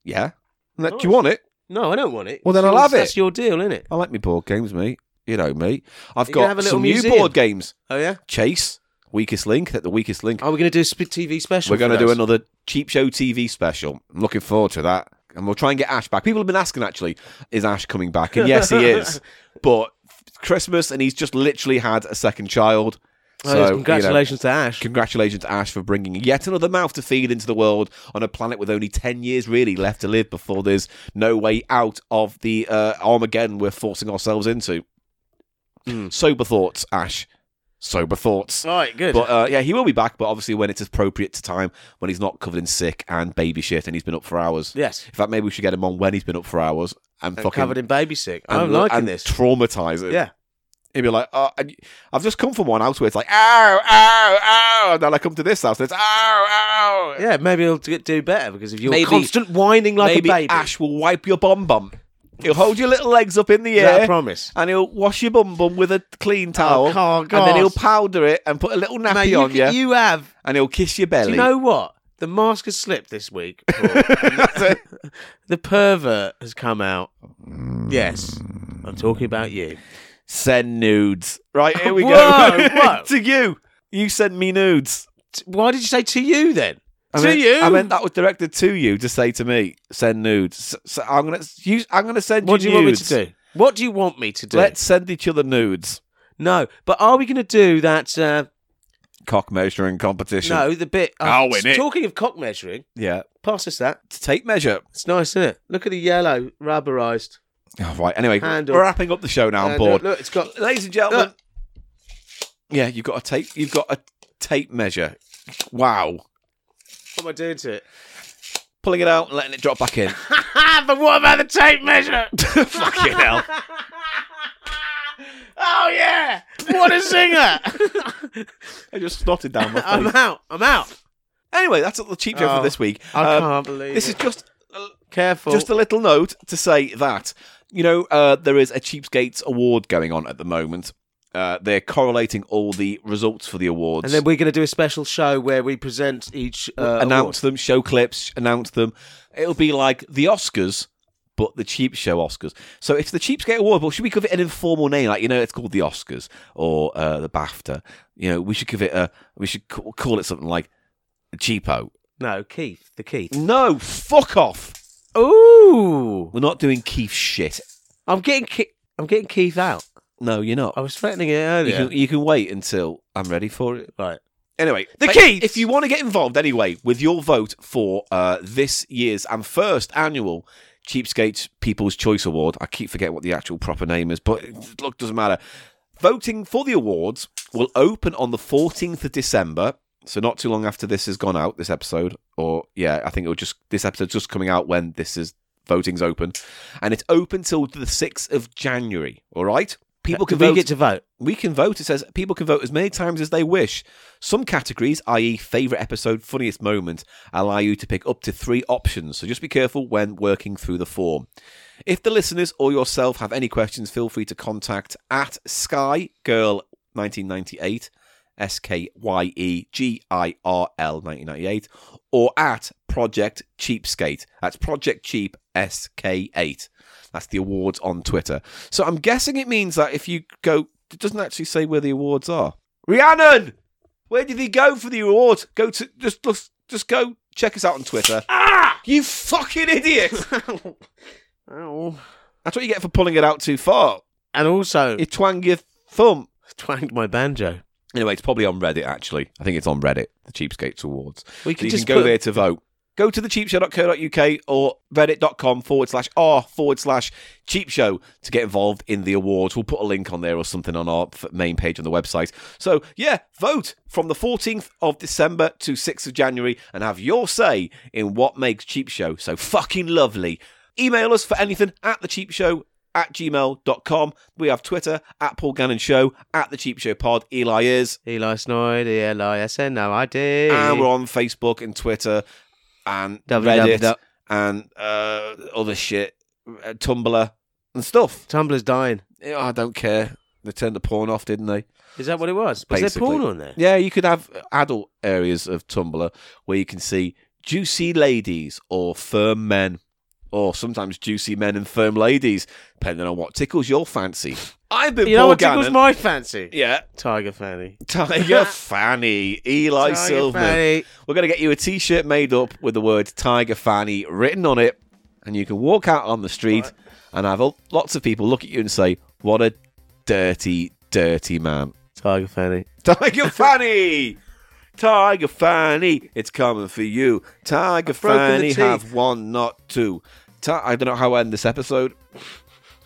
S1: Yeah. And that- Do you want it?
S2: No, I don't want it.
S1: Well, then
S2: It's
S1: I'll
S2: yours-
S1: have it.
S2: That's your deal, isn't it?
S1: I like me board games, mate. You know me. I've
S2: You can
S1: got
S2: have a little
S1: some
S2: museum.
S1: new board games.
S2: Oh yeah.
S1: Chase, weakest link. At the weakest link.
S2: Are we going to Oh, do a sp- TV special?
S1: We're going to
S2: for
S1: do
S2: those?
S1: another cheap show TV special. I'm looking forward to that. And we'll try and get Ash back. People have been asking, actually, is Ash coming back? And yes, he
S2: [laughs]
S1: is. But Christmas, and he's just literally had a second child.
S2: Oh, yes, congratulations to Ash.
S1: You know, congratulations, Ash, for bringing yet another mouth to feed into the world on a planet with only 10 years really left to live before there's no way out of the uh, Armageddon we're forcing ourselves into. Sober thoughts, Ash. Sober thoughts.
S2: All right, Oh, good.
S1: But uh, yeah, he will be back, but obviously when it's appropriate to time, when he's not covered in sick and baby shit and he's been up for hours.
S2: yes.
S1: In fact, maybe we should get him on when he's been up for hours and,
S2: And
S1: fucking.
S2: covered in baby sick. I'm
S1: and-
S2: liking
S1: and
S2: this.
S1: Traumatize it.
S2: yeah.
S1: He'd be like, oh, and I've just come from one house where it's like, ow, ow, ow. And then I come to this house and it's, ow, ow.
S2: Yeah, maybe he'll do do better because if you're
S1: Maybe-
S2: constant whining like
S1: maybe
S2: a baby.
S1: Ash will wipe your bum bum. He'll hold your little legs up in the
S2: Is that a
S1: air.
S2: promise.
S1: And he'll wash your bum bum with a clean towel.
S2: oh,
S1: and then
S2: God.
S1: he'll powder it and put a little nappy
S2: Mate, you,
S1: on you,
S2: c- you have.
S1: and he'll kiss your belly.
S2: Do
S1: [laughs]
S2: you know what? The mask has slipped this week. Paul. the pervert has come out. Yes. I'm talking about you.
S1: Send nudes. Right, here we
S2: Whoa,
S1: [laughs] go.
S2: whoa.
S1: to you. You send me nudes.
S2: T- Why did you say to you then?
S1: I
S2: to
S1: meant,
S2: you?
S1: I meant that was directed to you to say to me, send nudes. So, so I'm gonna you, I'm gonna send
S2: what do
S1: you
S2: you want me
S1: nudes.
S2: to do? What do you want me to do?
S1: Let's send each other nudes.
S2: No, but are we going to do that? Uh,
S1: Cock measuring competition.
S2: no, the bit. Uh,
S1: I'll win it.
S2: Talking of cock measuring,
S1: Yeah.
S2: pass us that.
S1: To take measure.
S2: It's nice, isn't it? Look at the yellow rubberized.
S1: Oh, right. Anyway,
S2: Handle.
S1: we're wrapping up the show now. I'm
S2: And
S1: bored.
S2: Look, look, it's got.
S1: Ladies and gentlemen.
S2: Look.
S1: Yeah, you've got a tape you've got a tape measure. Wow.
S2: What am I doing
S1: [laughs]
S2: to it?
S1: Pulling it out and letting it drop back
S2: [laughs]
S1: in.
S2: Ah, but what about the tape measure?
S1: Fucking hell.
S2: [laughs] oh yeah! What a singer!
S1: I just snotted down [laughs] my
S2: I'm
S1: face.
S2: out. I'm out.
S1: anyway, that's the cheap show
S2: Oh,
S1: for this week.
S2: I
S1: Um,
S2: can't believe
S1: this
S2: it.
S1: is just
S2: careful.
S1: Just a little note to say that, you know, uh, there is a Cheapskates award going on at the moment. Uh, they're correlating all the results for the awards.
S2: and then we're going to do a special show where we present each uh, award.
S1: announce them, show clips, announce them. It'll be like the Oscars, but the cheap show Oscars. So it's the Cheapskate Award, but should we give it an informal name? Like, you know, it's called the Oscars or uh, the BAFTA. You know, we should give it a, we should ca- call it something like Cheapo.
S2: No, Keith, the Keith.
S1: No, fuck off.
S2: Ooh,
S1: We're not doing Keith shit.
S2: I'm getting Ke- I'm getting Keith out.
S1: No, you're not.
S2: I was threatening it
S1: You,
S2: earlier.
S1: can, you can wait until I'm ready for it.
S2: Right.
S1: Anyway,
S2: The
S1: but
S2: Keiths!
S1: If you want to get involved anyway with your vote for uh, this year's and first annual Cheapskates People's Choice Award, I keep forgetting what the actual proper name is, but it- look, doesn't matter. Voting for the awards will open on the 14th of December. So not too long after this has gone out, this episode, or yeah, I think it'll just this episode's just coming out when this is voting's open, and it's open till the 6th of January. All right, people
S2: Do
S1: can
S2: we
S1: vote
S2: get to vote.
S1: we can vote. It says people can vote as many times as they wish. Some categories, i.e., favourite episode, funniest moment, allow you to pick up to three options. So just be careful when working through the form. If the listeners or yourself have any questions, feel free to contact at SkyGirl1998, S K Y E G I R L 1998, or at Project Cheapskate. That's Project Cheap SK8. That's the awards on Twitter. So I'm guessing it means that if you go, it doesn't actually say where the awards are.
S2: [laughs]
S1: Rhiannon, where did he go for the awards? Go to just just, just go check us out on Twitter. Ah, you fucking idiot!
S2: Ow.
S1: That's what you get for pulling it out too far.
S2: And also,
S1: You twang your thumb.
S2: twanged my banjo.
S1: Anyway, it's probably on Reddit, actually. I think it's on Reddit, the Cheapskates Awards.
S2: We
S1: So
S2: could
S1: you
S2: just
S1: can go
S2: put-
S1: there to vote. Go to thecheapshow.co.uk or reddit.com forward slash r forward slash cheap show to get involved in the awards. We'll put a link on there or something on our f- main page on the website. So, yeah, vote from the 14th of December to 6th of January and have your say in what makes Cheap Show so fucking lovely. Email us for anything at thecheapshow at gmail.com. We have Twitter at Paul Gannon Show, at The Cheap Show Pod. Eli is.
S2: Eli Snoid, E L I S N O I D.
S1: And Ah, we're on Facebook and Twitter and
S2: www.
S1: Reddit and uh, other shit, uh, Tumblr and stuff.
S2: Tumblr's dying.
S1: Yeah, I don't care. They turned the porn off, didn't they?
S2: Is that what it was? Was there
S1: Basically.
S2: porn on there?
S1: Yeah, you could have adult areas of Tumblr where you can see juicy ladies or firm men, or sometimes juicy men and firm ladies, depending on what tickles your fancy. I've been
S2: You know
S1: Paul
S2: what tickles
S1: Gannon.
S2: my fancy?
S1: yeah,
S2: Tiger Fanny.
S1: [laughs] Tiger Fanny, Eli
S2: Tiger
S1: Silverman.
S2: Fanny.
S1: We're going to get you a t shirt made up with the words Tiger Fanny written on it, and you can walk out on the street and have a- lots of people look at you and say, What a dirty, dirty man. [laughs]
S2: Tiger Fanny.
S1: Tiger Fanny! Tiger Fanny, it's coming for you. Tiger
S2: broken the
S1: Fanny,
S2: teeth.
S1: have one, not two. Ti- I don't know how to end this episode.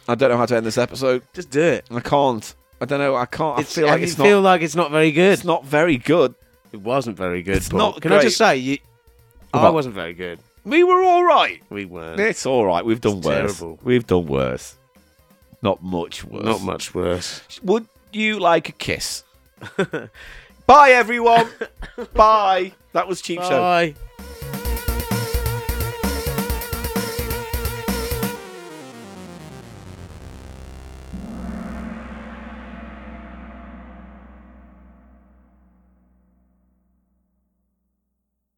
S1: I don't know how to end this episode.
S2: Just do it.
S1: I can't. I don't know. I can't.
S2: It's-
S1: I feel like
S2: you
S1: it's
S2: feel
S1: not.
S2: like it's not very good.
S1: It's not very good.
S2: It wasn't very good.
S1: It's
S2: Paul.
S1: not
S2: Can I
S1: great.
S2: just say you? I
S1: What?
S2: wasn't very good.
S1: We were all right.
S2: We weren't. [laughs]
S1: It's all right. We've done
S2: It's
S1: worse.
S2: terrible.
S1: We've done worse. Not much worse.
S2: Not much worse.
S1: Would you like a kiss? [laughs]
S2: [laughs]
S1: Bye, everyone. Bye. That was cheap show.
S2: Bye.